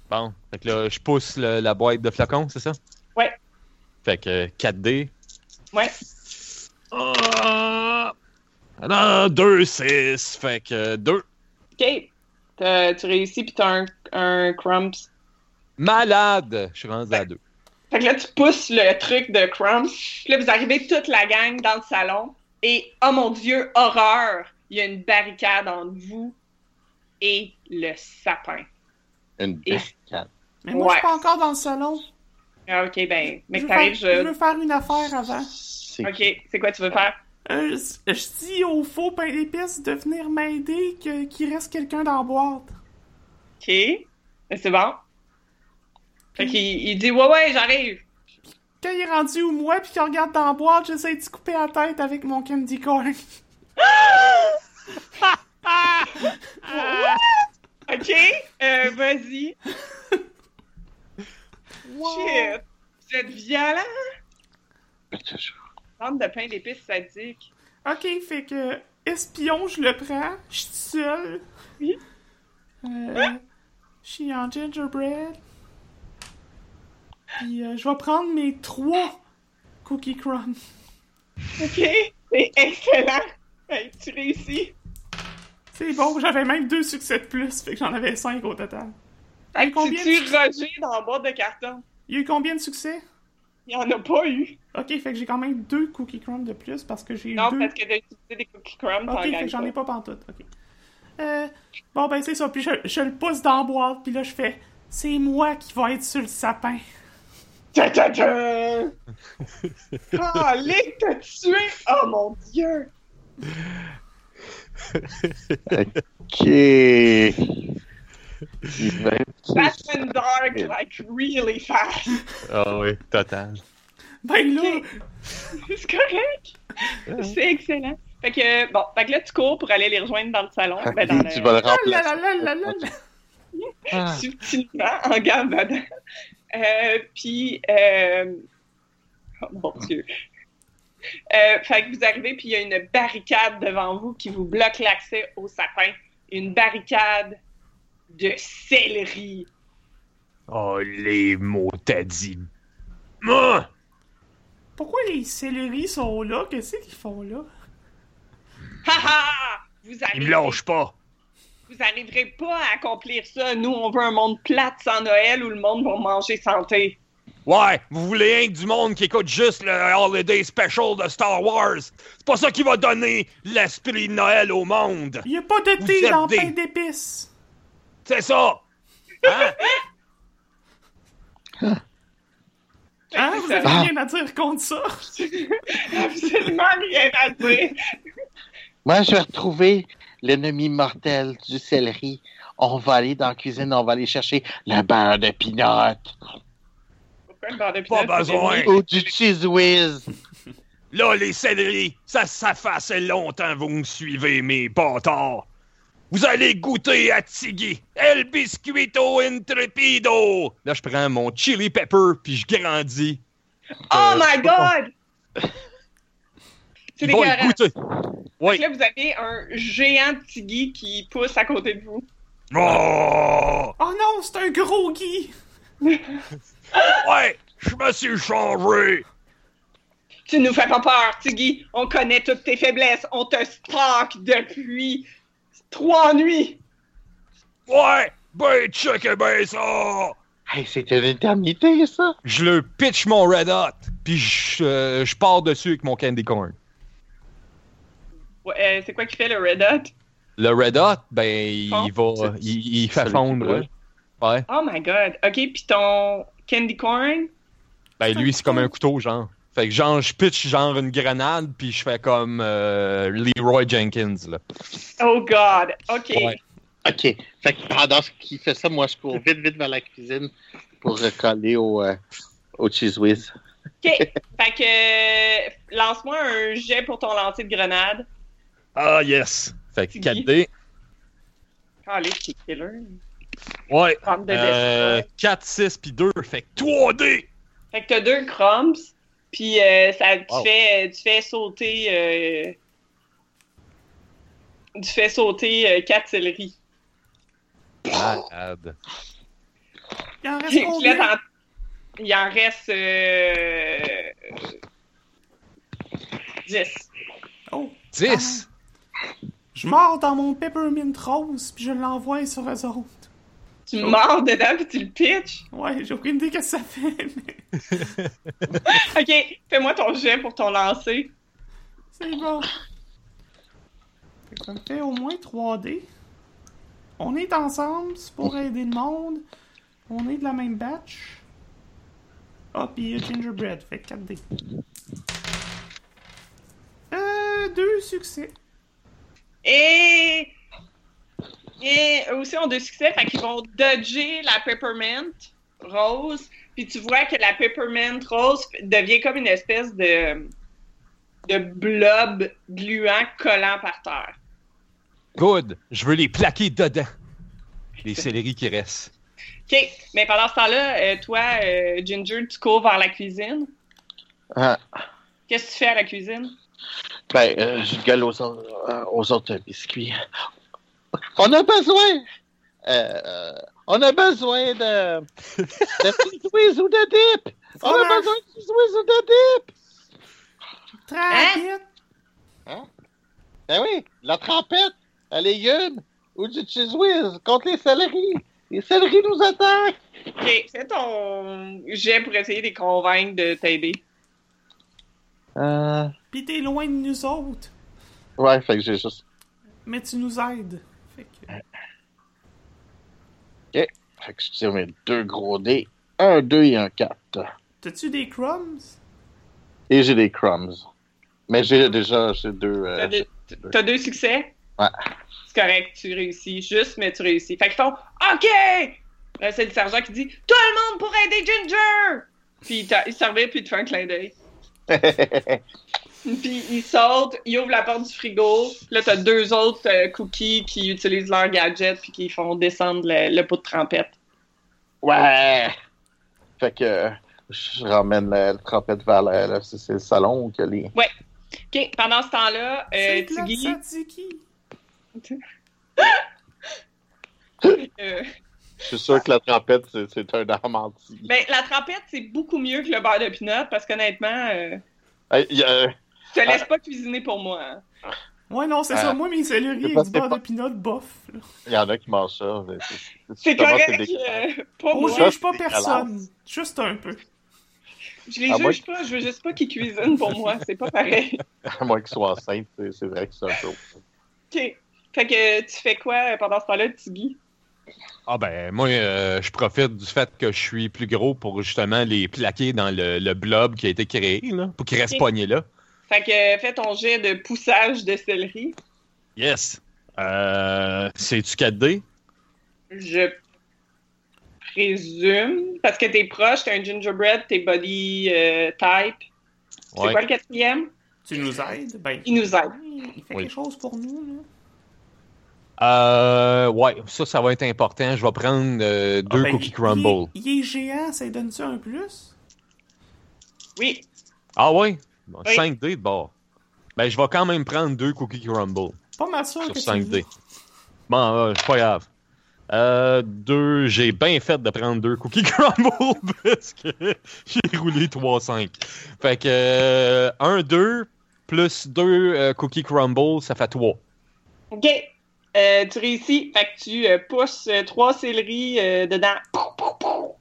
Bon, fait que là, je pousse le- la boîte de flacons, c'est ça?
Ouais.
Fait que euh, 4D.
Ouais.
Ah!
Ah non, 2, 6. Fait que 2.
OK. T'as- tu réussis, puis t'as un, un crumps.
Malade! Je suis rendu à 2.
Fait que là, tu pousses le truc de Crumbs. Puis là, vous arrivez toute la gang dans le salon. Et, oh mon Dieu, horreur! Il y a une barricade entre vous et le sapin.
Une
Et-
biscate.
Mais moi, je suis
Ouais.
pas encore dans le salon.
Ah, OK, ben, mais que
je, veux faire,
t'arrives,
je
je...
veux faire une affaire avant.
C'est
OK, c'est quoi tu veux faire?
Euh, je, je dis au faux pain d'épices ben, de venir m'aider que- qu'il reste quelqu'un dans la boîte.
OK, Ben, c'est bon. Fait qu'il il dit, ouais, ouais, j'arrive.
Quand il est rendu au moi puis qu'il regarde dans la boîte, j'essaie de se couper la tête avec mon candy corn.
OK, euh, vas-y. Shit! Vous êtes violent! Tente de pain d'épices sadique.
Ok, fait que espion, je le prends. Je suis seule.
Oui.
Euh, je suis en gingerbread. Puis euh, je vais prendre mes trois cookie crumbs.
OK, c'est excellent. Hey, tu réussis.
C'est bon, j'avais même deux succès de plus, fait que j'en avais cinq au total. Il y a eu combien, de...
C'est-tu Roger dans la boîte de carton?
il y a eu combien de succès?
Il n'y en a pas eu.
Ok, fait que j'ai quand même deux cookie crumbs de plus parce que j'ai eu
Non,
deux.
parce que t'as utilisé des cookie crumbs, t'en
Ok, fait que
gagnes
j'en ai
pas.
pas pantoute. Ok. Euh, bon, ben c'est ça. Puis je, je le pousse dans la boîte, puis là je fais C'est moi qui va être sur le sapin.
Ta ta ta! Ah, Lick, t'as tué! Oh mon dieu!
OK. Il va
That's been dark, like, really fast.
Ah oui, total.
Ben là,
Ok. C'est correct! C'est excellent. Fait que, bon, fait que là, tu cours pour aller les rejoindre dans le salon. Ben, dans le...
tu vas le
ah là là
remplacer.
là là là là.
subtilement en gambadant. Euh, puis, euh... oh mon Dieu. Euh, fait que vous arrivez, puis il y a une barricade devant vous qui vous bloque l'accès au sapin. Une barricade de céleri.
Oh, les mots t'as dit. Ah!
Pourquoi les céleri sont là? Qu'est-ce qu'ils font là?
Ha ha! Vous
Il me
arrivez,
lâche pas.
vous n'arriverez pas à accomplir ça. Nous, on veut un monde plate sans Noël où le monde va manger santé.
Ouais, vous voulez rien que du monde qui écoute juste le Holiday Special de Star Wars. C'est pas ça qui va donner l'esprit de Noël au monde.
Il y a pas de
Vous
thé
êtes
dans
des-
pain d'épices.
C'est ça. Hein?
Hein? Vous avez
Ah.
rien à dire contre ça?
Absolument rien à dire.
Moi, je vais retrouver l'ennemi mortel du céleri. On va aller dans la cuisine, on va aller chercher la beurre de peanut
Pourquoi le bord de
Pas
pinot, c'est
besoin.
des-
ou du cheese whiz.
Là, les céleri, ça s'affaisse longtemps, vous me suivez, mes bâtards. Vous allez goûter à Tiggy, El Biscuito Intrepido.
Là, je prends mon chili pepper, puis je grandis. Euh,
Oh my god! C'est
Ils vont le
dégueulasse.
goûter.
Fait que Là, vous avez un géant tigui qui pousse à côté de vous.
Oh!
Oh non, c'est un gros Guy!
Ouais, je me suis changé.
Tu nous fais pas peur, Tigui. On connaît toutes tes faiblesses. On te stalk depuis trois nuits.
Ouais, ben check ben ça.
Hey, c'était une éternité, ça.
Je le pitch mon Red Hot, puis je, euh, je pars dessus avec mon candy corn.
Ouais, euh, c'est quoi qui fait le Red Hot?
Le Red Hot, ben, il
Ah.
va. Il, il fait
Celui qui
fondre.
brûle.
Ouais.
Oh my god. OK, puis ton candy corn?
Ben, lui, c'est comme un couteau, genre. Fait que, genre, je pitch, genre, une grenade, puis je fais comme euh, Leroy Jenkins, là.
Oh god. OK.
Ouais.
OK. Fait que pendant qu'il fait ça, moi, je cours vite, vite vers la cuisine pour recoller au, euh, au cheese whiz.
OK. fait que euh, lance-moi un jet pour ton lancer de grenade.
Ah yes.
Fait que
Tiggy.
4D.
Allez, c'est killer.
Ouais.
Bande de
Euh,
bestioles.
4, 6, puis 2. Fait que
3D.
Fait que t'as deux crumbs, puis euh, ça, tu,
Wow.
fais, tu fais sauter... euh, tu fais sauter euh, quatre céleri.
malade.
Il en reste
Puis,
combien?
Gillette, en- il en reste euh, 10.
Oh,
10!
je mords dans mon peppermint rose, puis je l'envoie sur eux autres.
Tu mords dedans puis tu le pitches.
Ouais, j'ai aucune idée qu'est-ce que ça fait, mais
OK, fais-moi ton jet pour ton lancer.
c'est bon. Fait que Ça me fait au moins 3D. On est ensemble, c'est
Oh.
pour aider le monde. On est de la même batch. Ah, puis euh, Gingerbread, fait 4D. Euh, deux succès.
Et... Et eux aussi ont deux succès, fait qu'ils vont dodger la Peppermint Rose. Puis tu vois que la Peppermint Rose devient comme une espèce de, de blob gluant collant par terre.
Good! Je veux les plaquer dedans. Les céleris qui restent.
OK, mais pendant ce temps-là, euh, toi, euh, Ginger, tu cours vers la cuisine.
Ah,
Qu'est-ce que tu fais à la cuisine?
ben, euh, je gueule aux, autres- euh, aux autres biscuits. On a besoin! Euh, euh, on a besoin de. de frisouise ou de dip! On a
Fromage.
besoin de frisouise ou de dip!
Très rapide.
Ben oui, la trempette, à légumes ou du cheese whiz contre les céleris! Les céleris nous attaquent!
OK, fais ton jet pour essayer de les convaincre de t'aider.
Euh,
Pis t'es loin de nous autres,
ouais, fait que j'ai juste.
mais tu nous aides. Fait que,
Hein? Fait que je tire mes deux gros dés. Un, deux et un quatre.
t'as-tu des crumbs?
Et j'ai des crumbs. Mais j'ai déjà j'ai deux. euh,
T'as deux, t'as deux succès?
Ouais.
C'est correct, tu réussis. Juste, mais tu réussis. Fait qu'ils font OK! Là, c'est le sergent qui dit Tout le monde pour aider Ginger! Puis il t'a- il se revient, puis il te fait un clin d'œil. Puis il saute, il ouvre la porte du frigo. Là, t'as deux autres euh, cookies qui utilisent leur gadget puis qui font descendre le, le pot de trempette.
ouais! Fait que euh, je ramène la, la trompette vers le, le- c'est- c'est le salon ou que les.
OK, pendant ce temps-là, euh,
C'est plate,
Tiggy,
ça, Tiki.
euh,
Je suis sûr que la trompette, c'est c'est un arme anti.
ben, la trempette, c'est beaucoup mieux que le beurre de pinot parce qu'honnêtement, euh,
Hey, il y a un-
je te laisse pas cuisiner pour moi. hein.
Ouais, non, c'est
Euh,
ça. Moi, mes
je
céleris avec du
pensais
beurre
pas-
de pinot bof. là.
il y en a qui mangent ça. mais
C'est
justement,
correct,
des-
euh, pas
On
moi.
ça,
juge
c'est
pas personne. Juste un peu.
Je les
Ah, moi,
juge pas, je veux juste pas qu'ils cuisinent pour moi, c'est pas pareil.
À moins qu'ils soient enceintes, c'est c'est vrai que c'est un peu.
OK. Fait que tu fais quoi euh, pendant ce temps-là, Tiggy?
Ah ben, moi, euh, je profite du fait que je suis plus gros pour justement les plaquer dans le, le blob qui a été créé, là, pour qu'ils restent
Ok.
pognés là.
Fait que euh, fais ton jet de poussage de céleri.
Yes! Euh, C'est-tu 4D?
Je présume, parce que t'es proche, t'es un gingerbread, t'es body euh, type. C'est
Ouais.
quoi le quatrième?
Tu nous aides? Ben,
Il nous aide.
il fait
Oui.
quelque chose pour nous. Là.
Euh, ouais, ça, ça va être important. Je vais prendre euh, deux
Ah, ben,
Cookie
il-
Crumble.
Il, il est géant, ça lui donne ça un plus?
Oui.
Ah ouais? Bon,
Oui.
5D de bord. Ben, je vais quand même prendre deux Cookie Crumble
Pas mal sûr
sur
que
5D.
tu
Bon, euh, c'est pas grave. Euh, deux, j'ai bien fait de prendre deux Cookie Crumble parce que j'ai roulé 3-5. Fait que euh, un, deux, plus deux euh, Cookie Crumble, ça fait 3.
OK. Euh, tu réussis, fait que tu euh, pousses euh, trois céleri euh, dedans. Pou, pou, pou.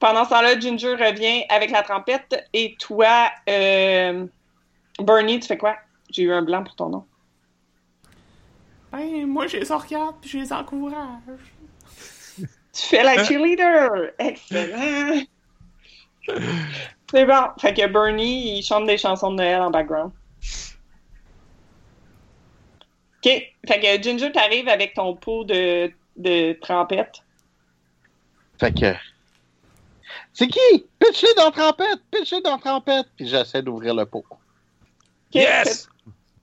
Pendant ce temps-là, Ginger revient avec la trompette et toi, euh, Bernie, tu fais quoi? J'ai eu un blanc pour ton nom.
Ben, moi, je les regarde puis je les encourage.
Tu fais la cheerleader! Excellent! C'est bon. Fait que Bernie, il chante des chansons de Noël en background. OK. Fait que Ginger, t'arrives avec ton pot de, de trompette.
Fait que. C'est qui? Pitch-les dans la trompette! Pitch-les dans la trompette! Puis j'essaie d'ouvrir le pot.
OK,
Yes!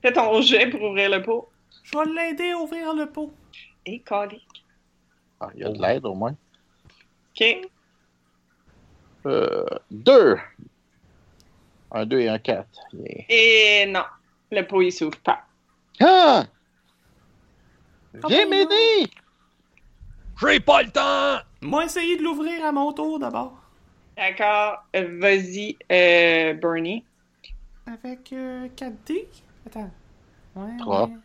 Fais fais ton jet pour ouvrir le pot.
Je vais l'aider à ouvrir le pot.
Et coller.
Ah, il y a de l'aide au moins.
OK.
Euh, deux. Un deux et un quatre. Yeah.
Et non, le pot, il s'ouvre pas.
Ah!
Ah,
Viens
ben
m'aider!
J'ai pas le temps!
Moi, essayer de l'ouvrir à mon tour d'abord.
D'accord. Euh, Vas-y, euh, Bernie.
Avec euh, 4D? Attends. Ouais.
Trois.
ouais.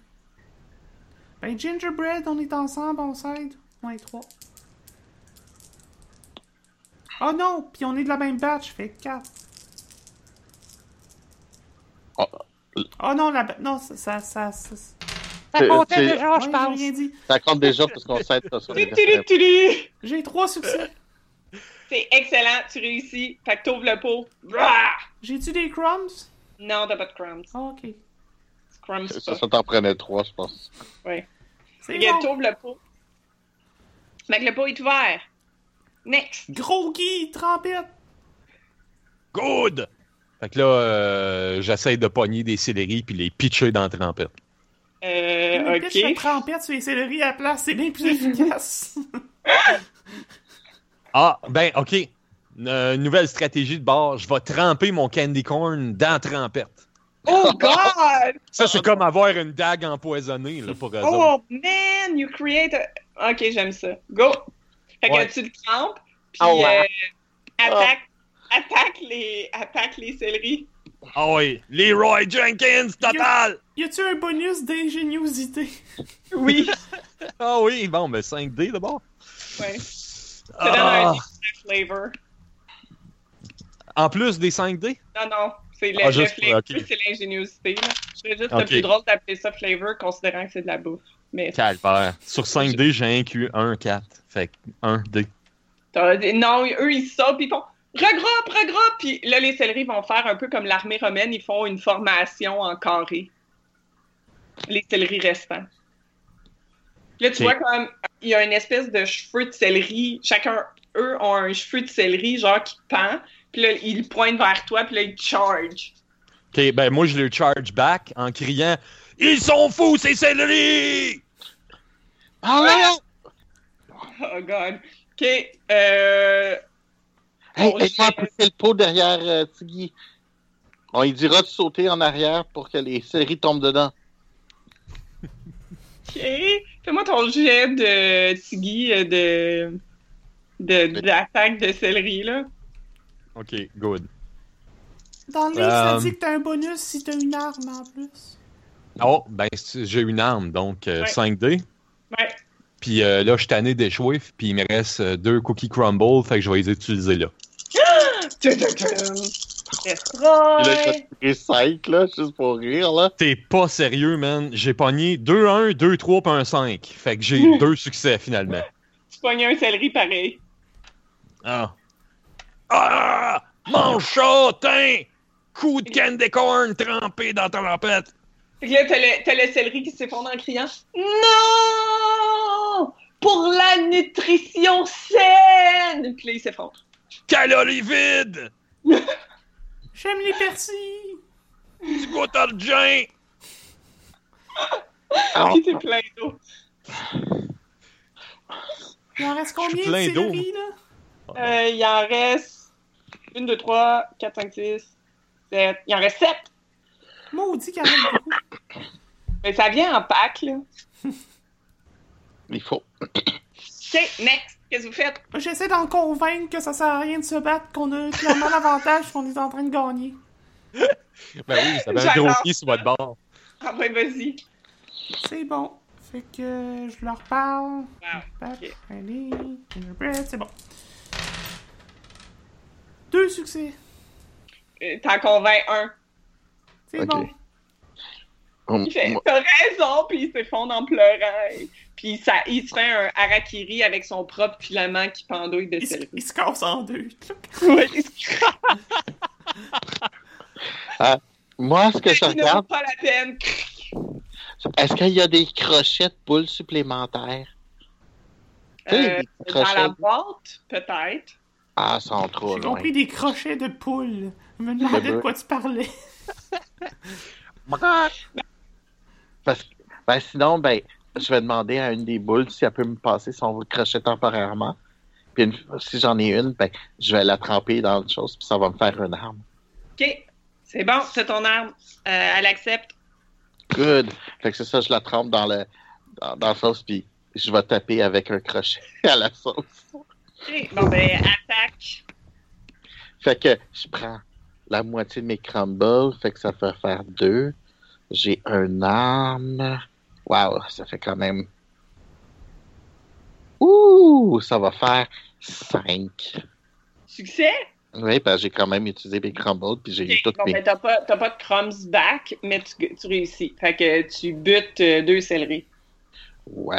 Ben, Gingerbread, on est ensemble, on s'aide. Ouais, 3. Oh non! Puis on est de la même batch, fait 4.
Oh.
Ah.
Oh non, la ba- Non, ça. ça, ça, ça-
C'est-
Ça comptait
c'est-
déjà, Ah, je
Ouais,
pense.
j'ai rien dit.
Ça compte déjà parce qu'on s'aide pas sur les
Tu- tu- tu- tu-
J'ai 3 succès.
C'est excellent, tu réussis. Fait que t'ouvres le pot. Rah!
J'ai-tu des crumbs?
Non, t'as pas de crumbs.
Ah, ok.
Crumbs
Ça,
pas.
ça t'en prenait trois, je pense.
C'est
Fait
bon.
que t'ouvres le pot. Fait que le pot est ouvert. Next.
Gros Guy, trempette!
Good!
Fait que là, euh, j'essaie de pogner des céleris puis les pitcher dans la trempette.
Euh,
Mais pitch la
ok.
trempette sur les céleris à la place, c'est bien plus efficace.
Ah, ben, OK. Euh, nouvelle stratégie de bord. Je vais tremper mon candy corn dans la trempette.
Oh God!
Ça, c'est comme avoir une dague empoisonnée là, pour eux autres.
Oh man, you create. A... Ok, j'aime ça. Go. Fait que
Ouais. Oh,
tu le crampes, puis
Ah ouais.
euh, attaque, attaque les, attaque les céleris.
oh!
Ah oui, Leroy Jenkins, total!
y a-tu un bonus d'ingéniosité?
Oui.
Ah oui, bon, mais 5D d'abord.
ouais. Ça donne un
Ah,
extra flavor.
en plus des 5D?
Non, non, c'est le,
Ah,
le
juste-
flavor,
ok.
c'est l'ingéniosité. là. Je trouvais juste le
Ok.
plus drôle d'appeler ça flavor, considérant que c'est de la bouffe. Mais
Calvaire. Sur 5D, j'ai un Q, 1, 4. Fait que 1D.
T'as des- Non, eux, ils sautent, puis ils font regroupe, regroupe. Puis là, les céleris vont faire un peu comme l'armée romaine, ils font une formation en carré. Les céleris restants. Là, tu
Ok.
vois comme il y a une espèce de cheveu de céleri. Chacun, eux, ont un cheveu de céleri, genre qui pend. Puis là, ils pointent vers toi, puis là, ils charge.
OK, ben moi, je le charge back en criant « Ils sont fous, ces céleris!
Ah!
Oh, God. OK. Euh,
Hey,
Bon,
aide-moi à
je-
pousser le pot derrière euh, Tiggy. On lui dira de sauter en arrière pour que les séries tombent dedans.
OK. Fais-moi ton jet de Tiggy euh, de de- d'attaque de, céleri, là. »
OK, good.
Dans le livre, ça
Euh,
dit que t'as un bonus si t'as une arme en plus.
Oh, ben c'est- j'ai une arme, donc euh,
Ouais.
5D.
Ouais.
Puis euh, là, je suis tanné d'échouer, puis il me reste euh, deux cookies crumble, fait que je vais les utiliser là.
Et là,
Destroy!
je recycle, là, juste pour rire, là.
T'es pas sérieux, man. J'ai pogné 2-1, 2-3, puis un 5. Fait que j'ai deux succès, finalement.
Tu pognes un céleri pareil.
Ah.
Ah! Mon chatin! Coup de candy corn trempé dans ta lampette!
Fait que là, t'as le, t'as le céleri qui s'effondre en criant Non! Pour la nutrition saine! Puis là, il s'effondre.
Calories vides!
J'aime les persils!
Du gotargin!
Ah,
Puis t'es plein d'eau.
Il en reste
suis
combien de
plein
céleri, là?
Euh, il en reste 1, 2, 3, 4, 5, 6, 7. Il en reste 7!
Maudit qu'il y en a beaucoup.
Mais ça vient en pack, là.
il faut.
OK, next! Qu'est-ce que vous faites?
Moi, J'essaie d'en convaincre que ça sert à rien de se battre, qu'on a clairement l'avantage qu'on est en train de gagner.
Ben oui, ça avait un
J'adore
gros pied sur votre bord.
Ah ouais, vas-y.
C'est bon. Fait que euh, je leur parle. Back,
ok.
allez, gingerbread, c'est bon. Deux succès.
Euh, T'en convaincs un.
C'est
Ok.
bon.
Il fait, T'as raison, puis il s'effondre en pleurant. Puis ça, il se fait un harakiri avec son propre filament qui pendouille de
Il se,
céleri.
il se casse en deux. Clouc.
Ouais, il se crache,
Moi, ce que je
il ne vaut
regarde,
pas la peine.
est-ce qu'il y a des crochets de boules supplémentaires? Tu sais,
Euh,
des petits
dans la
crochets.
boîte, peut-être.
Ah, sans trop
J'ai
loin.
compris des crochets de poule. Je me demandais de quoi tu parlais.
Parce que, ben, sinon, ben, je vais demander à une des boules si elle peut me passer son crochet temporairement. Puis une fois- si j'en ai une, ben, je vais la tremper dans autre chose, puis ça va me faire une arme.
OK, c'est bon, c'est ton arme. Euh, elle accepte.
Good. Fait que c'est ça, je la trempe dans le dans, dans la sauce, puis je vais taper avec un crochet à la sauce.
Ok, bon ben, attaque.
Fait que je prends la moitié de mes crumbles, fait que ça fait faire deux. J'ai un arme. Wow, ça fait quand même. Ouh, ça va faire cinq.
Succès?
Oui, ben j'ai quand même utilisé mes crumbles, puis j'ai eu
Ok,
toutes
Bon,
mes.
ben, t'as pas, t'as pas de crumbs back, mais tu, tu réussis. Fait que tu butes euh, deux céleris.
Ouais.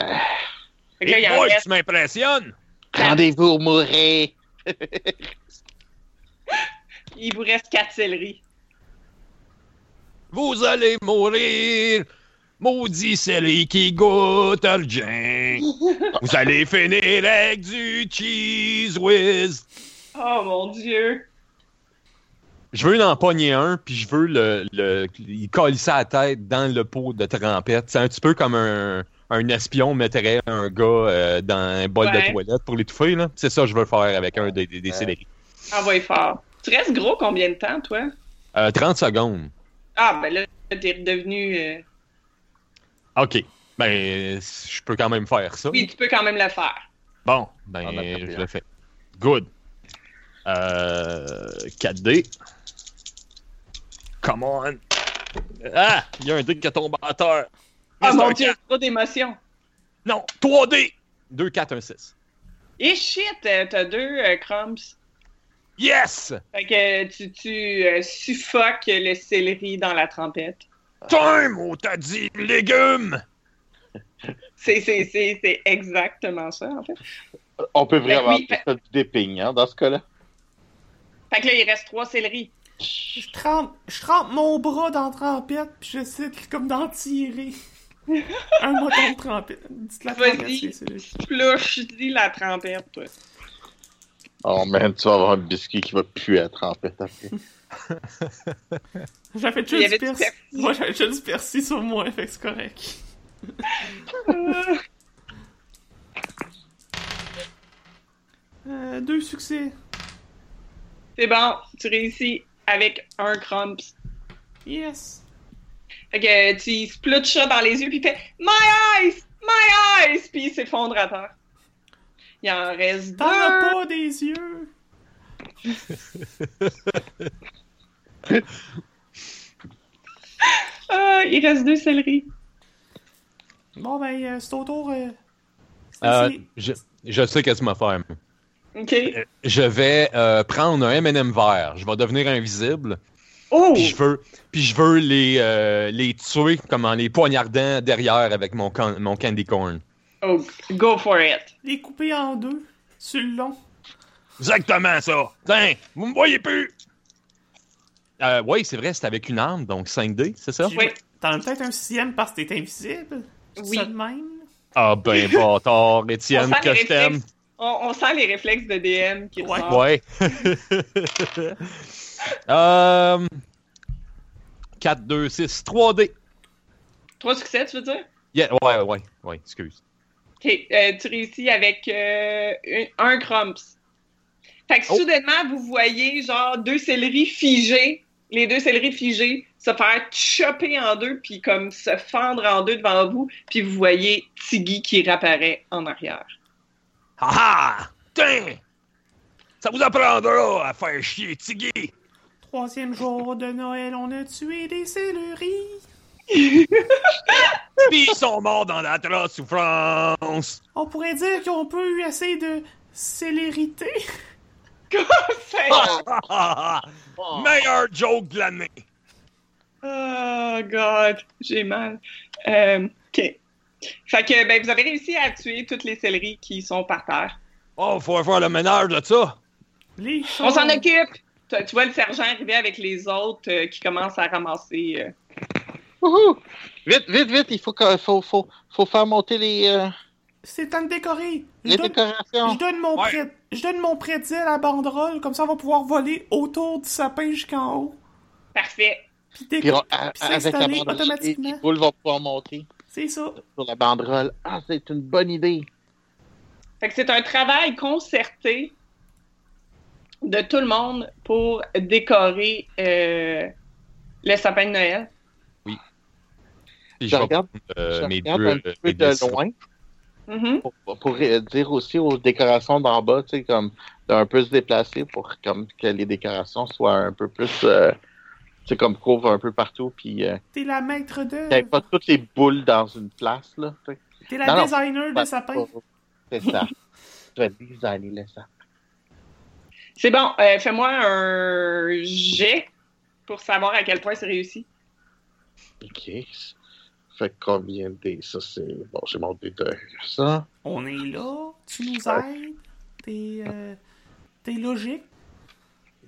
Fait que là, il en
Boy,
reste.
tu m'impressionnes!
Rendez-vous au mourir!
Il vous reste quatre céleris.
Vous allez mourir! Maudit celui qui goûte à le gin. Vous allez finir avec du cheese whiz!
Oh mon dieu!
Je veux en pogner un, puis je veux le, le, il colle sa tête dans le pot de trempette. C'est un petit peu comme un, un espion mettrait un gars euh, dans un bol
Ouais.
de toilette pour l'étouffer. là. C'est ça que je veux faire avec un des, des, des céleri.
Envoie Ah fort. Tu restes gros combien de temps, toi?
Euh, 30 secondes.
Ah, ben là, t'es redevenu. euh,
OK. Ben, je peux quand même faire ça.
Oui, tu peux quand même le faire.
Bon, ben,
On a pas
je
pire.
le fais. Good. Euh, 4D. Come on. Ah, il y a un dé qui tombe à terre.
Oh
C'est
mon
un
dieu, trop d'émotions.
Non, 3D! 2, 4, 1, 6.
Et shit, euh, t'as deux euh, crumbs.
Yes!
Fait que tu, tu euh, suffoques le céleri dans la trempette.
Time, on t'a dit légumes!
C'est, c'est, c'est, c'est exactement ça, en fait.
On peut vraiment
Ben oui,
faire du déping, hein, dans ce cas-là.
Fait que là, il reste trois céleris.
Je trempe, je trempe mon bras dans la trempette, puis j'essaie de- comme d'en tirer. un moton de trempette. Dites la
Vas-y.
trempette, c'est- c'est-
Splush-y la trempette, toi.
Oh man, tu vas avoir un biscuit qui va puer à trempette après.
J'avais
Il y
déjà
avait du
du persil.
persil.
Moi, j'avais déjà du persil sur moi, fait que c'est correct.
Ah,
Euh, deux succès.
C'est bon, tu réussis avec un crump.
Yes.
Fait que euh, tu y splutches ça dans les yeux, puis il fait My eyes! My eyes! Puis il s'effondre à terre. Il en reste
T'en as
deux.
pas des yeux.
Ah, il reste deux céleris.
Bon, ben, euh, c'est au tour. euh, c'est-
Euh,
c'est-
je, je sais qu'est-ce que tu m'as fait. moi.
OK.
Je vais euh, prendre un M&M vert. Je vais devenir invisible.
Oh!
Puis je veux, puis je veux les, euh, les tuer comme en les poignardant derrière avec mon, can- mon candy corn.
Oh, go for it.
Les couper en deux, sur le long.
Exactement ça! Tiens, vous me voyez plus!
Euh, oui, c'est vrai, c'est avec une arme, donc 5D, c'est ça?
Oui.
T'en as peut-être un sixième parce que t'es invisible. C'est
Oui.
Ça de même.
Ah ben, bâtard, Étienne,
On sent
que
les
je t'aime.
réflexes. On, on sent les réflexes de DM qui
Ouais.
ressortent.
Ouais. euh, 4, 2, 6, 3D.
Trois succès, tu veux dire?
Yeah, ouais, ouais, ouais, excuse.
OK, euh, tu réussis avec euh, un, un crumps. Fait que
Oh.
soudainement, vous voyez genre deux céleris figés, les deux céleris figés, se faire chopper en deux, puis comme se fendre en deux devant vous, puis vous voyez Tiggy qui réapparaît en arrière.
Ha ha! Ah, Tiens! Ça vous apprendra à faire chier Tiggy!
Troisième jour de Noël, on a tué des céleris.
Pis ils sont morts dans l'atroce souffrance!
On pourrait dire qu'on peut eu assez de célérité.
Fait-
Ha ha ha ha! ah, Meilleur joke de l'année!
Oh God, j'ai mal. Euh, ok. Fait que ben, vous avez réussi à tuer toutes les céleris qui sont par terre.
Oh, faut faire le ménage de ça!
Les
On s'en
choses-
occupe. Tu, tu vois le sergent arriver avec les autres euh, qui commencent à ramasser. euh,
Wouhou! Vite, vite, vite, il faut, que- faut, faut, faut faire monter les, euh,
C'est temps de décorer. Je
les
donne,
décorations.
je donne mon
Ouais.
pré- je donne mon prédit à la banderole, comme ça on va pouvoir voler autour du sapin jusqu'en haut.
Parfait.
Puis
Puis on-
déco-
à- avec
puis
la
s'installer
banderole, les,
automatiquement.
les boules vont pouvoir monter
C'est ça.
sur la banderole. Ah, c'est une bonne idée.
Fait que c'est un travail concerté de tout le monde pour décorer euh, le sapin de Noël.
Puis
Je
vais
regarde-
prendre, euh,
Je
mes
regarde
deux,
un
euh,
petit peu
mes deux
de
ciseaux.
loin.
Mhm.
Pour, pour, euh, dire aussi aux décorations d'en bas, tu sais, comme d'un peu se déplacer pour comme que les décorations soient un peu plus, euh, tu sais, comme couvrent un peu partout, puis euh,
T'es la maître
qu'il n'y ait
de.
pas toutes les boules dans une place là. tu sais.
T'es la
Ben, Non, Oh. non.
designer de sapin.
C'est ça. Je vais designer le sapin.
C'est bon, euh, fais-moi un jet pour savoir à quel point c'est réussi.
Ok. Fait combien de dés? Ça, c'est. Bon, j'ai mon dé de ça.
On est là, tu nous aides, t'es euh, t'es logique.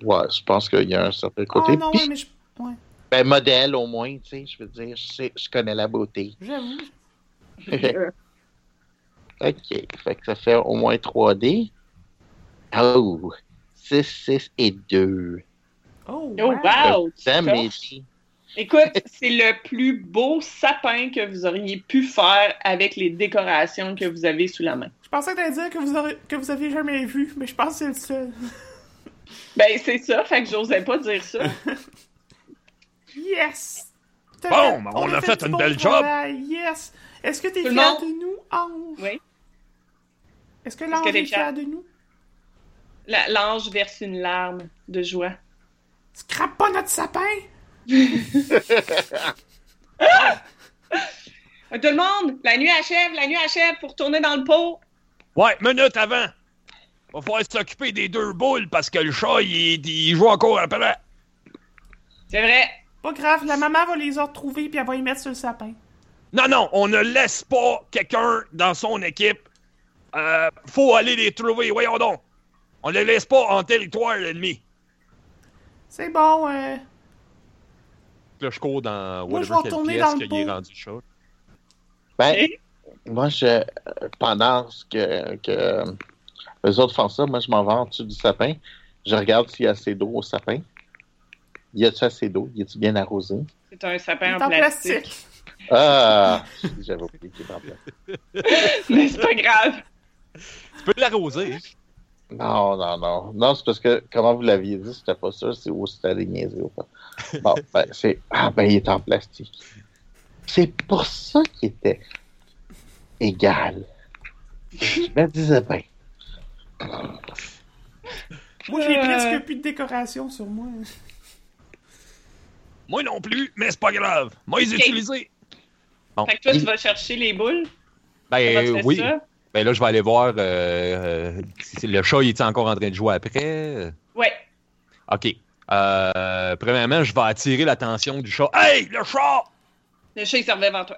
Ouais, je pense qu'il y a un certain côté.
oh non,
Puis,
ouais, mais je- ouais,
ben, modèle au moins, tu sais, je veux dire, je, sais- je connais la beauté.
j'avoue.
Euh,
ok, fait que ça fait au moins 3D. Oh, 6, 6 et 2.
Oh,
Oh,
wow.
wow!
J'aime
Tough.
les dés.
Écoute, c'est le plus beau sapin que vous auriez pu faire avec les décorations que vous avez sous la main.
Je pensais que t'allais dire que vous, aurez- que vous aviez jamais vu, mais je pense que c'est le seul.
Ben, c'est ça, fait que j'osais pas dire ça.
Yes! T'as
Bon, ben, on a fait
du
une
bon
belle
travail, Yes! Est-ce que t'es
Tout le
fier
monde?
de nous, Ange?
Oui.
Est-ce que l'ange
que t'es
est fier
fier?
de nous?
La- L'ange verse une larme de joie.
Scrape pas notre sapin!
Euh, Tout le monde, la nuit achève, la nuit achève pour tourner dans le pot.
Ouais, minute avant. Va falloir s'occuper des deux boules parce que le chat, il, il joue encore après.
C'est vrai.
Pas grave, la maman va les retrouver puis elle va les mettre sur le sapin.
Non, non, on ne laisse pas quelqu'un dans son équipe. Euh, faut aller les trouver, voyons donc. On les laisse pas en territoire ennemi.
C'est bon, euh,
Là, je cours dans
Moi, je vais
whatever quelle
retourner
pièce
dans le
qu'il est
pot.
rendu chat.
Ben,
Et?
moi, je, euh, pendant ce que, que euh, les autres font ça, moi, je m'en vais en dessous du sapin. Je regarde s'il y a assez d'eau au sapin. Y a-tu assez d'eau? Y a-tu bien arrosé?
C'est un
il est
sapin
en
en plastique.
plastique.
Ah! J'avais oublié qu'il était en plastique.
Mais c'est pas grave.
Tu peux l'arroser. hein?
Non, non, non. Non, c'est parce que, comment vous l'aviez dit, c'était pas sûr si ou c'était des niaiseries ou pas. Bon, ben, c'est. Ah, ben, il est en plastique. C'est pour ça qu'il était égal. Je me disais ben, bien.
Moi, j'ai
Euh.
presque plus de décoration sur moi.
Moi non plus, mais c'est pas grave. Moi, ils
Ok.
utilisés.
Bon.
Fait que toi, tu vas chercher les boules. Comment tu
Ben
fais
oui.
ça?
Ben là, je vais aller voir. euh, euh, si le chat, il est encore en train de jouer
Eh.
après?
Ouais.
Ok. Euh, premièrement, je vais attirer l'attention du chat.
Hey, le chat!
Le chat, il servait devant toi.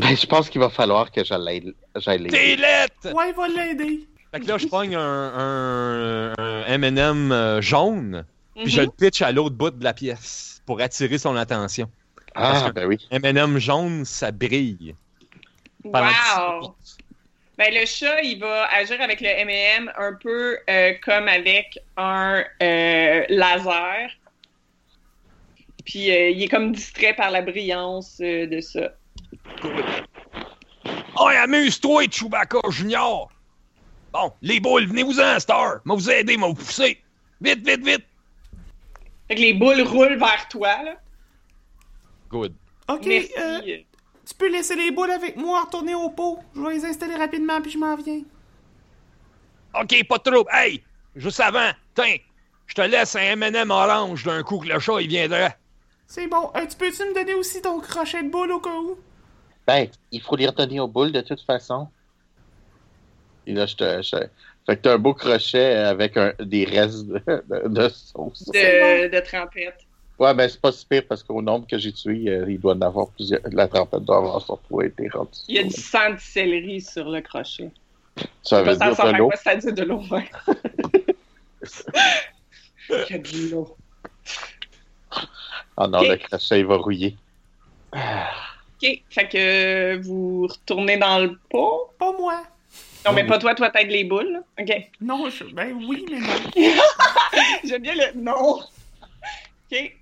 Ben, je pense qu'il va falloir que j'aille. j'aille
T'es lettre!
Ouais, il va l'aider.
Fait que là, je pogne un, un, un M&M euh, jaune, puis
Mhm.
je le pitch à l'autre bout de la pièce pour attirer son attention.
Ah,
parce que-
ben oui.
M&M jaune, ça brille. pendant dix
Mhm. Wow!
secondes.
Ben, le chat, il va agir avec le M&M un peu euh, comme avec un euh, laser. Puis euh, il est comme distrait par la brillance euh, de ça.
Oh, amuse-toi, Chewbacca Junior! Bon, les boules, venez-vous-en, Star! Moi vous aider, moi vous pousser! Vite, vite, vite!
Fait que les boules roulent vers toi. Là.
Good.
Ok,
Merci.
euh, tu peux laisser les boules avec moi, retourner au pot. Je vais les installer rapidement puis je m'en viens.
Ok, pas de trouble. Hey, juste avant, tiens, je te laisse un M&M orange d'un coup que le chat, il viendrait.
C'est bon. Euh, tu peux-tu me donner aussi ton crochet de boule au cas où?
Ben, il faut les retenir aux boules de toute façon. Et là, je te. je- Fait que t'as un beau crochet avec un- des restes de, de- de sauce.
de, de trempette.
Ouais, ben, c'est pas si pire parce qu'au nombre que j'ai tué, euh, il doit en avoir plusieurs. La trempette doit avoir surtout été rendue.
Il y a du sang de céleri sur le crochet.
Ça veut
Ça
dire
ressemble
de
à
l'eau.
quoi ça dit de l'eau. ouais. Il y a de l'eau.
Ah non,
Ok.
le crochet, il va rouiller.
OK. Fait que euh, vous retournez dans le pot.
Pas moi.
Non, mais pas toi, toi, t'aides les boules. là. OK.
Non, je... ben oui, mais non.
J'aime bien le. Non! Ok,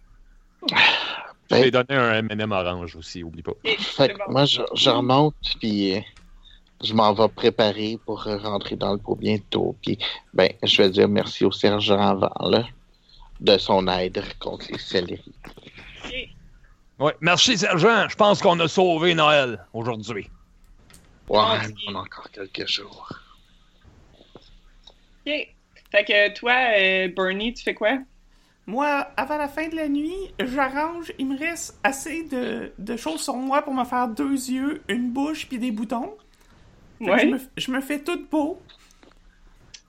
Je vais donner un M&M orange aussi, oublie pas.
ok,
Fait
c'est
que
bon.
moi, je, je remonte, puis euh, je m'en vais préparer pour euh, rentrer dans le pot bientôt. Puis, ben, je vais dire merci au sergent avant, là, de son aide contre les céleri.
Ouais, merci, sergent. Je pense qu'on a sauvé Noël aujourd'hui.
Ah,
Ouais,
oui.
on a encore quelques jours.
OK. Fait que toi, euh, Bernie, tu fais quoi?
Moi, avant la fin de la nuit, j'arrange, il me reste assez de, de choses sur moi pour me faire deux yeux, une bouche puis des boutons. Fait que
Ouais.
Je, me, je me fais toute beau.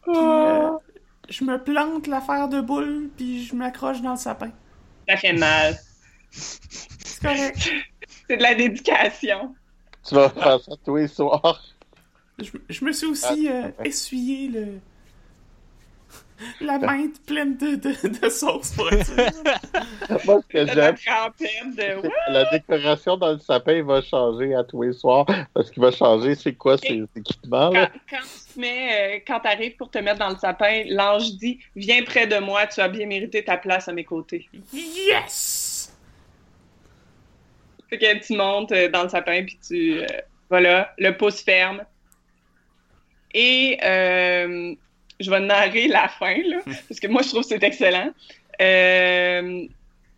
puis,
Oh,
euh, je me plante l'affaire de boule puis je m'accroche dans le sapin.
Ça fait mal.
C'est correct.
C'est de la dédication.
Tu vas faire ça tous les soirs.
je, je me suis aussi euh, essuyé le la main pleine de, de, de sauce pour être sûr.
Moi, ce que
De la
j'aime,
trempette de...
c'est que la décoration dans le sapin va changer à tous les soirs parce qu'il va changer c'est quoi ces équipements.
Quand,
Là.
quand tu te mets, euh, quand t'arrives pour te mettre dans le sapin, l'ange dit Viens près de moi, tu as bien mérité ta place à mes côtés.
Yes!
Fait que tu montes euh, dans le sapin, puis tu. euh, voilà, le pouce ferme. Et euh, je vais narrer la fin, là, parce que moi, je trouve que c'est excellent. Euh,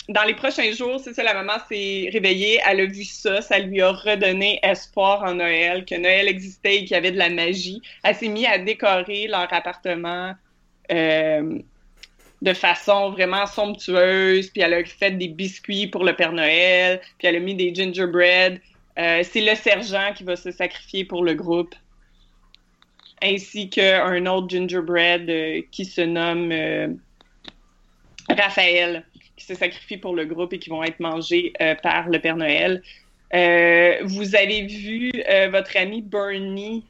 dans les prochains jours, c'est ça, la maman s'est réveillée, elle a vu ça, ça lui a redonné espoir en Noël, que Noël existait et qu'il y avait de la magie. Elle s'est mise à décorer leur appartement euh, de façon vraiment somptueuse, puis elle a fait des biscuits pour le Père Noël, puis elle a mis des gingerbread. Euh, c'est le sergent qui va se sacrifier pour le groupe, ainsi qu'un autre gingerbread euh, qui se nomme euh, Raphaël, qui se sacrifie pour le groupe et qui vont être mangés euh, par le Père Noël. Euh, vous avez vu euh, votre ami Bernie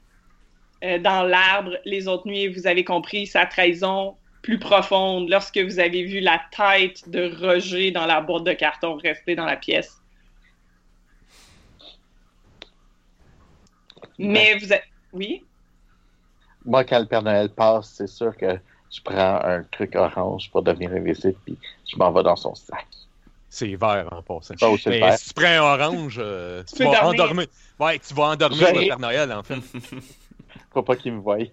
euh, dans l'arbre les autres nuits et vous avez compris sa trahison plus profonde lorsque vous avez vu la tête de Roger dans la boîte de carton rester dans la pièce. Mais vous êtes... Oui?
Moi, quand le Père Noël passe, c'est sûr que je prends un truc orange pour devenir invisible puis je m'en vais dans son sac.
C'est vert en passant.
Ça, c'est
Mais
vert.
si tu prends un orange, euh, tu,
peux
vas
dormir.
endormir. Ouais, tu vas endormir
J'arrive.
le Père Noël, en fait.
Faut pas qu'il me voie. non,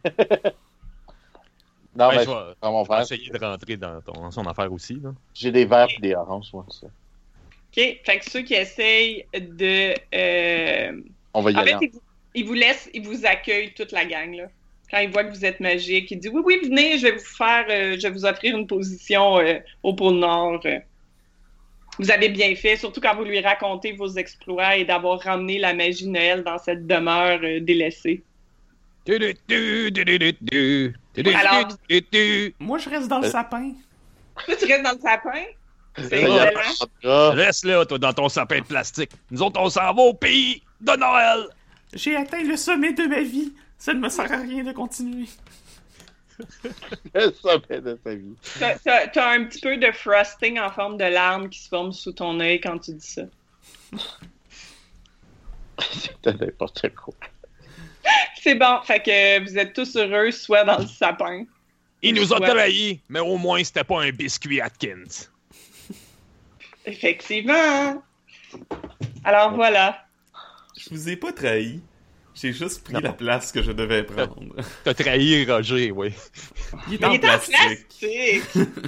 mais
Ouais, Ben, je vais-
je prends mon
On va
verre.
essayer de rentrer dans ton- son affaire aussi. Là.
J'ai des verres et des oranges, moi. Ça.
OK. Fait que ceux qui essayent de... euh,
On va y
En
aller.
fait, ils vous, ils vous laissent, ils vous accueillent toute la gang, là. Quand ils voient que vous êtes magique, ils disent Oui, oui, venez, je vais vous faire, euh, je vais vous offrir une position euh, au pôle Nord. euh. Vous avez bien fait, surtout quand vous lui racontez vos exploits et d'avoir ramené la magie de Noël dans cette demeure euh, délaissée. Alors-
Moi, je reste dans le
Euh.
sapin.
Toi, tu restes dans le sapin? C'est
Ça, il y a
excellent.
pas de gras.
Reste-là, toi, dans ton sapin de plastique. Nous autres, on s'en va au pays de Noël.
J'ai atteint le sommet de ma vie. Ça ne me sert à rien de continuer.
Le sommet de sa vie.
T'as- T'as t'as un petit peu de frosting en forme de larmes qui se forme sous ton œil quand tu dis ça.
C'était n'importe quoi.
C'est bon, fait que euh, vous êtes tous heureux, soit dans le sapin.
Il nous a
Ouais.
trahis, mais au moins, c'était pas un biscuit Atkins.
Effectivement. Alors voilà.
Je vous ai pas trahi. J'ai juste pris la place que je devais prendre.
T'as trahi Roger, oui.
Il est
Mais
en
il était en
plastique.
plastique.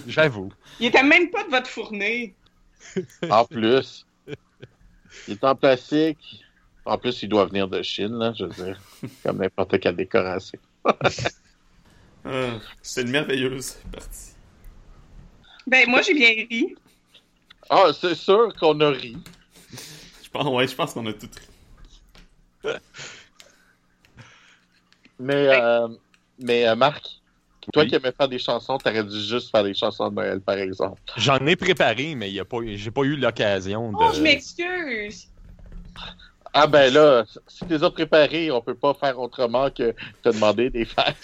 J'avoue.
Il était même pas de votre fournée.
En plus, il est en plastique. En plus, il doit venir de Chine, là, je veux dire. Comme n'importe quelle décoration.
Ah, C'est une merveilleuse partie.
Ben moi j'ai bien ri.
Ah, c'est sûr qu'on a ri.
Je pense, ouais, je pense qu'on a tout ri.
Mais,
Ouais.
euh, mais euh, Marc, toi
Oui.
qui aimais faire des chansons, t'aurais dû juste faire des chansons de Noël, par exemple.
J'en ai préparé, mais il y a pas, eu- j'ai pas eu l'occasion de.
Oh, je m'excuse.
Ah ben là, si t'es as préparées, on peut pas faire autrement que te demander des faire.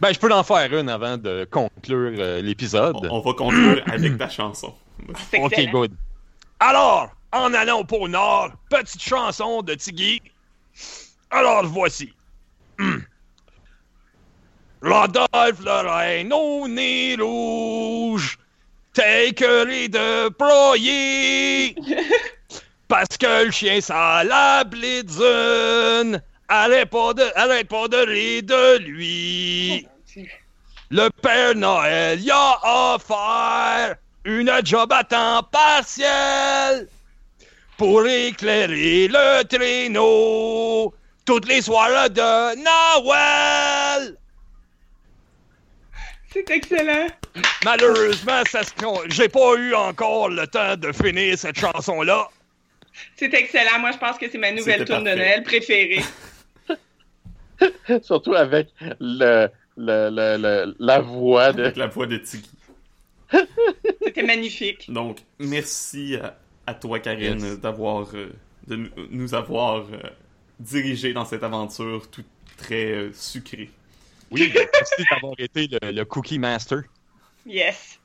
ben, je peux en faire une avant de conclure euh, l'épisode.
On, on va conclure avec ta chanson.
C'est
Ok,
excellent.
good.
Alors, en allant au pôle Nord, petite chanson de Tiggy. Alors voici. Hmm. Rodolphe le reine au nez rouge, take les deux broyer. Parce que le chien ça la blitzune, arrête pas de, arrête pas de rire de lui. Le Père Noël y a offert une job à temps partiel pour éclairer le traîneau. toutes les soirées de Noël!
C'est excellent.
Malheureusement, ça se con- j'ai pas eu encore le temps de finir cette chanson-là.
C'est excellent. Moi, je pense que c'est ma nouvelle
C'était
tourne de
parfait.
Noël préférée.
Surtout avec le, le, le, le- la voix de.
Avec la voix de Tiggy.
C'était magnifique.
Donc, merci à, à toi, Karine,
Yes.
d'avoir euh, de nous- nous avoir euh, dirigés dans cette aventure toute très euh, sucrée.
Oui, ben, merci d'avoir été le, le Cookie Master.
Yes.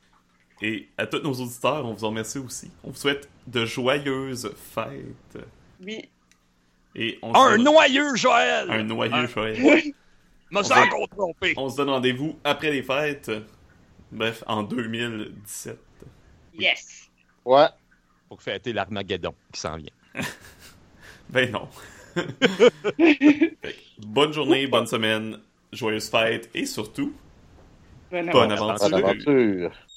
Et à tous nos auditeurs, on vous en remercie aussi. On vous souhaite de joyeuses fêtes.
Oui.
Et on se
Un
donne-
noyeux Joël!
un noyeux
Un-
joyeux.
Oui.
Me suis encore trompé.
On se donne rendez-vous après les fêtes. Bref, en 2017.
Yes.
Ouais.
Pour fêter l'Armageddon qui s'en vient.
Ben non. Fait que, bonne journée, bonne semaine, joyeuses fêtes et surtout,
Bonne
bonne
aventure.
aventure.
Bonne aventure.